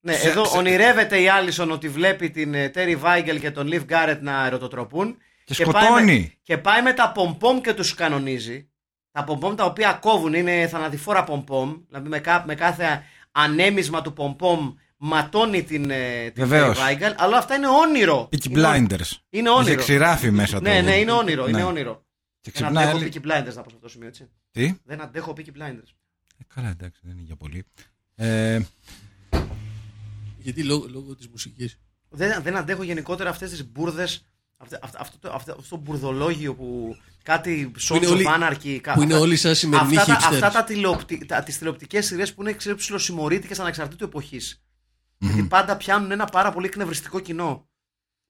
Speaker 2: Ναι,
Speaker 3: σε-
Speaker 2: εδώ
Speaker 3: σε-
Speaker 2: ονειρεύεται η Άλισον ότι βλέπει την Τέρι Βάγκελ και τον Λιβ Γκάρετ να ερωτοτροπούν.
Speaker 3: Και
Speaker 2: Πάει με,
Speaker 3: σκοτώνει.
Speaker 2: και πάει με τα πομπόμ και τους κανονίζει. Τα πομπόμ τα οποία κόβουν είναι θανατηφόρα πομπόμ. Δηλαδή με, κά- με κάθε ανέμισμα του πομπόμ ματώνει την, ε, την Τέρι
Speaker 3: Βεβαίως.
Speaker 2: Βάγκελ. Αλλά αυτά είναι όνειρο.
Speaker 3: Peaky
Speaker 2: Είναι όνειρο.
Speaker 3: Blinders.
Speaker 2: Είναι
Speaker 3: Είχε
Speaker 2: όνειρο.
Speaker 3: ξηράφει μέσα
Speaker 2: Ναι,
Speaker 3: το.
Speaker 2: ναι, είναι όνειρο. Είναι
Speaker 3: Ναι.
Speaker 2: όνειρο.
Speaker 3: Και
Speaker 2: Δεν
Speaker 3: ξυπνάει.
Speaker 2: αντέχω
Speaker 3: άλλη-
Speaker 2: Peaky Blinders να πω σε αυτό το σημείο, έτσι.
Speaker 3: Τι.
Speaker 2: Δεν αντέχω Peaky Blinders.
Speaker 3: Ε, Καλά, εντάξει, δεν είναι για πολύ. Ε,
Speaker 4: Γιατί λόγω, λόγω της μουσικής.
Speaker 2: δεν, δεν αντέχω γενικότερα αυτές τις μπουρδες. Αυτό το, αυτό, αυτό το μπουρδολόγιο που κάτι
Speaker 4: είναι
Speaker 2: σόντζο
Speaker 4: όλοι-
Speaker 2: βάναρκι.
Speaker 4: Που είναι όλοι σαν σημερινοί
Speaker 2: αυτά, τα,
Speaker 4: hipsters.
Speaker 2: αυτά τα, τηλεοπτικέ τα, τις τηλεοπτικές σειρές που είναι ξέρω, ψιλοσημωρήτικες ανεξαρτήτου εποχής. Γιατί πάντα πιάνουν ένα πάρα πολύ εκνευριστικό κοινό.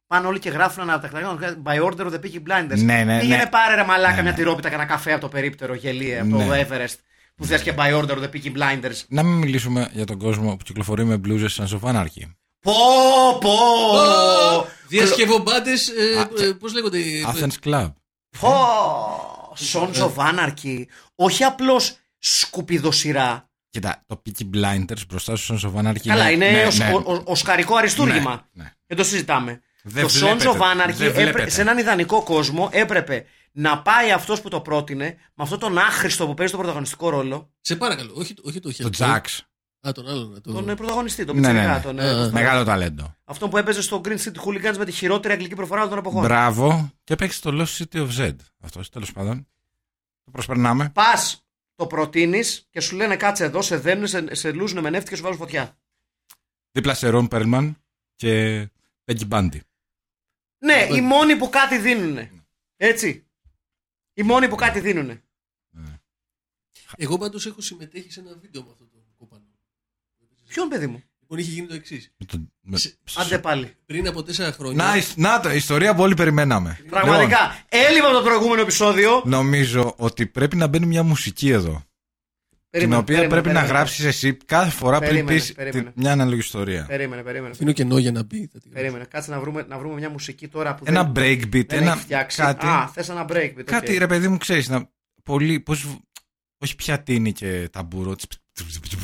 Speaker 2: Πάνε όλοι και γράφουν να τα κρατάνε. By order of the Peaky Blinders.
Speaker 3: Ναι, ναι,
Speaker 2: Πήγαινε
Speaker 3: ναι.
Speaker 2: πάρε ρε μαλάκα
Speaker 3: Ναι,
Speaker 2: μια
Speaker 3: ναι.
Speaker 2: τυρόπιτα κανένα καφέ από το περίπτερο γελίε, από
Speaker 3: Ναι.
Speaker 2: το Everest. Που θες και by order of the Peaky Blinders.
Speaker 3: να μην μιλήσουμε για τον κόσμο που κυκλοφορεί με μπλούζες σαν σοφανάρκη.
Speaker 2: Πω, πω,
Speaker 4: Διασκευομπάτε.
Speaker 3: Α, και-
Speaker 4: Πώς λέγονται. ε,
Speaker 3: Athens Club.
Speaker 2: πω. Sons of Anarchy. Όχι απλώς σκουπιδοσυρά.
Speaker 3: Κοίτα, το Peaky Blinders μπροστά σου σαν σοφανάρκη.
Speaker 2: Καλά, είναι
Speaker 3: ναι,
Speaker 2: ως-
Speaker 3: ναι.
Speaker 2: ο- ο- οσκαρικό αριστούργημα.
Speaker 3: Ναι, ναι.
Speaker 2: Δεν το συζητάμε.
Speaker 3: Δεν
Speaker 2: το Sons
Speaker 3: βλέπετε,
Speaker 2: of Anarchy
Speaker 3: δεν
Speaker 2: έπρε-
Speaker 3: βλέπετε.
Speaker 2: σε έναν ιδανικό κόσμο έπρεπε να πάει αυτός που το πρότεινε με αυτόν τον άχρηστο που παίζει τον πρωταγωνιστικό ρόλο.
Speaker 4: Σε παρακαλώ. Όχι, όχι το
Speaker 3: Το
Speaker 4: χέρι.
Speaker 3: Jax.
Speaker 4: Α, τον άλλον. Το...
Speaker 2: Τον ε, πρωταγωνιστή, τον
Speaker 3: Ναι, ναι,
Speaker 2: πιτσιρικά.
Speaker 3: ναι.
Speaker 2: Τον,
Speaker 4: Ε,
Speaker 2: ε,
Speaker 3: Μεγάλο ταλέντο.
Speaker 2: αυτόν που έπαιζε στο Green City Hooligans με τη χειρότερη αγγλική προφορά όλων των εποχών.
Speaker 3: Μπράβο. Και παίξει το Lost City of Z. Αυτός τέλος πάντων. Το προσπερνάμε.
Speaker 2: Πας, το προτείνεις και σου λένε κάτσε εδώ, σε δένουν, σε, σε λούζουν με νεύτη και σου βάζουν φωτιά.
Speaker 3: Δίπλα σε Ρον Πέρμαν και Peggy Bundy.
Speaker 2: Ναι,
Speaker 4: Ε,
Speaker 2: οι μόνοι που κάτι
Speaker 3: Ναι.
Speaker 2: δίνουνε. Έτσι. Οι μόνοι που κάτι δίνουνε.
Speaker 4: Εγώ πάντως έχω συμμετέχει σε ένα βίντεο με αυτό το κόπανο.
Speaker 2: Ποιον παιδί μου.
Speaker 4: Λοιπόν, είχε γίνει το εξής.
Speaker 3: Με τον- με-
Speaker 4: Σε-
Speaker 3: στο-
Speaker 2: Άντε πάλι.
Speaker 4: Πριν από τέσσερα χρόνια.
Speaker 3: Να, η- να το, η ιστορία που όλοι περιμέναμε. Λοιπόν,
Speaker 2: Πραγματικά. Έλειπα από το προηγούμενο επεισόδιο.
Speaker 3: νομίζω ότι πρέπει να μπαίνει μια μουσική εδώ. Την
Speaker 2: Περίμενε,
Speaker 3: οποία
Speaker 2: περίμενε,
Speaker 3: πρέπει να
Speaker 2: περίμενε.
Speaker 3: γράψεις εσύ κάθε φορά πριν
Speaker 2: Περίμενε,
Speaker 3: πεις
Speaker 2: περίμενε. Ε,
Speaker 3: μια ανάλογη ιστορία.
Speaker 2: Περίμενε, περίμενε.
Speaker 4: Αφήνω κενό για να μπει. θα τη γράψω.
Speaker 2: Περίμενε. Κάτσε να βρούμε, να βρούμε μια μουσική τώρα που
Speaker 3: Ένα
Speaker 2: δεν,
Speaker 3: breakbeat,
Speaker 2: δεν
Speaker 3: ένα
Speaker 2: έχει φτιάξει.
Speaker 3: κάτι.
Speaker 2: Α, θες ένα break. bit,
Speaker 3: Κάτι,
Speaker 2: οκ.
Speaker 3: ρε παιδί μου, ξέρεις. Να... Πολύ. Πώς... Όχι πιατίνι και ταμπούρο. τσπ, τσπ, τσπ, τσπ.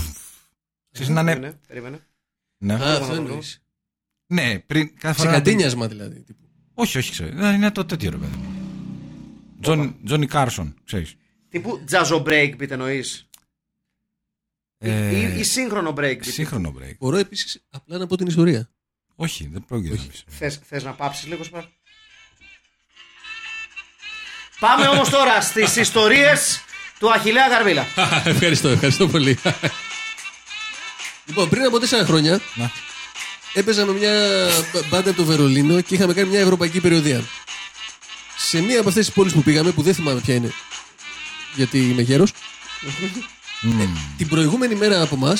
Speaker 3: Ξέρεις, να είναι.
Speaker 2: Ε, Περίμενε, περίμενε.
Speaker 3: Ναι.
Speaker 4: Α,
Speaker 2: να
Speaker 4: αυτό
Speaker 2: το
Speaker 4: εννοείς.
Speaker 3: ναι, πριν. Κάθε φορά. να μπει-
Speaker 4: Ξεκατίνιασμα δηλαδή. τύπου.
Speaker 3: Όχι, όχι, ξέρει. Είναι το τέτοιο, ρε παιδί μου. Τζον- Τζόνι Κάρσον, ξέρεις.
Speaker 2: Τύπου τζαζο break bit εννοείς.
Speaker 3: Ε.
Speaker 2: Ή, ή σύγχρονο break bit.
Speaker 3: Σύγχρονο break.
Speaker 4: Μπορώ επίσης απλά να πω την ιστορία.
Speaker 3: Όχι, δεν πρόκειται να πεις.
Speaker 2: Θες, θες να πάψεις λίγο σπα. Πάμε όμως τώρα στις ιστορίες του Αχιλέα Καρβίλα.
Speaker 4: ευχαριστώ, ευχαριστώ πολύ. λοιπόν, πριν από τέσσερα χρόνια
Speaker 3: Να.
Speaker 4: έπαιζα με μια μπ- μπάντα από το Βερολίνο και είχαμε κάνει μια ευρωπαϊκή περιοδία. Σε μία από αυτές τις πόλεις που πήγαμε, που δεν θυμάμαι ποια είναι, γιατί είμαι γέρος, την προηγούμενη μέρα από εμάς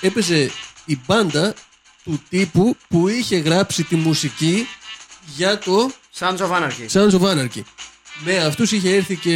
Speaker 4: έπαιζε η μπάντα του τύπου που είχε γράψει τη μουσική για το
Speaker 2: Σαν Τζοβάναρχη.
Speaker 4: Sons of Anarchy. Με αυτού Ναι, είχε έρθει και.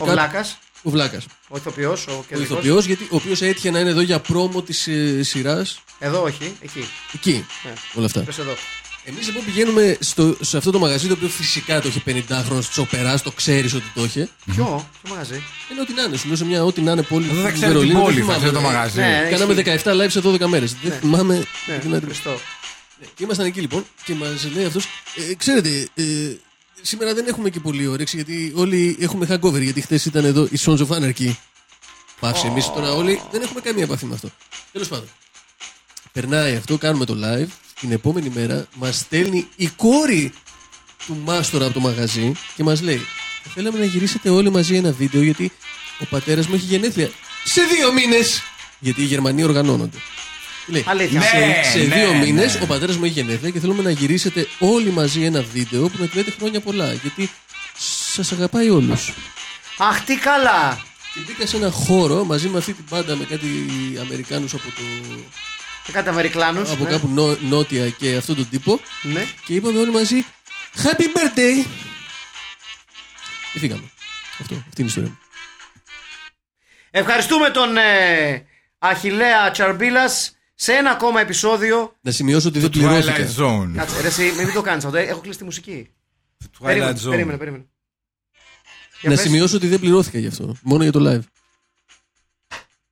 Speaker 2: Ο
Speaker 4: κά-
Speaker 2: Βλάκας,
Speaker 4: Ο Βλάκας.
Speaker 2: ο ηθοποιός, ο
Speaker 4: Ο
Speaker 2: κεντρικός.
Speaker 4: ηθοποιός, γιατί ο οποίος έτυχε να είναι εδώ για πρόμο της ε, σειράς.
Speaker 2: Εδώ όχι, εκεί.
Speaker 4: Εκεί.
Speaker 2: Ναι.
Speaker 4: Όλα αυτά.
Speaker 2: Πες εδώ.
Speaker 4: Εμείς λοιπόν πηγαίνουμε στο, σε αυτό το μαγαζί το οποίο φυσικά το είχε 50 χρόνια τσοπεράς, το ξέρεις ότι το είχε.
Speaker 2: Ποιο, ποιο μαγαζί.
Speaker 4: Ενώ ό,τι να είναι, σου λέω σε μια ό,τι να είναι πόλη.
Speaker 3: Εδώ δεν
Speaker 4: του
Speaker 3: ξέρω την
Speaker 4: Βερολίνου,
Speaker 3: πόλη,
Speaker 4: δεν
Speaker 3: θα ξέρω το
Speaker 4: θυμάμαι.
Speaker 3: μαγαζί.
Speaker 2: Ναι.
Speaker 4: Κάναμε 17 live σε 12 μέρες. Δεν θυμάμαι.
Speaker 2: Ναι,
Speaker 4: τι να-
Speaker 2: Χριστό.
Speaker 4: Και ήμασταν εκεί λοιπόν και μας λέει αυτός, ε, ξέρετε, ε, σήμερα δεν έχουμε και πολύ όρεξη γιατί όλοι έχουμε hangover. Γιατί χθες ήταν εδώ η Sons of Anarchy. Παύση, εμείς τώρα όλοι δεν έχουμε καμία επαφή με αυτό. Τέλος πάντων. Περνάει αυτό, κάνουμε το live. Την επόμενη μέρα μας στέλνει η κόρη του μάστορα από το μαγαζί και μας λέει: Θέλαμε να γυρίσετε όλοι μαζί ένα βίντεο γιατί ο πατέρας μου έχει γενέθλια. Σε δύο μήνες! Γιατί οι Γερμανοί οργανώνονται. Λέει,
Speaker 2: Αλήθεια.
Speaker 3: Ναι.
Speaker 4: σε δύο
Speaker 3: ναι.
Speaker 4: μήνες ο πατέρας μου έχει γενέθλια και θέλουμε να γυρίσετε όλοι μαζί ένα βίντεο που να του λέτε χρόνια πολλά. Γιατί σας αγαπάει όλους.
Speaker 2: Αχ, τι καλά.
Speaker 4: Και μπήκα σε ένα χώρο μαζί με αυτή την πάντα με κάτι Αμερικάνους από, το,
Speaker 2: Και κάτι
Speaker 3: Ναι.
Speaker 2: Αμερικλάνου.
Speaker 4: από κάπου νο- νότια και αυτόν τον τύπο.
Speaker 2: Ναι.
Speaker 4: Και είπαμε όλοι μαζί Happy birthday! Και φύγαμε. Αυτό, αυτή είναι η ιστορία μου.
Speaker 2: Ευχαριστούμε τον ε, Αχηλέα Τσαρμπίλας σε ένα ακόμα επεισόδιο.
Speaker 4: Να σημειώσω ότι δεν πληρώθηκα.
Speaker 3: Twilight Zone.
Speaker 2: Κάτσε, ρε, εσύ, μην μην το κάνεις αυτό. Έχω κλείσει τη μουσική.
Speaker 3: Twilight
Speaker 2: Περίμενε, περίμενε.
Speaker 3: Zone.
Speaker 2: περίμενε. Για
Speaker 4: Να
Speaker 2: πες.
Speaker 4: σημειώσω ότι δεν πληρώθηκα γι' αυτό. Μόνο για το live.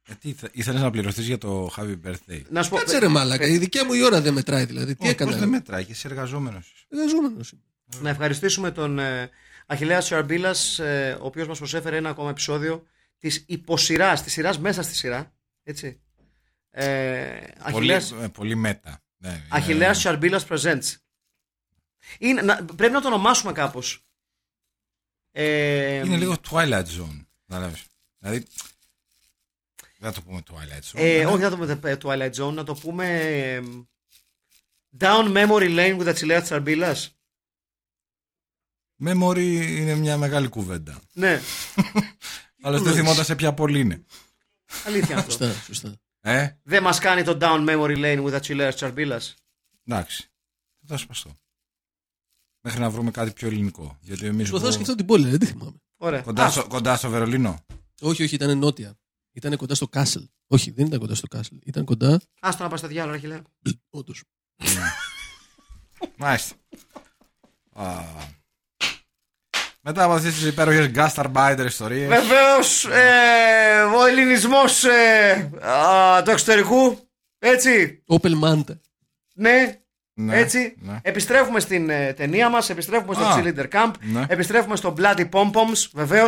Speaker 3: Γιατί ήθελες να πληρωθείς για το Happy Birthday.
Speaker 2: Να σου πω.
Speaker 4: Κάτσε ρε μάλακα, η δικιά μου η ώρα δεν μετράει δηλαδή.
Speaker 3: Πώς
Speaker 4: Τι
Speaker 3: δεν
Speaker 4: έκανα.
Speaker 3: μετράει, είσαι εργαζόμενος.
Speaker 4: Εργαζόμενος.
Speaker 2: Να ευχαριστήσουμε τον ε, Αχιλέα Τσαρμπίλα, ο οποίος μας προσέφερε ένα ακόμα επεισόδιο της υποσυράς, της σειράς μέσα στη σειρά. Έτσι. Ε,
Speaker 3: Πολύ,
Speaker 2: Αχιλέας-
Speaker 3: ε, πολύ μέτα. Ναι,
Speaker 2: Αχιλέας Τσαρμπίλας Presents. Είναι, να- πρέπει να το ονομάσουμε κάπως. Ε,
Speaker 3: ε, Είναι λίγο Twilight Zone. καταλάβεις. Δηλαδή. Δεν θα το πούμε Twilight Zone.
Speaker 2: Ε,
Speaker 3: αλλά
Speaker 2: όχι, να το πούμε ε, Twilight Zone, να το πούμε... ε, Down Memory Lane with Αχιλέας Τσαρμπίλας.
Speaker 3: Memory είναι μια μεγάλη κουβέντα.
Speaker 2: Ναι,
Speaker 3: Αλλά δεν θυμόταν σε ποια πόλη είναι.
Speaker 2: αλήθεια αυτό.
Speaker 4: Σωστά, σωστά.
Speaker 3: Ε,
Speaker 2: Δεν μας κάνει το Down Memory Lane with Αχιλέας Τσαρμπίλας.
Speaker 3: εντάξει. Θα σπαστώ. Μέχρι να βρούμε κάτι πιο ελληνικό. Γιατί εμείς
Speaker 4: Προσπαθώ να
Speaker 3: που-
Speaker 4: σκεφτώ την πόλη, δηλαδή, δεν τη θυμάμαι.
Speaker 2: Ωραία.
Speaker 3: κοντά,
Speaker 2: Α,
Speaker 3: στο, κοντά στο Βερολίνο.
Speaker 4: Όχι, όχι, ήταν νότια. Ήταν κοντά στο Κάσελ. Όχι, δεν ήταν κοντά στο Κάσελ. Ήταν κοντά.
Speaker 2: Άστο να πας στα διάλογα, Αχιλέα.
Speaker 4: Όντω.
Speaker 3: Μάλιστα. Α. Μετά από αυτές τις υπέροχες Gastarbeiter ιστορίες
Speaker 2: Βεβαίως, ε, ο ελληνισμός ε, α, του εξωτερικού, έτσι,
Speaker 4: Όπελ Μάντα.
Speaker 2: ναι,
Speaker 3: ναι,
Speaker 2: Έτσι.
Speaker 3: ναι.
Speaker 2: Επιστρέφουμε στην ε, ταινία μας, επιστρέφουμε στο
Speaker 3: Α,
Speaker 2: Cylinder Camp,
Speaker 3: ναι.
Speaker 2: επιστρέφουμε στο Bloody Pom Poms, βεβαίως.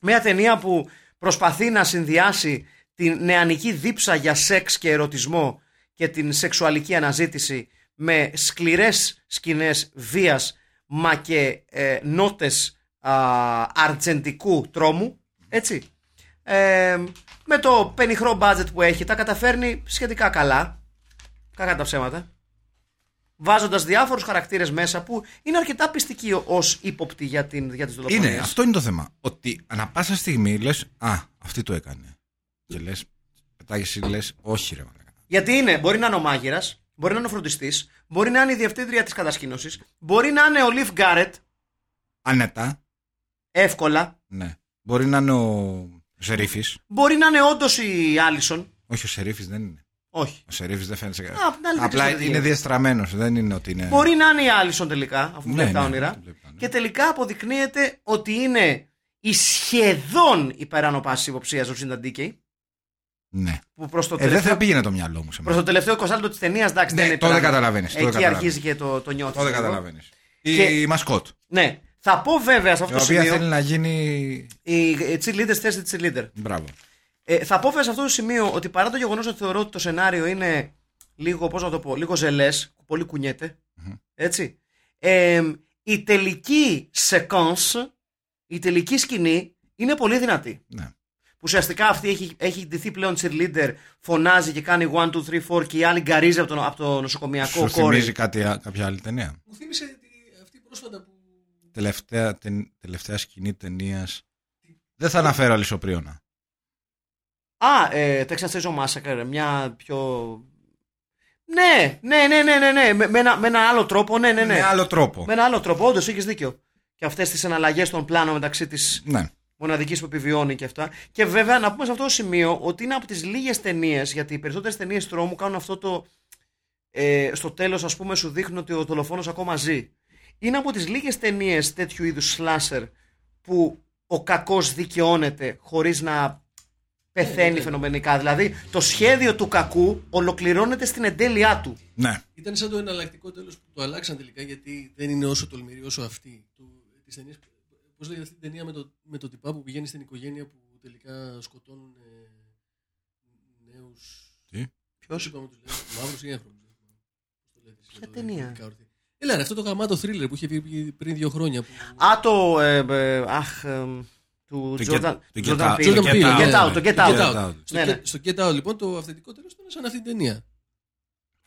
Speaker 2: Μια ταινία που προσπαθεί να συνδυάσει την νεανική δίψα για σεξ και ερωτισμό και την σεξουαλική αναζήτηση με σκληρές σκηνές βίας μα και ε, νότες α, αρτζεντικού τρόμου έτσι Ε, με το πενιχρό μπάτζετ που έχει τα καταφέρνει σχετικά καλά κακά τα ψέματα βάζοντας διάφορους χαρακτήρες μέσα που είναι αρκετά πιστικοί ως ύποπτοι για, την, για τις δολοφονίες.
Speaker 3: Είναι, αυτό είναι το θέμα. Ότι ανα πάσα στιγμή λες, α, αυτή το έκανε. Και λες, πετάγεσαι, λες, όχι ρε μαλάκα.
Speaker 2: Γιατί είναι, μπορεί να είναι ο μάγειρας, μπορεί να είναι ο φροντιστής, μπορεί να είναι η διευθύντρια της κατασκήνωσης, μπορεί να είναι ο Λιφ Γκάρετ,
Speaker 3: Άνετα,
Speaker 2: εύκολα,
Speaker 3: ναι. Μπορεί να είναι ο Σερίφης.
Speaker 2: μπορεί να είναι όντως η Άλισον.
Speaker 3: Όχι, ο Σερίφης δεν είναι.
Speaker 2: Όχι.
Speaker 3: Ο Σερίφης δεν φαίνεται σε
Speaker 2: Α, απ' την άλλη δεν
Speaker 3: Απλά
Speaker 2: ξέρω τι
Speaker 3: είναι
Speaker 2: γίνεται.
Speaker 3: διαστραμμένος, δεν είναι ότι είναι...
Speaker 2: Μπορεί να είναι η Άλισον τελικά, αφού
Speaker 3: Ναι,
Speaker 2: βλέπει τα
Speaker 3: ναι,
Speaker 2: όνειρα.
Speaker 3: το βλέπει τα όνειρα.
Speaker 2: Και τελικά αποδεικνύεται ότι είναι η σχεδόν υπεράνω πάση υποψίας Ζωσίντα Ντίκεϊ,
Speaker 3: Ναι.
Speaker 2: που προς το
Speaker 3: Ε, δεν
Speaker 2: τελευταίο.
Speaker 3: θα πήγαινε το μυαλό μου σε
Speaker 2: Προς
Speaker 3: μένα.
Speaker 2: το τελευταίο 20 της ταινίας, εντάξει,
Speaker 3: Ναι,
Speaker 2: δεν είναι
Speaker 3: τότε
Speaker 2: υπεράνω.
Speaker 3: καταλαβαίνεις, τότε
Speaker 2: Εκεί
Speaker 3: καταλαβαίνεις.
Speaker 2: αρχίζει και το, το νιώθεις.
Speaker 3: Τότε καταλαβαίνεις.
Speaker 2: Και-
Speaker 3: Η, η μασκότ.
Speaker 2: Ναι. Θα πω βέβαια σε
Speaker 3: Η
Speaker 2: αυτό το
Speaker 3: οποία
Speaker 2: σημείο.
Speaker 3: θέλει να γίνει.
Speaker 2: Οι οι cheerleaders θέση της cheerleader.
Speaker 3: Μπράβο.
Speaker 2: Ε, θα πω βέβαια σε αυτό το σημείο ότι παρά το γεγονός ότι θεωρώ ότι το σενάριο είναι λίγο, πώς να το πω, λίγο ζελές, πολύ κουνιέται, Έτσι. Ε, η τελική sequence, η τελική σκηνή είναι πολύ δυνατή.
Speaker 3: Ναι.
Speaker 2: Που ουσιαστικά αυτή έχει, έχει ντυθεί πλέον cheerleader, φωνάζει και κάνει 1, 2, 3, 4 και η άλλη γκαρίζει από το, από το νοσοκομιακό
Speaker 3: Σου
Speaker 2: κόρη.
Speaker 3: θυμίζει κάτι, α- κάποια άλλη ταινία.
Speaker 4: Μου θύμισε αυτή πρόσφατα που.
Speaker 3: Τελευταία, ται- τελευταία σκηνή ταινίας. Δεν θα αναφέρω αλυσοπρίωνα.
Speaker 2: Α, ε, Texas Chainsaw Massacre, μια πιο... Ναι, ναι, ναι, ναι, ναι, ναι. Με, με ένα, με ένα άλλο τρόπο, ναι, ναι, ναι.
Speaker 3: Με άλλο τρόπο.
Speaker 2: Με ένα άλλο τρόπο, όντως έχεις δίκιο. Και αυτές τις εναλλαγές των πλάνων μεταξύ της
Speaker 3: Ναι.
Speaker 2: μοναδικής που επιβιώνει και αυτά. Και βέβαια να πούμε σε αυτό το σημείο ότι είναι από τις λίγες ταινίες, γιατί οι περισσότερες ταινίες τρόμου κάνουν αυτό το. Ε, στο τέλος, ας πούμε, σου δείχνουν ότι ο δολοφόνος ακόμα ζει. Είναι από τις λίγες ταινίες τέτοιου είδους σλάσερ που ο κακός δικαιώνεται χωρίς να πεθαίνει φαινομενικά. Δηλαδή, το σχέδιο του κακού ολοκληρώνεται στην εντέλειά του.
Speaker 3: ναι.
Speaker 4: Ήταν σαν το εναλλακτικό τέλος που το αλλάξαν τελικά γιατί δεν είναι όσο τολμηρή όσο αυτή. Της ταινίας. Πώς λέγεται αυτή την ταινία με το, με το τυπά που πηγαίνει στην οικογένεια που τελικά σκοτώνουν ε, νέους.
Speaker 3: Τι?
Speaker 4: Ποιος είπαμε τους λέμε. Μαύρου ή έγχρωμου.
Speaker 2: Ποια ταινία?
Speaker 4: Έλα, ρε, αυτό το γαμάτο θρίλερ που είχε βγει πριν δύο χρόνια. Που...
Speaker 2: Α, το. ε, ε, αχ. ε, Του
Speaker 3: Το
Speaker 2: Jordan
Speaker 3: Get- το
Speaker 2: Jordan
Speaker 3: Get Out.
Speaker 2: Peele.
Speaker 4: Jordan
Speaker 3: Get
Speaker 4: Peele,
Speaker 3: Out,
Speaker 4: ναι.
Speaker 2: Get Out, το Get
Speaker 3: Get
Speaker 2: Out.
Speaker 3: Out.
Speaker 4: Στο,
Speaker 2: Ναι, ναι.
Speaker 4: Get-
Speaker 2: Λοιπόν.
Speaker 4: στο Get Out, λοιπόν, το αυθεντικό τέλος ήταν σαν αυτή την ταινία.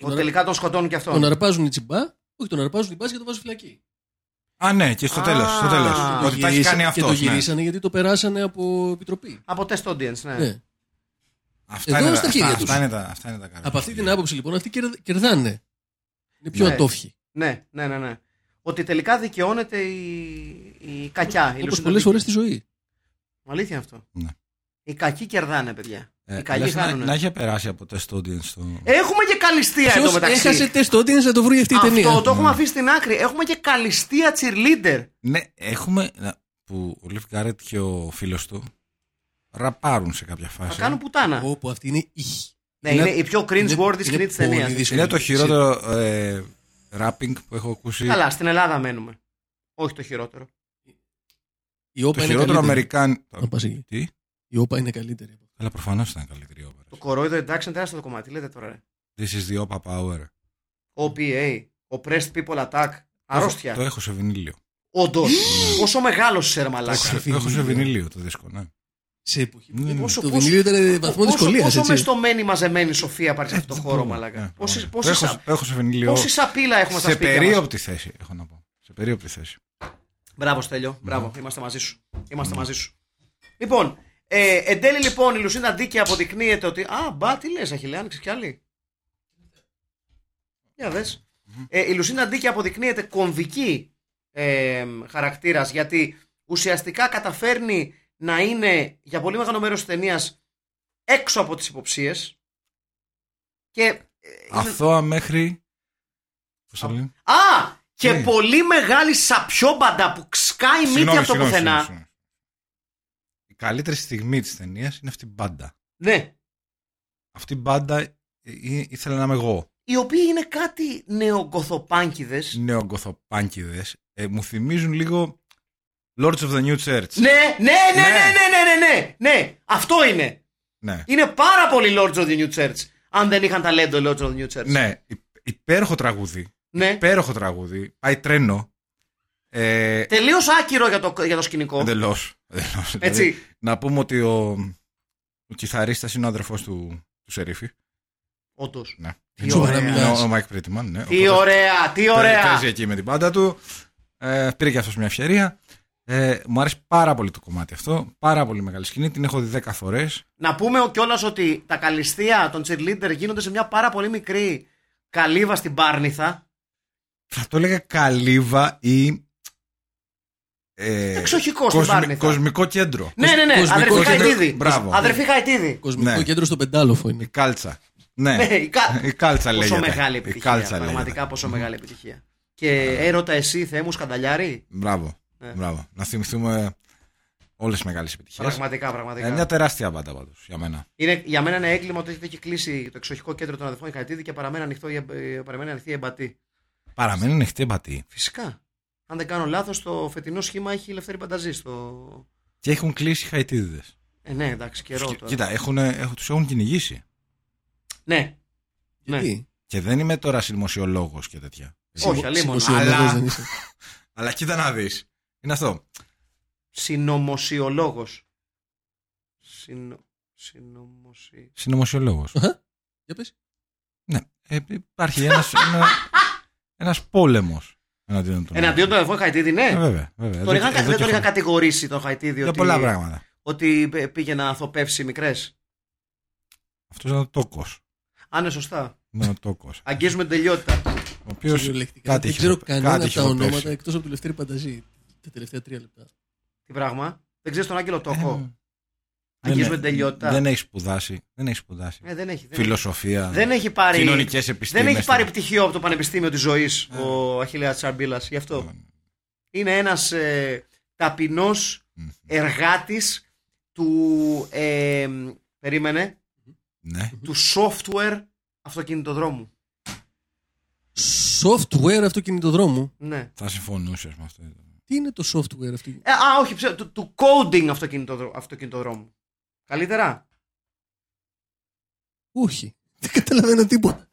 Speaker 2: Ότι Τελικά τον σκοτώνουν και αυτόν.
Speaker 4: Τον αρπάζουν οι τσιμπά, όχι τον αρπάζουν οι μπάς και τον βάζουν φυλακή.
Speaker 3: Α, ναι, και στο
Speaker 2: Α,
Speaker 3: τέλος. Στο
Speaker 2: και
Speaker 3: τέλος.
Speaker 2: το
Speaker 3: Ότι τα έχει κάνει ναι.
Speaker 4: Και το
Speaker 2: ναι.
Speaker 3: αυτό.
Speaker 4: γυρίσανε γιατί το περάσανε από επιτροπή.
Speaker 2: Από test audience, ναι.
Speaker 4: Ναι.
Speaker 3: Αυτά
Speaker 4: Εδώ
Speaker 3: είναι,
Speaker 4: στα
Speaker 3: τα,
Speaker 4: χέρια
Speaker 3: αυτά,
Speaker 4: τους.
Speaker 3: αυτά είναι τα, αυτά είναι τα καλά.
Speaker 4: Από αυτή την άποψη λοιπόν αυτοί κερδ- κερδάνε. Είναι πιο
Speaker 2: Ναι.
Speaker 4: ατόφιοι.
Speaker 2: Ναι, ναι, ναι, ναι. Ότι τελικά δικαιώνεται η, η κακιά. η
Speaker 4: Όπως
Speaker 2: λουσιντοτική.
Speaker 4: πολλέ φορές στη ζωή.
Speaker 2: Αλήθεια αυτό.
Speaker 3: Ναι.
Speaker 2: Οι κακοί κερδάνε, παιδιά.
Speaker 3: Ε,
Speaker 2: οι καλοί
Speaker 3: λες να,
Speaker 2: χάνουν.
Speaker 3: να είχε περάσει από test audience το.
Speaker 2: Έχουμε και καλυστία εδώ
Speaker 4: Ποιος
Speaker 2: μεταξύ.
Speaker 4: έχασε τεστ audience να το βρει αυτή η
Speaker 2: Αυτό
Speaker 4: ταινία.
Speaker 2: το έχουμε αφήσει στην άκρη. Έχουμε και καλυστία cheerleader.
Speaker 3: Ναι, έχουμε. να- που ο Λιφ Γκάρετ και ο φίλος του ραπάρουν σε κάποια
Speaker 2: Θα
Speaker 3: φάση.
Speaker 2: κάνουν πουτάνα.
Speaker 4: Όπου αυτή είναι ήχη.
Speaker 2: Ναι,
Speaker 3: είναι-
Speaker 2: είναι η πιο cringe-worthy σκηνή της ταινία.
Speaker 3: Είναι το χειρότερο ε, rapping που έχω ακούσει.
Speaker 2: Καλά, στην Ελλάδα μένουμε. Όχι το χειρότερο.
Speaker 4: Η όπα
Speaker 3: Το
Speaker 4: είναι
Speaker 3: χειρότερο
Speaker 4: καλύτερη.
Speaker 3: Αμερικάν.
Speaker 4: Να πας εκεί.
Speaker 3: Τι?
Speaker 4: Η όπα είναι καλύτερη.
Speaker 3: Αλλά προφανώς ήταν καλύτερη η όπερα.
Speaker 2: Το κορόιδο εντάξει είναι τεράστιο το κομμάτι. Λέτε τώρα. ρε.
Speaker 3: This is the Opa Power.
Speaker 2: OPA. Oppressed People Attack.
Speaker 3: Το Ναι.
Speaker 2: Αρρώστια.
Speaker 3: έχω σε βινίλιο.
Speaker 2: Όντως. Πόσο μεγάλο είσαι,
Speaker 3: Το
Speaker 2: μαλάκα.
Speaker 3: έχω- το έχω σε
Speaker 4: βινίλιο.
Speaker 3: βινίλιο το δίσκο, ναι.
Speaker 4: Σε εποχή.
Speaker 3: Ναι, ναι.
Speaker 2: Πόσο-
Speaker 4: Το
Speaker 2: πόσο-
Speaker 4: βινίλιο ήταν βαθμό
Speaker 2: Πόσο-
Speaker 4: δυσκολίας.
Speaker 2: Πόσο μεστομένη μαζεμένη σοφία πάρεις σε αυτό το
Speaker 3: Δεν
Speaker 2: χώρο,
Speaker 3: μπορώ. Ναι,
Speaker 2: μαλάκα.
Speaker 3: ναι.
Speaker 2: Πόση-
Speaker 3: Το
Speaker 2: πόση
Speaker 3: έχω-
Speaker 2: σα-
Speaker 3: Το έχω σε βινίλιο.
Speaker 2: Πόση σαπίλα έχουμε στα
Speaker 3: Σε
Speaker 2: σπίτια. μας.
Speaker 3: περίοπτη θέση, έχω να πω. Σε περίοπτη θέση.
Speaker 2: Μπράβο, Στέλιο. Μπράβο, είμαστε μαζί σου. Είμαστε μαζί σου. Λοιπόν, ε, εν τέλει λοιπόν η Λουσίντα Ντίκη αποδεικνύεται ότι. Α, μπα, τι λες, Αχιλέ, άνοιξες κι άλλη. Για δες. Ε, η Λουσίντα Ντίκη αποδεικνύεται κομβική ε, χαρακτήρας γιατί ουσιαστικά καταφέρνει να είναι για πολύ μεγάλο μέρος της ταινίας έξω από τις υποψίες. Και. ε, είναι-
Speaker 3: Αθώα μέχρι. Πώ το λένε.
Speaker 2: Α! Και
Speaker 3: Ναι.
Speaker 2: πολύ μεγάλη σαπιόμπαντα που σκάει μύτη
Speaker 3: Συγγνώμη,
Speaker 2: από το
Speaker 3: συγγνώμη,
Speaker 2: πουθενά.
Speaker 3: συγγνώμη, συγγνώμη. Η καλύτερη στιγμή της ταινίας είναι αυτή η μπάντα.
Speaker 2: Ναι.
Speaker 3: Αυτή η μπάντα ε, ε, ήθελα να είμαι εγώ.
Speaker 2: οι οποίοι είναι κάτι νεογκοθοπάνκιδες.
Speaker 3: Νεογκοθοπάνκιδες. Ε, μου θυμίζουν λίγο Lords of the New Church.
Speaker 2: Ναι, ναι, ναι, ναι,
Speaker 3: Ναι.
Speaker 2: ναι, ναι, ναι, ναι, ναι, αυτό είναι.
Speaker 3: Ναι.
Speaker 2: Είναι πάρα πολύ Lords of the New Church. Αν δεν είχαν ταλέντο οι Lords of the New Church.
Speaker 3: Ναι, υ- υπέροχο τραγούδι.
Speaker 2: Ναι.
Speaker 3: Υπέροχο τραγούδι. Πάει τρένο. Ε,
Speaker 2: Τελείως άκυρο για το, για το σκηνικό.
Speaker 3: Εντελώς.
Speaker 2: Ναι. Έτσι.
Speaker 3: Δηλαδή, να πούμε ότι ο, ο κιθαρίστας είναι ο αδερφός του, του Σερίφη.
Speaker 2: Όντως.
Speaker 3: Ναι.
Speaker 2: Τι
Speaker 4: Σοβαρά
Speaker 2: ωραία.
Speaker 3: Είναι
Speaker 4: μιλάς.
Speaker 3: ο, ο Μάικ Πρίτιμαν. Ναι.
Speaker 2: Τι
Speaker 3: Οπότε
Speaker 2: ωραία, τι
Speaker 3: παίζει-
Speaker 2: Ε, ωραία.
Speaker 3: Παίζει εκεί με την πάντα του. Ε, πήρε και αυτός μια ευκαιρία. Ε, μου αρέσει πάρα πολύ το κομμάτι αυτό. Πάρα πολύ μεγάλη σκηνή. Την έχω δει 10 φορές.
Speaker 2: Να πούμε κιόλας ότι τα καλυστία των cheerleader γίνονται σε μια πάρα πολύ μικρή καλύβα στην Πάρνηθα.
Speaker 3: Θα το έλεγα καλύβα ή. Ε,
Speaker 2: Εξοχικό στην
Speaker 3: κοσμι-
Speaker 2: Πάρνηθα.
Speaker 3: κοσμικό κέντρο.
Speaker 2: Ναι, ναι, ναι.
Speaker 4: Κοσμικό
Speaker 2: Αδερφή
Speaker 3: κέντρο.
Speaker 2: Χαϊτίδη.
Speaker 3: Μπράβο.
Speaker 2: Αδερφή Χαϊτίδη.
Speaker 4: Κοσμικό
Speaker 3: Ναι.
Speaker 4: κέντρο στο πεντάλοφο είναι.
Speaker 3: Η κάλτσα. Ναι.
Speaker 2: Ναι, η κα-
Speaker 3: Η κάλτσα λέγεται.
Speaker 2: Πόσο μεγάλη
Speaker 3: Η
Speaker 2: επιτυχία.
Speaker 3: κάλτσα
Speaker 2: πραγματικά
Speaker 3: λέγεται. Ναι.
Speaker 2: πόσο μεγάλη επιτυχία. Και έρωτα εσύ, Θεέ μου, σκανταλιάρη.
Speaker 3: Μπράβο.
Speaker 2: Ναι.
Speaker 3: Μπράβο. Να θυμηθούμε όλες τις μεγάλες επιτυχίες.
Speaker 2: Πραγματικά, πραγματικά.
Speaker 3: Ε, μια τεράστια μπάντα πάντως για μένα.
Speaker 2: Είναι, για μένα είναι έγκλημα ότι έχει κλείσει το εξοχικό κέντρο των αδερφών Χαϊτίδη και παραμένει, ανοιχτό, η εμ- ε, παραμένει ανοιχτή η εμπατή.
Speaker 3: Παραμένει ανοιχτή μπατή.
Speaker 2: Φυσικά. Αν δεν κάνω λάθος, το φετινό σχήμα έχει η Ελευθερή Πανταζή. Στο...
Speaker 3: Και έχουν κλείσει χαϊτίδε.
Speaker 2: Ε, ναι, εντάξει, καιρό τώρα.
Speaker 3: Κοίτα, έχουν, έχουν, τους έχουν κυνηγήσει.
Speaker 2: Ναι. Ναι.
Speaker 4: Τι?
Speaker 3: Και δεν είμαι τώρα συνωμοσιολόγος και τέτοια.
Speaker 2: Όχι, αλίμονο.
Speaker 4: Συνωσιολόγος
Speaker 3: Αλλά-
Speaker 4: δεν είσαι.
Speaker 3: Αλλά κοίτα να δεις. Είναι αυτό.
Speaker 2: Συνωμοσιολόγος. Συνο... συνωμοσι-
Speaker 3: Συνωμοσιολόγος.
Speaker 4: Αχα. Για πες.
Speaker 3: ναι. Ε, υπάρχει ένας, ένα ένας πόλεμος εναντίον των
Speaker 2: Εναντίον των αδερφών Χαϊτίδη, ναι.
Speaker 3: Ναι. Ε, βέβαια, βέβαια.
Speaker 2: τον
Speaker 3: Εδώ-
Speaker 2: είχαν,
Speaker 3: εδώ
Speaker 2: δεν
Speaker 3: και
Speaker 2: τον είχαν
Speaker 3: χρόνια.
Speaker 2: κατηγορήσει τον Χαϊτίδη
Speaker 3: Για
Speaker 2: ότι,
Speaker 3: πολλά πράγματα.
Speaker 2: ότι πήγε να αθωπεύσει μικρές.
Speaker 3: Αυτός είναι ο τόκος.
Speaker 2: Αν είναι σωστά.
Speaker 3: Είναι ο τόκος.
Speaker 2: Αγγίζουμε την τελειότητα.
Speaker 3: Ο οποίος
Speaker 4: Κυριολεκτικά.
Speaker 3: κάτι
Speaker 4: Δεν
Speaker 3: είχε
Speaker 4: ξέρω
Speaker 3: πε-
Speaker 4: κανένα
Speaker 3: κάτι
Speaker 4: από
Speaker 3: είχε
Speaker 4: τα
Speaker 3: πέσει.
Speaker 4: ονόματα εκτός από του Λευτέρη Πανταζή. Τα τελευταία τρία λεπτά.
Speaker 2: Τι πράγμα. Δεν ξέρεις τον Άγγελο
Speaker 3: Ε,
Speaker 2: Τόκο.
Speaker 3: δεν-
Speaker 2: Αγγίζουμε την τελειότητα.
Speaker 3: Δεν έχει σπουδάσει. Δεν έχει σπουδάσει.
Speaker 2: Ε, δεν έχει. Δεν,
Speaker 3: Φιλοσοφία.
Speaker 2: δεν έχει πάρει.
Speaker 3: Κοινωνικές επιστήμες. ναι.
Speaker 2: δεν έχει πάρει πτυχίο από το Πανεπιστήμιο της Ζωής ο Αχηλέα Τσαρμπίλας. Γι' αυτό.
Speaker 3: Ναι.
Speaker 2: Είναι ένας ε, ταπεινός εργάτης του. ε, μ, περίμενε.
Speaker 3: Ναι.
Speaker 2: Του software αυτοκινητοδρόμου.
Speaker 4: Software αυτοκινητοδρόμου.
Speaker 2: Ναι.
Speaker 3: Θα συμφωνούσες με αυτό.
Speaker 4: Τι είναι το software αυτό.
Speaker 2: Ε, α, όχι, ψε- του, του coding αυτοκινητοδρό- αυτοκινητοδρόμου. Καλύτερα.
Speaker 4: Όχι. Δεν καταλαβαίνω τίποτα.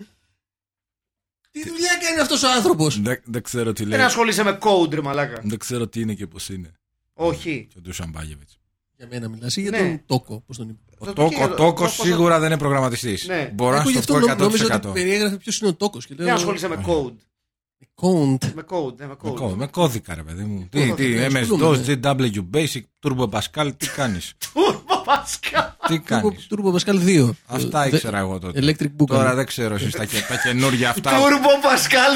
Speaker 4: Τι δουλειά κάνει αυτός ο άνθρωπος.
Speaker 3: Δεν, δεν ξέρω τι
Speaker 2: Δεν
Speaker 3: λέει. Ναι.
Speaker 2: ασχολείσαι με code, ρε μαλάκα.
Speaker 3: Δεν ξέρω τι είναι και πώς είναι.
Speaker 2: Όχι.
Speaker 3: Και ο Ντούσαν Μπάγεβιτ.
Speaker 4: Για μένα μιλάς ή για
Speaker 2: Ναι.
Speaker 4: τον τόκο, πώς τον είπε.
Speaker 2: Το-
Speaker 3: Ο
Speaker 2: το-
Speaker 3: Τόκο,
Speaker 2: το-
Speaker 3: τόκο
Speaker 2: το-
Speaker 3: σίγουρα δεν είναι προγραμματιστής.
Speaker 2: Ναι.
Speaker 3: Μπορώ να
Speaker 4: Εγώ γι'
Speaker 3: σου
Speaker 4: αυτό
Speaker 3: το πω
Speaker 4: νο- νομίζω ότι
Speaker 3: 100%.
Speaker 4: περιέγραφε ποιος είναι ο τόκος. Και
Speaker 2: Δεν
Speaker 4: λέω.
Speaker 2: ασχολείσαι με code.
Speaker 4: Count.
Speaker 2: Με code, ναι, με
Speaker 3: Ε. Με κώ-
Speaker 2: code.
Speaker 3: Με κώδικα, ρε παιδί μου. Τι,
Speaker 4: κώδικα,
Speaker 3: τι, MS-DOS,
Speaker 4: ασχολούμαι,
Speaker 3: GW Basic, Turbo Pascal, τι κάνεις.
Speaker 2: Τούρμα Πασκάλ.
Speaker 3: Τι κάνεις.
Speaker 4: Turbo Pascal 2.
Speaker 3: Αυτά
Speaker 4: Ε, δε-
Speaker 3: ήξερα εγώ τότε.
Speaker 4: Electric Boogaloo.
Speaker 3: Τώρα δεν ξέρω εσείς τα, και- τα καινούργια αυτά.
Speaker 2: Τούρμπο Πασκάλ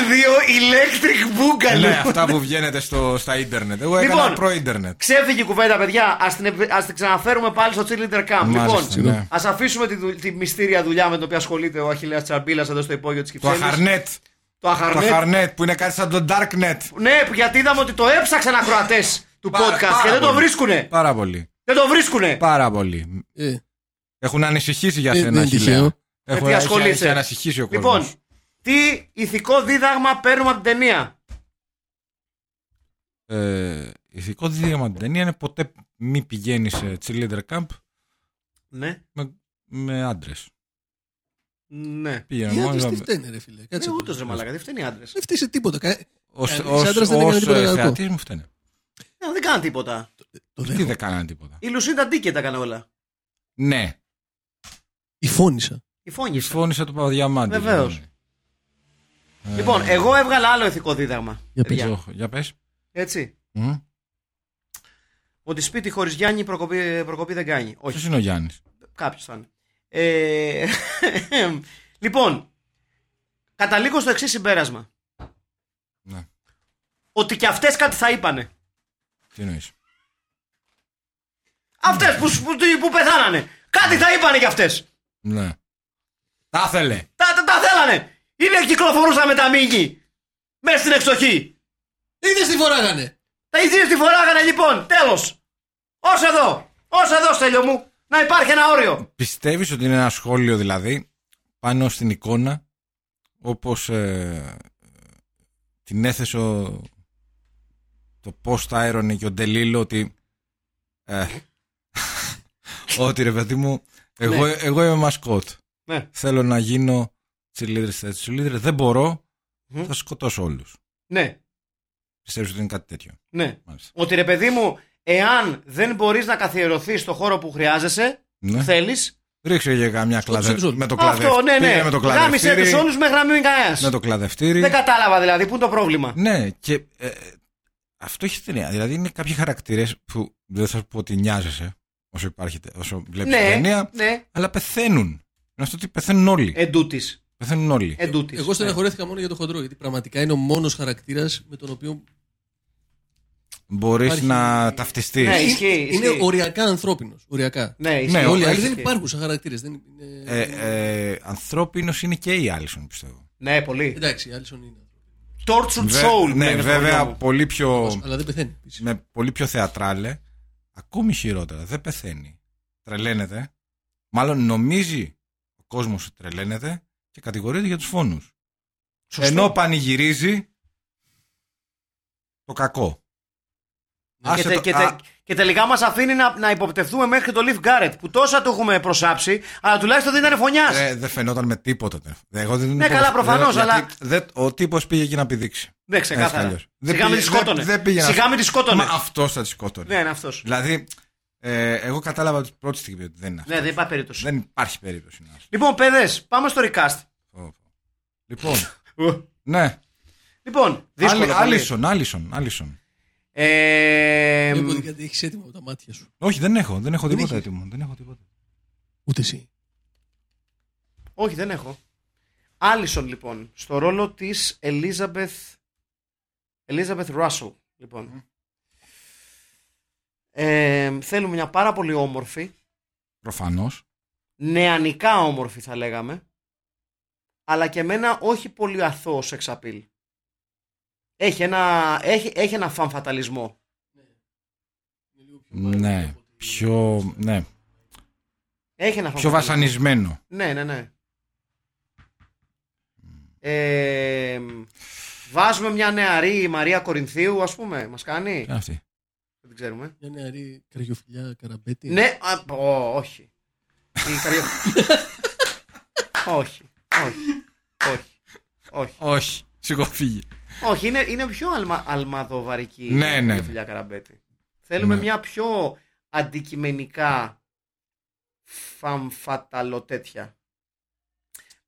Speaker 2: 2 Electric
Speaker 3: ναι,
Speaker 2: Boogaloo.
Speaker 3: αυτά που βγαίνετε στο, στα ίντερνετ. Εγώ
Speaker 2: Λοιπόν.
Speaker 3: έκανα προ-ίντερνετ.
Speaker 2: Ξέφυγε η κουβέντα, παιδιά. Ας την, επι- ας την ξαναφέρουμε πάλι στο Cheerleader Camp.
Speaker 3: Μάλιστα,
Speaker 2: λοιπόν,
Speaker 3: ναι.
Speaker 2: ας αφήσουμε τη, δου- τη μυστήρια δουλειά με την οποία ασχολείται ο Αχηλέα Τσαρμπίλα εδώ στο υπόγειο της
Speaker 3: Το
Speaker 2: Κυψέλης.
Speaker 3: Αχαρνέτ.
Speaker 2: Το
Speaker 3: Το
Speaker 2: Αχαρνέτ.
Speaker 3: Αχαρνέτ που είναι κάτι σαν το Darknet.
Speaker 2: Ναι, γιατί είδαμε ότι το έψαξαν ακροατές του
Speaker 3: Πάρα-
Speaker 2: podcast
Speaker 3: πάρα
Speaker 2: και δεν το
Speaker 3: πολύ.
Speaker 2: βρίσκουνε.
Speaker 3: Πάρα πολύ.
Speaker 2: Δεν το βρίσκουνε.
Speaker 3: Πάρα πολύ.
Speaker 4: Ε,
Speaker 3: Έχουν ανησυχήσει για
Speaker 4: Ε, δεν
Speaker 3: σένα,
Speaker 4: είναι τυχαίο.
Speaker 3: Χιλέα.
Speaker 2: Ε,
Speaker 3: Έχουν
Speaker 2: τι ασχολείσαι.
Speaker 3: έχει ανησυχήσει ο κόσμο.
Speaker 2: Λοιπόν, τι ηθικό δίδαγμα παίρνουμε από την ταινία.
Speaker 3: ε, ηθικό δίδαγμα από την ταινία είναι ποτέ μη πηγαίνεις σε cheerleader camp
Speaker 2: Ναι,
Speaker 3: με, με άντρες.
Speaker 2: ναι.
Speaker 3: Πήγαινε
Speaker 4: οι
Speaker 3: μόνο.
Speaker 4: άντρε
Speaker 3: με-
Speaker 4: τι φταίνε, ρε φίλε.
Speaker 2: Ναι,
Speaker 4: Κάτσε.
Speaker 2: ούτως ρε μαλάκα, δεν φταίνει άντρες.
Speaker 4: Δεν φταίει τίποτα. Κα-
Speaker 3: Ως,
Speaker 4: Ε,
Speaker 3: ως,
Speaker 4: οι άντρες δεν
Speaker 3: ως,
Speaker 4: έκαναν τίποτα
Speaker 3: ε,
Speaker 4: κακό.
Speaker 3: θεατής μου φταίνε.
Speaker 2: Ναι, δεν κάνανε τίποτα.
Speaker 4: Το
Speaker 3: Τι
Speaker 4: δέχομαι.
Speaker 3: δεν κάνανε τίποτα.
Speaker 2: Η Λουσίντα Ντίκε τα έκανε όλα.
Speaker 3: Ναι,
Speaker 4: Υφώνησα.
Speaker 2: Η
Speaker 3: τη
Speaker 2: φώνησα.
Speaker 3: φώνησα του Παπαδιαμάντη.
Speaker 2: Βεβαίως.
Speaker 3: Ναι.
Speaker 2: Λοιπόν, εγώ έβγαλα άλλο ηθικό δίδαγμα.
Speaker 4: Για
Speaker 2: παιδιά.
Speaker 3: Ζω, Για πες.
Speaker 2: Έτσι.
Speaker 3: Μμ.
Speaker 2: Ότι σπίτι χωρίς Γιάννη προκοπή, προκοπή δεν κάνει. Όχι,
Speaker 3: Ποιος είναι ο Γιάννης.
Speaker 2: κάποιος θα είναι. Ε, λοιπόν, καταλήγω στο εξής συμπέρασμα.
Speaker 3: Ναι.
Speaker 2: Ότι και αυτές κάτι θα είπανε.
Speaker 3: Τι εννοείς.
Speaker 2: Αυτές που, που, που πεθάνανε. Κάτι θα είπανε κι αυτές.
Speaker 3: Ναι. Τα ήθελε.
Speaker 2: Τα, τα, τα θέλανε! Είναι κυκλοφορούσαν με τα μίγκη! Μέσα στην εξοχή!
Speaker 4: Είδες τι φοράγανε.
Speaker 2: Τα ιδίες τη φοράγανε λοιπόν! Τέλος! Ως εδώ! Ως εδώ στέλιο μου! Να υπάρχει ένα όριο!
Speaker 3: Πιστεύεις ότι είναι ένα σχόλιο δηλαδή πάνω στην εικόνα όπως ε, την έθεσε ο- το πώς τα έρωνε και ο Ντελίλο ότι ε, ότι ρε παιδί μου εγώ,
Speaker 2: Ναι.
Speaker 3: εγώ είμαι μασκότ
Speaker 2: Ναι.
Speaker 3: θέλω να γίνω τσιλίδρες στα cheerleader. δεν μπορώ
Speaker 2: Μμμ.
Speaker 3: θα σκοτώσω όλους
Speaker 2: Ναι,
Speaker 3: πιστεύεις ότι είναι κάτι τέτοιο
Speaker 2: ναι.
Speaker 3: μάλιστα
Speaker 2: Ότι ρε παιδί μου, εάν δεν μπορείς να καθιερωθείς στο χώρο που χρειάζεσαι,
Speaker 3: ναι.
Speaker 2: θέλεις.
Speaker 3: ρίξε για καμιά
Speaker 4: Σκότωσε τους
Speaker 3: κλαδε...
Speaker 4: όλους.
Speaker 3: με το
Speaker 2: Αυτό, ναι,
Speaker 3: κλαδευτήρι
Speaker 2: ναι.
Speaker 3: με το
Speaker 2: Γάμισε τους
Speaker 3: κλαδευτήρι
Speaker 2: όλους μέχρι να μην είναι κανένας.
Speaker 3: με το κλαδευτήρι
Speaker 2: Δεν κατάλαβα δηλαδή, πού είναι το πρόβλημα.
Speaker 3: Ναι, και ε, αυτό έχει ταινία. Δηλαδή είναι κάποιοι χαρακτήρες που δεν θα σου πω ότι νοιάζεσαι όσο, υπάρχει, τε- όσο βλέπεις την
Speaker 2: Ναι,
Speaker 3: ταινία,
Speaker 2: ναι.
Speaker 3: αλλά πεθαίνουν. Είναι αυτό ότι πεθαίνουν όλοι.
Speaker 2: Ε, Εντούτης.
Speaker 3: πεθαίνουν όλοι.
Speaker 2: Εντούτης. Ναι.
Speaker 4: Εγώ στεναχωρέθηκα μόνο για το χοντρό, γιατί πραγματικά είναι ο μόνος χαρακτήρας με τον οποίο.
Speaker 3: Μπορείς
Speaker 4: υπάρχει-
Speaker 3: να ταυτιστείς.
Speaker 2: Ναι, ισχύει,
Speaker 4: είναι
Speaker 2: ισχύει.
Speaker 4: οριακά ανθρώπινος. Οριακά.
Speaker 2: Ναι,
Speaker 3: Ναι,
Speaker 2: ισχύει.
Speaker 4: Όλοι οι άλλοι
Speaker 3: όχι,
Speaker 4: δεν
Speaker 2: ισχύει.
Speaker 4: υπάρχουν σαν χαρακτήρες. Δεν είναι...
Speaker 3: Ε, ε, Ανθρώπινος είναι και η Άλισον, πιστεύω.
Speaker 2: Ναι, πολύ.
Speaker 4: Εντάξει, η Άλισον είναι.
Speaker 2: Tortured
Speaker 3: Βε-
Speaker 2: soul.
Speaker 3: ναι,
Speaker 2: λέγεται στο
Speaker 3: βέβαια,
Speaker 2: χωριό μου.
Speaker 3: πολύ πιο,
Speaker 4: Αλλά δεν πεθαίνει. επίσης.
Speaker 3: με πολύ πιο θεατράλε. Ακόμη χειρότερα. Δεν πεθαίνει. Τρελαίνεται. Μάλλον νομίζει ο κόσμος ότι τρελαίνεται και κατηγορείται για τους φόνους.
Speaker 2: Σωστό.
Speaker 3: Ενώ πανηγυρίζει το κακό.
Speaker 2: Και,
Speaker 3: Άσε
Speaker 2: τε-
Speaker 3: το-
Speaker 2: Ναι, και,
Speaker 3: α,
Speaker 2: τε- και τελικά μας αφήνει να, να υποπτευτούμε μέχρι το Leaf Garrett που τόσα το έχουμε προσάψει, αλλά τουλάχιστον δεν ήταν φωνιάς.
Speaker 3: ε, δεν φαινόταν με τίποτα. τε. Εγώ δεν
Speaker 2: Ναι,
Speaker 3: υπο-
Speaker 2: καλά, προφανώς,
Speaker 3: γιατί
Speaker 2: αλλά-
Speaker 3: δεν- ο τύπος πήγε εκεί να πηδήξει.
Speaker 2: ναι,
Speaker 3: Έτσι κι
Speaker 2: ξεκάθαρα.
Speaker 3: αλλιώς.
Speaker 2: Σιγά με τη
Speaker 3: πήγε-
Speaker 2: σκότωνε.
Speaker 3: δεν πήγε να-
Speaker 2: Σιγά με τη σκότωνε.
Speaker 3: Μα αυτός θα τη σκότωνε.
Speaker 2: Ναι, είναι αυτός.
Speaker 3: Δηλαδή, ε, εγώ κατάλαβα από την πρώτη στιγμή ότι δεν είναι αυτό.
Speaker 2: Ναι, δεν υπάρχει περίπτωση.
Speaker 3: Δεν υπάρχει περίπτωση να είναι
Speaker 2: Λοιπόν, παιδες, πάμε στο recast.
Speaker 3: αυτό. Λοιπόν, ναι.
Speaker 2: Λοιπόν, δύσκολο. πολύ.
Speaker 3: Άλισον, Άλισον, Άλισον.
Speaker 2: Ε,
Speaker 4: Βλέπω ότι κάτι έχεις έτοιμο από τα μάτια σου.
Speaker 3: Όχι, δεν έχω, δεν έχω τίποτα
Speaker 4: έχεις.
Speaker 3: έτοιμο. Δεν έχω τίποτα.
Speaker 4: Ούτε εσύ.
Speaker 2: όχι, δεν έχω. Άλισον, λοιπόν, στο ρόλο της Elizabeth. Elizabeth Russell, λοιπόν. Ε, θέλουμε μια πάρα πολύ όμορφη,
Speaker 3: Προφανώς.
Speaker 2: νεανικά όμορφη θα λέγαμε, αλλά και με ένα όχι πολύ αθώος σεξ appeal. Έχει ένα, έχει, έχει ένα φαν φαταλισμό.
Speaker 3: Ναι. Πιο, ναι.
Speaker 2: Έχει ένα φανφαταλισμό.
Speaker 3: πιο βασανισμένο.
Speaker 2: Ναι, ναι, ναι.
Speaker 3: Mm.
Speaker 2: Ε, βάζουμε μια νεαρή Μαρία Κορινθίου, ας πούμε, μας κάνει.
Speaker 3: Ποια είναι αυτή.
Speaker 2: Δεν ξέρουμε.
Speaker 4: Μια νεαρή καριοφιλιά καραμπέτη.
Speaker 3: Ε.
Speaker 2: Ναι, α, ω, όχι. Η καριο- όχι, όχι, όχι, όχι.
Speaker 3: Όχι. Σηκωφύγει.
Speaker 2: Όχι, είναι, είναι πιο αλμα, αλμαδοβαρική
Speaker 3: Ναι,
Speaker 2: η
Speaker 3: ναι.
Speaker 2: φιλιά Καραμπέτη. Θέλουμε
Speaker 3: Ναι.
Speaker 2: μια πιο αντικειμενικά φαμφαταλοτέτια.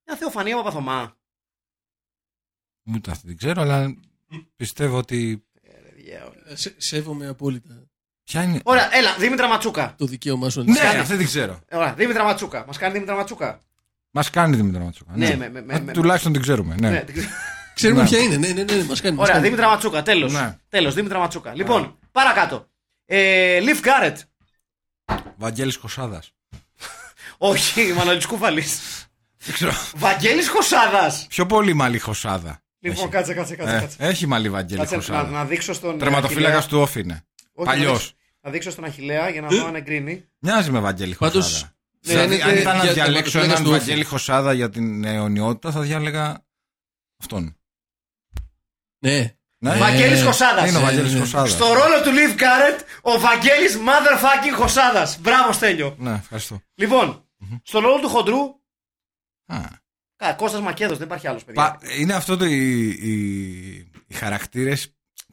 Speaker 2: Μια θεοφανία Παπαθωμά.
Speaker 3: Ούτε αυτή την ξέρω, αλλά πιστεύω ότι.
Speaker 2: Ε, ρε, διάολο.
Speaker 4: Σε, σέβομαι απόλυτα
Speaker 3: Ποια είναι.
Speaker 2: Ωραία, έλα, Δήμητρα Ματσούκα.
Speaker 4: το δικαίωμά σου να
Speaker 3: Ναι,
Speaker 4: τις κάνεις.
Speaker 3: αυτή την ξέρω.
Speaker 2: Ε, Ωραία, Δήμητρα Ματσούκα. Μας κάνει Δήμητρα Ματσούκα.
Speaker 3: Μας κάνει Δημήτρη Ματσούκα.
Speaker 2: Ναι, με- με- με-
Speaker 3: Α,
Speaker 2: με-
Speaker 3: Τουλάχιστον την ξέρουμε. Ναι.
Speaker 2: Ναι, την ξέρω.
Speaker 4: Ξέρουμε
Speaker 3: Ναι.
Speaker 4: ποια είναι. Ναι, ναι, ναι, ναι μας κάνει. μας
Speaker 2: Ωραία,
Speaker 4: κάνει.
Speaker 2: Δήμητρα Ματσούκα, τέλος.
Speaker 3: Ναι.
Speaker 2: Τέλος, Δήμητρα Ματσούκα. Λοιπόν, παρακάτω. Ε, Λιφ Γκάρετ.
Speaker 3: Βαγγέλης Κοσάδας.
Speaker 2: Όχι, Μανολή Κούφαλη.
Speaker 3: Δεν ξέρω.
Speaker 2: Βαγγέλης Χωσάδα.
Speaker 3: Πιο πολύ μαλλί Χοσάδα.
Speaker 2: Λοιπόν,
Speaker 3: Έχει.
Speaker 2: κάτσε, κάτσε, κάτσε.
Speaker 3: Ε,
Speaker 2: κάτσε.
Speaker 3: Έχει μαλλί Βαγγέλη
Speaker 2: Κάτσε να,
Speaker 3: Χοσάδα.
Speaker 2: να δείξω στον.
Speaker 3: Τερματοφύλακα
Speaker 2: Αχιλλέα.
Speaker 3: του όφ είναι.
Speaker 2: Όχι,
Speaker 3: Παλιός.
Speaker 2: Να δείξω, να δείξω στον Αχηλέα για να δω αν εγκρίνει.
Speaker 3: Μοιάζει με Βαγγέλη
Speaker 4: Πάντως,
Speaker 3: Χωσάδα.
Speaker 4: ναι,
Speaker 3: δηλαδή,
Speaker 4: είναι
Speaker 3: αν ήταν να
Speaker 4: για-
Speaker 3: διαλέξω
Speaker 4: για-
Speaker 3: έναν
Speaker 4: για-
Speaker 3: Βαγγέλη Χωσάδα για την αιωνιότητα, θα διάλεγα αυτόν.
Speaker 4: Ναι.
Speaker 3: Ναι,
Speaker 2: Βαγγέλης Χωσάδας.
Speaker 3: είναι ο
Speaker 4: ναι,
Speaker 3: Βαγγέλης
Speaker 4: ναι.
Speaker 3: Χωσάδα.
Speaker 2: Στο ρόλο του Λιβ Γκάρετ, ο Βαγγέλης motherfucking Χωσάδας. Μπράβο, Στέλιο.
Speaker 3: Ναι, ευχαριστώ.
Speaker 2: Λοιπόν, στο ρόλο του χοντρού,
Speaker 3: Α,
Speaker 2: κα- Κώστας Μακέδος, δεν υπάρχει άλλος παιδιά.
Speaker 3: πα- είναι αυτό το. Οι, οι, οι χαρακτήρες.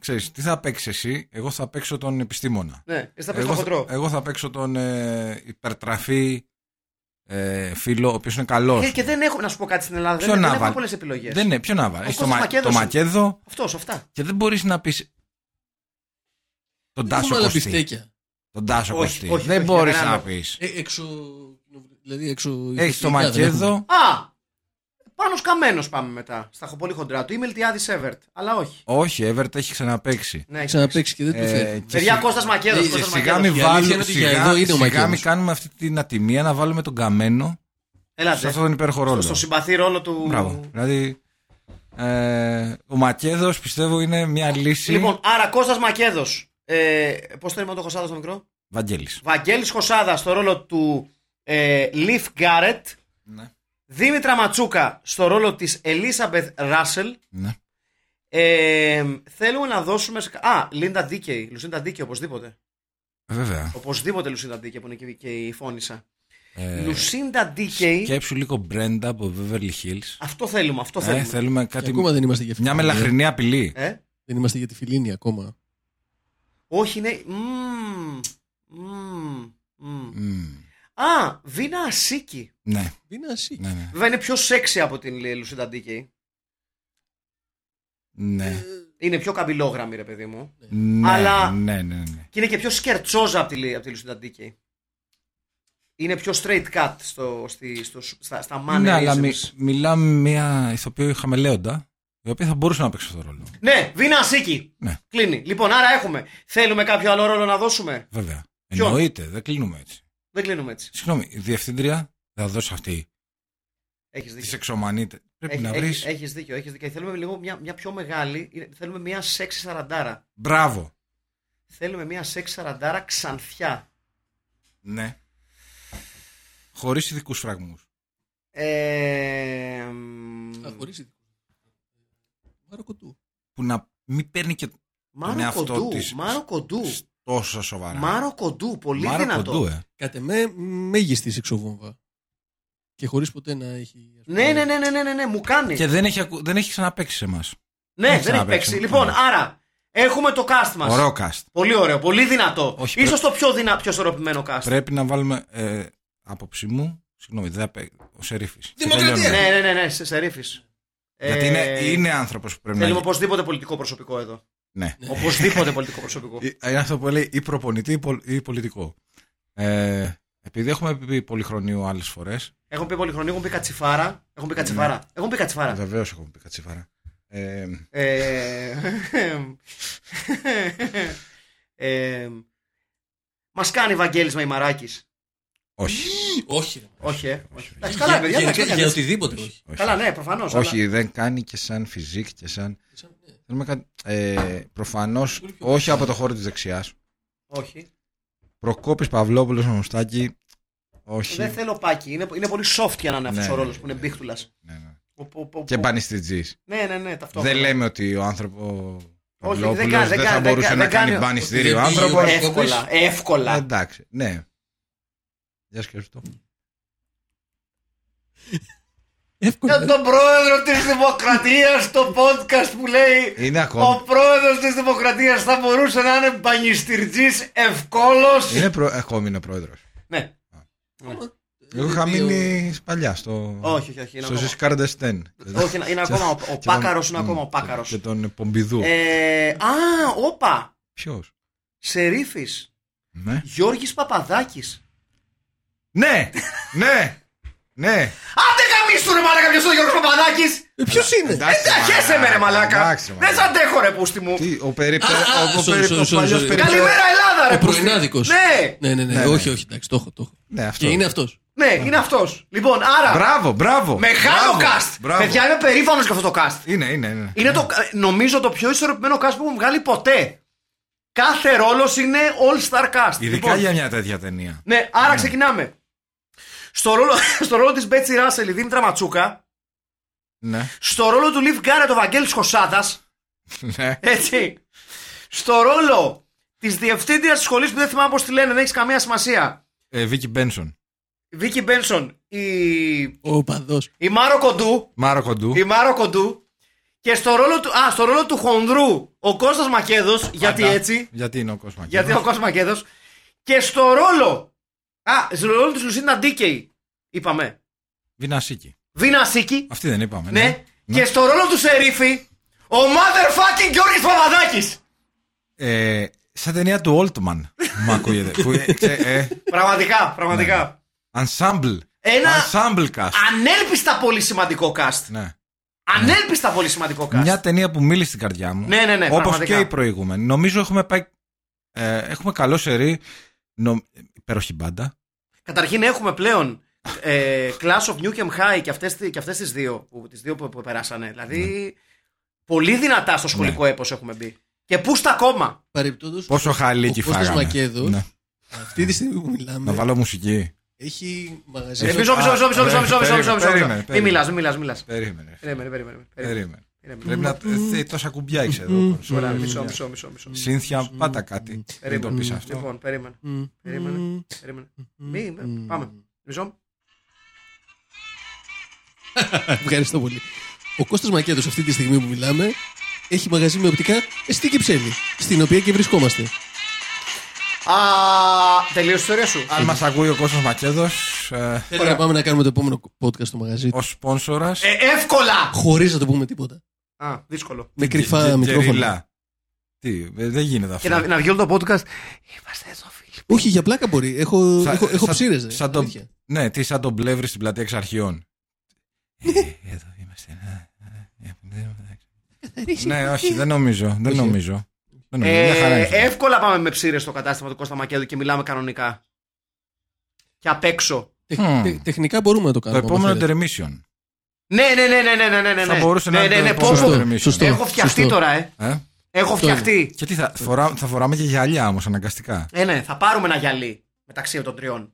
Speaker 3: Ξέρεις, τι θα παίξεις εσύ, εγώ θα παίξω τον επιστήμονα.
Speaker 2: Ναι, εσύ θα πες το
Speaker 3: Εγώ,
Speaker 2: χοντρό.
Speaker 3: θα, εγώ θα παίξω τον ε, υπερτραφή ε, φίλο, ο οποίος είναι καλός.
Speaker 2: Και, και δεν έχω, να σου πω κάτι στην Ελλάδα,
Speaker 3: Ποιον
Speaker 2: δεν, δεν
Speaker 3: να
Speaker 2: έχουμε
Speaker 3: βάλ-
Speaker 2: πολλές επιλογές.
Speaker 3: Δεν είναι, ποιον να βάλει. Το,
Speaker 2: Κώστας
Speaker 3: Μα-
Speaker 2: Μακέδος
Speaker 3: το
Speaker 2: είναι.
Speaker 3: Μακέδο
Speaker 2: Αυτός, αυτά.
Speaker 3: και δεν μπορείς να πεις. Τον
Speaker 4: Δεν
Speaker 3: Τάσο
Speaker 4: έχουμε άλλα
Speaker 3: Κωστή.
Speaker 4: πιστέκια.
Speaker 3: Τον Τάσο
Speaker 2: Όχι,
Speaker 3: Κωστή.
Speaker 2: όχι,
Speaker 3: δεν
Speaker 2: όχι,
Speaker 3: μπορείς
Speaker 2: κανένα
Speaker 3: να
Speaker 2: άλλο.
Speaker 3: πεις.
Speaker 4: Ε, έξω. Δηλαδή έξω.
Speaker 3: Έχεις το
Speaker 4: ηθοποιητικά δεν έχουμε.
Speaker 3: Μακέδο.
Speaker 2: Α! Πάνω καμένο πάμε μετά. Στα έχω πολύ χοντρά του. Είμαι Ελτιάδη Σέβερτ. Αλλά όχι.
Speaker 3: Όχι, Εύερτ έχει ξαναπέξει.
Speaker 2: Ναι,
Speaker 4: Ξαναπέξει και δεν του
Speaker 3: Ε,
Speaker 4: φέρει.
Speaker 3: και
Speaker 2: Παιδιά,
Speaker 3: σι-
Speaker 2: Κώστας Μακέδος.
Speaker 4: Ε,
Speaker 2: Κώστας
Speaker 4: ε,
Speaker 3: Σιγά
Speaker 2: Μακέδος.
Speaker 3: μην
Speaker 4: Η αλήθεια
Speaker 3: βάλουμε.
Speaker 4: είναι ότι για εδώ είναι ο
Speaker 3: Σιγά μην
Speaker 4: Μακέδος.
Speaker 3: κάνουμε αυτή την ατιμία να βάλουμε τον καμένο
Speaker 2: Έλατε.
Speaker 3: σε αυτόν τον υπέροχο ρόλο.
Speaker 2: Ναι. Στο συμπαθή ρόλο του.
Speaker 3: Μπράβο. Δηλαδή. ε, ο Μακέδος πιστεύω είναι μια λύση.
Speaker 2: Λοιπόν, άρα Κώστας Μακέδος. Ε, Πώς το είπαμε το Χωσάδας στο μικρό.
Speaker 3: Βαγγέλης.
Speaker 2: Βαγγέλης Χωσάδας στο ρόλο του ε, Leaf Garrett.
Speaker 3: Ναι.
Speaker 2: Δήμητρα Ματσούκα στο ρόλο της Elizabeth Russell.
Speaker 3: Ναι.
Speaker 2: Ε, θέλουμε να δώσουμε. σε κα- Α, Λίντα Ντίκεϊ. Λουσίντα Ντίκεϊ, οπωσδήποτε.
Speaker 3: Βέβαια.
Speaker 2: Οπωσδήποτε Λουσίντα Ντίκεϊ που είναι και- και η φώνησα.
Speaker 3: Ε,
Speaker 2: Λουσίντα Ντίκεϊ.
Speaker 3: Σκέψου λίγο Μπρέντα από Beverly Hills.
Speaker 2: Αυτό θέλουμε, αυτό
Speaker 3: Ε,
Speaker 2: θέλουμε.
Speaker 3: θέλουμε
Speaker 4: Και
Speaker 3: κάτι.
Speaker 4: ακόμα δεν είμαστε για
Speaker 3: Μια
Speaker 4: φιλίνη, ε.
Speaker 3: μελαχρινή απειλή.
Speaker 2: Ε?
Speaker 4: Δεν είμαστε για τη φιλίνη ακόμα.
Speaker 2: Όχι, είναι. Μμμ. Μμμ. Μμμ.
Speaker 3: Μμμ.
Speaker 2: Α, Βίνα Ασίκη.
Speaker 3: Ναι,
Speaker 4: Είναι ασύ.
Speaker 3: ναι, ναι.
Speaker 2: Βέβαια είναι πιο σεξι από την Λουσίντα Ντίκεϊ.
Speaker 3: ναι.
Speaker 2: Είναι πιο καμπυλόγραμμη, ρε παιδί μου.
Speaker 3: Ναι,
Speaker 2: Αλλά-
Speaker 3: ναι, ναι, ναι.
Speaker 2: Και είναι και πιο σκερτσόζα από τη, από τη Λουσίντα Ντίκεϊ. Είναι πιο straight cut στο, στη, στο, στα, στα
Speaker 3: ναι, αλλά μι,
Speaker 2: mannerisms.
Speaker 3: μιλάμε μια ηθοποιό χαμελέοντα, η οποία θα μπορούσε να παίξει αυτό το ρόλο.
Speaker 2: Ναι, Βίνα Ασίκη.
Speaker 3: Ναι.
Speaker 2: Κλείνει. Λοιπόν, άρα έχουμε. Θέλουμε κάποιο άλλο ρόλο να δώσουμε.
Speaker 3: Βέβαια.
Speaker 2: Ποιον?
Speaker 3: Εννοείται, δεν κλείνουμε έτσι.
Speaker 2: Δεν κλείνουμε έτσι.
Speaker 3: Συγγνώμη, η διευθύντρια θα δώσει αυτή
Speaker 2: Έχεις
Speaker 3: τη
Speaker 2: δίκιο.
Speaker 3: σεξομανίτε. Πρέπει να βρεις.
Speaker 2: Έχεις δίκιο, έχεις δίκιο. Ε, Θέλουμε λίγο μια, μια πιο μεγάλη. είναι- Θέλουμε μια σεξι σαραντάρα.
Speaker 3: Μπράβο.
Speaker 2: Θέλουμε μια σεξι σαραντάρα ξανθιά.
Speaker 3: Ναι. Χωρίς ειδικούς φραγμούς.
Speaker 2: Ε, μ,
Speaker 4: Α, χωρίς ειδικούς. Μάρο κοντού.
Speaker 3: Που να μην παίρνει και τον
Speaker 2: Μάρο
Speaker 3: εαυτό
Speaker 2: κοντού.
Speaker 3: της.
Speaker 2: Μάρο κοντού.
Speaker 3: τόσο σοβαρά.
Speaker 2: Μάρο κοντού. Πολύ
Speaker 3: Μάρο
Speaker 2: δυνατό.
Speaker 3: κοντού, ε.
Speaker 4: Κατ' εμέ μέγιστη σεξοβόμβα. Και χωρίς ποτέ να έχει. ας πούμε,
Speaker 2: Ναι, ναι, ναι, ναι, ναι, ναι, ναι, μου κάνει.
Speaker 3: Και δεν έχει, ακου- δεν έχει ξαναπέξει σε εμάς.
Speaker 2: Ναι,
Speaker 3: έχει
Speaker 2: δεν έχει
Speaker 3: ξαναπέξει.
Speaker 2: παίξει. Λοιπόν,
Speaker 3: Ναι.
Speaker 2: άρα έχουμε το cast μας.
Speaker 3: Ωραίο cast.
Speaker 2: Πολύ ωραίο, πολύ δυνατό.
Speaker 3: Όχι,
Speaker 2: Ίσως το πιο, δυνα... πιο ισορροπημένο cast.
Speaker 3: Πρέπει να βάλουμε ε, άποψή μου. Συγγνώμη, δεν θα παί- ο Σερίφης. Και
Speaker 4: Δημοκρατία!
Speaker 3: τελειώνουμε.
Speaker 2: Ναι, ναι, ναι, ναι, σε σερίφης.
Speaker 3: Γιατί είναι, είναι άνθρωπος που πρέπει
Speaker 2: Θέλουμε
Speaker 3: να.
Speaker 2: οπωσδήποτε πολιτικό προσωπικό εδώ.
Speaker 3: Ναι.
Speaker 2: Οπωσδήποτε πολιτικό προσωπικό.
Speaker 3: Ε, Είναι αυτό που λέει ή προπονητή ή, πολ- ή πολιτικό. Ε, επειδή έχουμε πει πολυχρονίου άλλες φορές.
Speaker 2: Έχουν πει πολυχρονή, έχουν πει κατσιφάρα. Έχουν πει κατσιφάρα.
Speaker 3: Ναι.
Speaker 2: Έχουν πει κατσιφάρα.
Speaker 3: Βεβαίως έχουμε πει κατσίφαρα. Ε,
Speaker 2: Ε, ε, Μας κάνει Βαγγέλης Μαϊμαράκης.
Speaker 3: όχι.
Speaker 4: Όχι. ρε.
Speaker 2: Όχι, ε. όχι. Εντάξει,
Speaker 4: Για-
Speaker 2: καλά, παιδιά.
Speaker 4: γενικά,
Speaker 2: εντάξει,
Speaker 4: Για
Speaker 2: εντάξει.
Speaker 4: οτιδήποτε. όχι.
Speaker 3: όχι.
Speaker 2: Καλά, ναι, προφανώς.
Speaker 3: όχι, δεν κάνει και σαν φυσικ και σαν.
Speaker 4: Σαν- ναι.
Speaker 3: Θέλουμε κάτι. Ε, Προφανώς όχι από το χώρο της δεξιάς.
Speaker 2: Όχι.
Speaker 3: Προκόπης Παυλόπουλος Μωστάκη. Όχι.
Speaker 2: Δεν θέλω πάκι. Είναι, είναι πολύ soft για να είναι αυτός
Speaker 3: Ναι,
Speaker 2: ο ρόλος
Speaker 3: ναι,
Speaker 2: που είναι
Speaker 3: ναι.
Speaker 2: μπίχτουλας.
Speaker 3: Ναι, ναι. Και
Speaker 2: Ναι,
Speaker 3: μπανιστιτζή.
Speaker 2: ναι, ναι, ναι, ταυτόχρονα.
Speaker 3: Δεν λέμε ότι ο άνθρωπο.
Speaker 2: Όχι,
Speaker 3: Παυλόπουλος
Speaker 2: δεν κάνει, δεν
Speaker 3: δεν θα
Speaker 2: κάνει,
Speaker 3: μπορούσε
Speaker 2: δεν
Speaker 3: να
Speaker 2: κάνει.
Speaker 3: κάνει
Speaker 2: Ότι
Speaker 3: μπανιστήρι ο
Speaker 4: δεν πήγε
Speaker 3: άνθρωπο.
Speaker 4: ο
Speaker 2: Εύκολα, εύκολα.
Speaker 3: Εντάξει, ναι. Για σκέψου το.
Speaker 4: Εύκολα.
Speaker 2: Για τον πρόεδρο της Δημοκρατίας, το podcast που λέει.
Speaker 3: Είναι ακόμα.
Speaker 2: Ο πρόεδρος της Δημοκρατίας θα μπορούσε να είναι μπανιστηρτζή ευκόλος.
Speaker 3: Είναι προ... Ακόμη είναι πρόεδρος.
Speaker 2: Ναι.
Speaker 3: Ε, Εγώ είχα μείνει παλιά στο.
Speaker 2: Όχι, όχι, όχι, είναι
Speaker 3: Στο
Speaker 2: ακόμα.
Speaker 3: Ζισκάρντε Στέν.
Speaker 2: Όχι, είναι- είναι ακόμα ο- ο Πάκαρος, είναι ακόμα ο Πάκαρος.
Speaker 3: Και τον Πομπιδού.
Speaker 2: Ε, α, όπα!
Speaker 3: Ποιος.
Speaker 2: Σερίφης.
Speaker 3: Ναι.
Speaker 2: Γιώργης Παπαδάκης.
Speaker 3: Ναι! Ναι! Ναι!
Speaker 2: Άντε γαμίσου ρε μαλάκα, ποιος είναι ο Γιώργος Παπαδάκης!
Speaker 4: Ποιο Ε, είναι.
Speaker 3: Εντάξει,
Speaker 2: Δεν χέσαι Ε, με ρε μαλάκα!
Speaker 3: Εντάξει, ρε,
Speaker 2: Δεν σ' αντέχω ρε πούστη μου!
Speaker 3: Τι, ο περίπτω.
Speaker 4: Α, α, sorry, sorry, sorry, sorry.
Speaker 2: Καλημέρα Ελλάδα ρε
Speaker 4: Ο
Speaker 2: πούστη.
Speaker 4: πρωινάδικος.
Speaker 2: Ναι,
Speaker 4: Ναι, ναι, ναι.
Speaker 3: Ναι,
Speaker 4: Όχι,
Speaker 3: ναι.
Speaker 4: όχι, εντάξει, το έχω. το έχω.
Speaker 3: Ναι, αυτό.
Speaker 4: Και είναι αυτός.
Speaker 2: ναι, είναι αυτός. Λοιπόν, άρα,
Speaker 3: Μπράβο, μπράβο.
Speaker 2: μεγάλο
Speaker 3: Μπράβο,
Speaker 2: cast!
Speaker 3: μπράβο.
Speaker 2: Παιδιά, είμαι περήφανος για αυτό το cast.
Speaker 3: Είναι, είναι, είναι.
Speaker 2: Είναι το, νομίζω το πιο ισορροπημένο cast που έχουν βγάλει ποτέ. Κάθε ρόλος είναι all-star cast.
Speaker 3: Ειδικά
Speaker 2: Λοιπόν,
Speaker 3: για μια τέτοια ταινία.
Speaker 2: Ναι, άρα ξεκινάμε. Στο ρόλο, στο ρόλο της Μπέτσι Ράσελ, η Δήμητρα Ματσούκα.
Speaker 3: Ναι.
Speaker 2: Στο ρόλο του Λιβ Γκάρετ, ο Βαγγέλης Χωσάδας.
Speaker 3: Ναι.
Speaker 2: Έτσι. Στο ρόλο της διευθύντριας της σχολής που δεν θυμάμαι πώς τη λένε, δεν έχεις καμία σημασία.
Speaker 3: Ε, Βίκυ Μπένσον.
Speaker 2: Βίκυ Μπένσον, η,
Speaker 4: Ο παδό.
Speaker 2: η Μάρο Κοντού.
Speaker 3: Μάρο Κοντού.
Speaker 2: Η Μάρο Κοντού. Και στο ρόλο του, α, στο ρόλο του Χονδρού, ο Κώστας Μακέδος, γιατί
Speaker 3: Πάντα.
Speaker 2: έτσι.
Speaker 3: Γιατί είναι ο κόσμο.
Speaker 2: Γιατί είναι ο Κώστας Μακέδος. Και στο ρόλο, α, στο ρόλο της Λουσίντα Ντίκεϊ, είπαμε.
Speaker 3: Βινασίκη.
Speaker 2: Βίνα Σίκη,
Speaker 3: Αυτή δεν είπαμε.
Speaker 2: ναι. Και στο ρόλο του Σερίφη, ο motherfucking Γιώργης Παπαδάκης.
Speaker 3: Ε, σαν ταινία του Όλτμαν. Μ' ακούγεται. που, ε, ξέ- ε,
Speaker 2: πραγματικά, πραγματικά.
Speaker 3: Ναι. ensemble.
Speaker 2: Ένα-
Speaker 3: Ensemble cast.
Speaker 2: Ανέλπιστα πολύ σημαντικό cast.
Speaker 3: Ναι.
Speaker 2: Ανέλπιστα πολύ σημαντικό cast.
Speaker 3: Μια ταινία που μίλησε στην καρδιά μου.
Speaker 2: Ναι, ναι, ναι,
Speaker 3: Όπως
Speaker 2: πραγματικά.
Speaker 3: και η προηγούμενη. Νομίζω έχουμε πάει. Ε, έχουμε καλό σερί. Νο... Υπέροχη μπάντα.
Speaker 2: Καταρχήν έχουμε πλέον ε, Class of Newcomb High και αυτές, τι- και αυτές τις δύο, που, τις δύο που, που περάσανε. Δηλαδή,
Speaker 3: Ναι.
Speaker 2: πολύ δυνατά στο σχολικό έπος έχουμε μπει. Και πού στα κόμμα.
Speaker 4: Παρεπτόντω.
Speaker 3: Πόσο χαλίκι
Speaker 4: Ο Κώστας
Speaker 3: φάγαμε.
Speaker 4: Μακέδος.
Speaker 3: Ναι.
Speaker 4: Αυτή τη στιγμή που
Speaker 3: Να
Speaker 4: μιλάμε.
Speaker 3: βάλω μουσική.
Speaker 4: Έχει μαγαζί.
Speaker 2: Ε, Μισό,
Speaker 3: α,
Speaker 2: μισό, μισό, μισό, μισό,
Speaker 3: περίμενε,
Speaker 2: μισό, μισό, μισό, μισό.
Speaker 3: περίμενε,
Speaker 2: Μην
Speaker 3: περίμενε.
Speaker 2: μιλάς, μην μιλάς, μην μιλάς.
Speaker 3: Περίμενε.
Speaker 2: Περίμενε, περίμενε, περίμενε.
Speaker 3: Περίμενε.
Speaker 2: Περίμενε.
Speaker 3: Πρέπει να ε, τόσα κουμπιά έχεις εδώ. κονσόλα,
Speaker 2: Ωραία,
Speaker 3: ρε,
Speaker 2: μισό,
Speaker 3: μια.
Speaker 2: μισό, μισό, μισό.
Speaker 3: Σύνθια, πάτα κάτι. Δεν το πεις
Speaker 2: Περίμενε.
Speaker 3: αυτό.
Speaker 2: Λοιπόν, περίμενε.
Speaker 4: Μμμ.
Speaker 2: Περίμενε. περίμενε. Μη, πάμε. Μισό.
Speaker 4: Ευχαριστώ πολύ. Ο Κώστας Μακέδος αυτή τη στιγμή που μιλάμε έχει μαγαζί με οπτικά στην Κυψέλη, στην οποία και βρισκόμαστε.
Speaker 3: Ε,
Speaker 2: Α, τελείωσε η ιστορία σου.
Speaker 3: Αν μας ακούει ο Κώστας Μακέδος ε,
Speaker 4: Θέλω να πάμε να κάνουμε το επόμενο podcast στο μαγαζί του.
Speaker 3: ως σπόνσορας
Speaker 2: Ε, εύκολα!
Speaker 4: Χωρίς να το πούμε τίποτα.
Speaker 2: Α, δύσκολο.
Speaker 4: Με
Speaker 3: και-
Speaker 4: κρυφά
Speaker 3: και-
Speaker 4: μικρόφωνα.
Speaker 3: γεριλά. Τι, ε, δεν γίνεται
Speaker 2: Και να,
Speaker 3: αυτό.
Speaker 2: να βγει όλο το podcast. Είμαστε εδώ, φίλοι.
Speaker 4: Όχι, για πλάκα μπορεί. Έχω,
Speaker 3: Σα-
Speaker 4: έχω, έχω
Speaker 3: σαν-
Speaker 4: ψήρες, ρε.
Speaker 3: σαν τον-
Speaker 4: Αλήθεια.
Speaker 3: Ναι, τι σαν τον πλεύρη στην πλατεία εξ αρχείων. Ε, Εδώ είμαστε. ε, ε, ε, Ναι, όχι, δεν νομίζω. Δεν νομίζω. Δεν νομίζω. Ναι, Μια χαρά
Speaker 2: Ε,
Speaker 3: είναι.
Speaker 2: εύκολα πάμε με ψήρες στο κατάστημα του Κώστα Μακέδου και μιλάμε κανονικά. Και απ' έξω.
Speaker 4: Τε-
Speaker 3: Hmm.
Speaker 4: τε- Τεχνικά μπορούμε να το
Speaker 3: Το
Speaker 4: κάνουμε. άμα
Speaker 3: επόμενο
Speaker 4: θέλετε.
Speaker 3: Intermission.
Speaker 2: Ναι, ναι, ναι, ναι, ναι, ναι, ναι, ναι.
Speaker 3: Θα μπορούσε να
Speaker 2: ναι,
Speaker 3: είναι
Speaker 2: ναι,
Speaker 3: το
Speaker 2: ναι,
Speaker 3: επόμενο
Speaker 2: πω, πω.
Speaker 3: Intermission.
Speaker 4: Σωστό.
Speaker 2: Έχω φτιαχτεί
Speaker 4: Σωστό.
Speaker 2: τώρα, ε.
Speaker 3: Ε,
Speaker 2: Έχω
Speaker 4: Αυτό είναι.
Speaker 2: φτιαχτεί.
Speaker 3: Και τι θα, φορά- θα φοράμε και γυαλιά όμως αναγκαστικά.
Speaker 2: Ε, ναι, θα πάρουμε ένα γυαλί μεταξύ των τριών.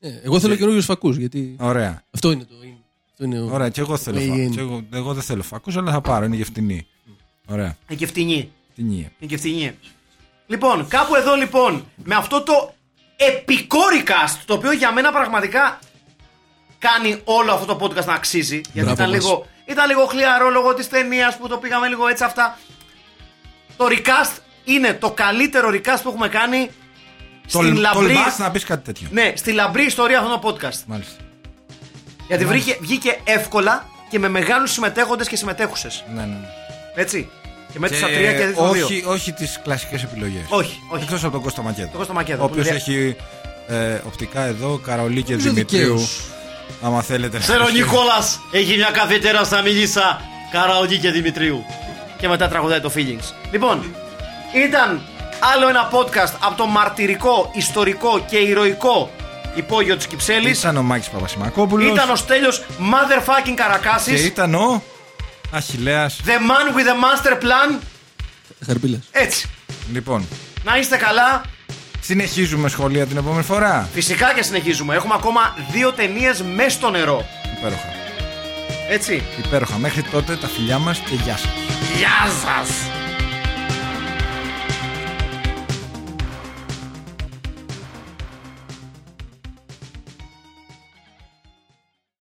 Speaker 4: Ε, Εγώ θέλω καινούριους φακούς, γιατί
Speaker 3: Ωραία.
Speaker 4: αυτό είναι το. είναι- Αυτό είναι ο...
Speaker 3: Ωραία, και εγώ θέλω
Speaker 4: Ε,
Speaker 3: φακούς.
Speaker 4: είναι.
Speaker 3: Και Εγώ, εγώ δεν θέλω φακούς, αλλά θα πάρω. Είναι γευτινή. Ωραία.
Speaker 2: Η κεφτινή.
Speaker 3: Φτηνή.
Speaker 2: Η κεφτινή. Λοιπόν, κάπου εδώ λοιπόν, με αυτό το επικόρικα το οποίο για μένα πραγματικά κάνει όλο αυτό το podcast να αξίζει. Γιατί
Speaker 4: Μπράβο
Speaker 2: ήταν
Speaker 4: μας.
Speaker 2: λίγο, ήταν λίγο χλιαρό λόγω της ταινίας που το πήγαμε λίγο έτσι αυτά. Το recast είναι το καλύτερο recast που έχουμε κάνει στην λαμπρή.
Speaker 3: Τολμάς να πεις κάτι τέτοιο.
Speaker 2: Ναι, στη λαμπρή ιστορία αυτό το podcast.
Speaker 3: Μάλιστα.
Speaker 2: Γιατί
Speaker 3: Ναι.
Speaker 2: βρήκε, βγήκε εύκολα και με μεγάλους συμμετέχοντες και συμμετέχουσες.
Speaker 3: Ναι, ναι, ναι.
Speaker 2: Έτσι. Και με
Speaker 3: Και
Speaker 2: τις τα τρία και τα δύο.
Speaker 3: όχι, όχι τις κλασικές επιλογές.
Speaker 2: όχι, όχι.
Speaker 3: Εκτός από τον Κώστα Μακέδο.
Speaker 2: Τον Κώστα Μακέδο,
Speaker 3: Ο οποίος
Speaker 2: που είναι
Speaker 3: έχει ε, οπτικά εδώ, Καρολί και
Speaker 4: Νομίζω
Speaker 3: Δημητρίου.
Speaker 4: δικαίως.
Speaker 3: Άμα θέλετε. να
Speaker 2: Ξέρω
Speaker 3: ακούσετε.
Speaker 2: Νικόλας έχει μια καφετέρα στα Μιλίσσα, Καραοντή και Δημητρίου. Και μετά τραγουδάει το Feelings. Λοιπόν, ήταν άλλο ένα podcast από το μαρτυρικό, ιστορικό και ηρωικό υπόγειο της Κυψέλης.
Speaker 3: Ήταν ο Μάκης Παπασημακόπουλος.
Speaker 2: Ήταν ο Στέλιος Motherfucking Καρακάσης.
Speaker 3: Και ήταν ο Αχιλέας.
Speaker 2: The man with the master plan.
Speaker 4: Χαρμπίλα.
Speaker 2: Έτσι.
Speaker 3: Λοιπόν,
Speaker 2: Να είστε καλά.
Speaker 3: συνεχίζουμε σχολεία την επόμενη φορά.
Speaker 2: Φυσικά και συνεχίζουμε. Έχουμε ακόμα δύο ταινίες μέσα στο νερό.
Speaker 3: Υπέροχα.
Speaker 2: Έτσι.
Speaker 3: Υπέροχα. Μέχρι τότε τα φιλιά μας και γεια σας.
Speaker 2: Γεια σας!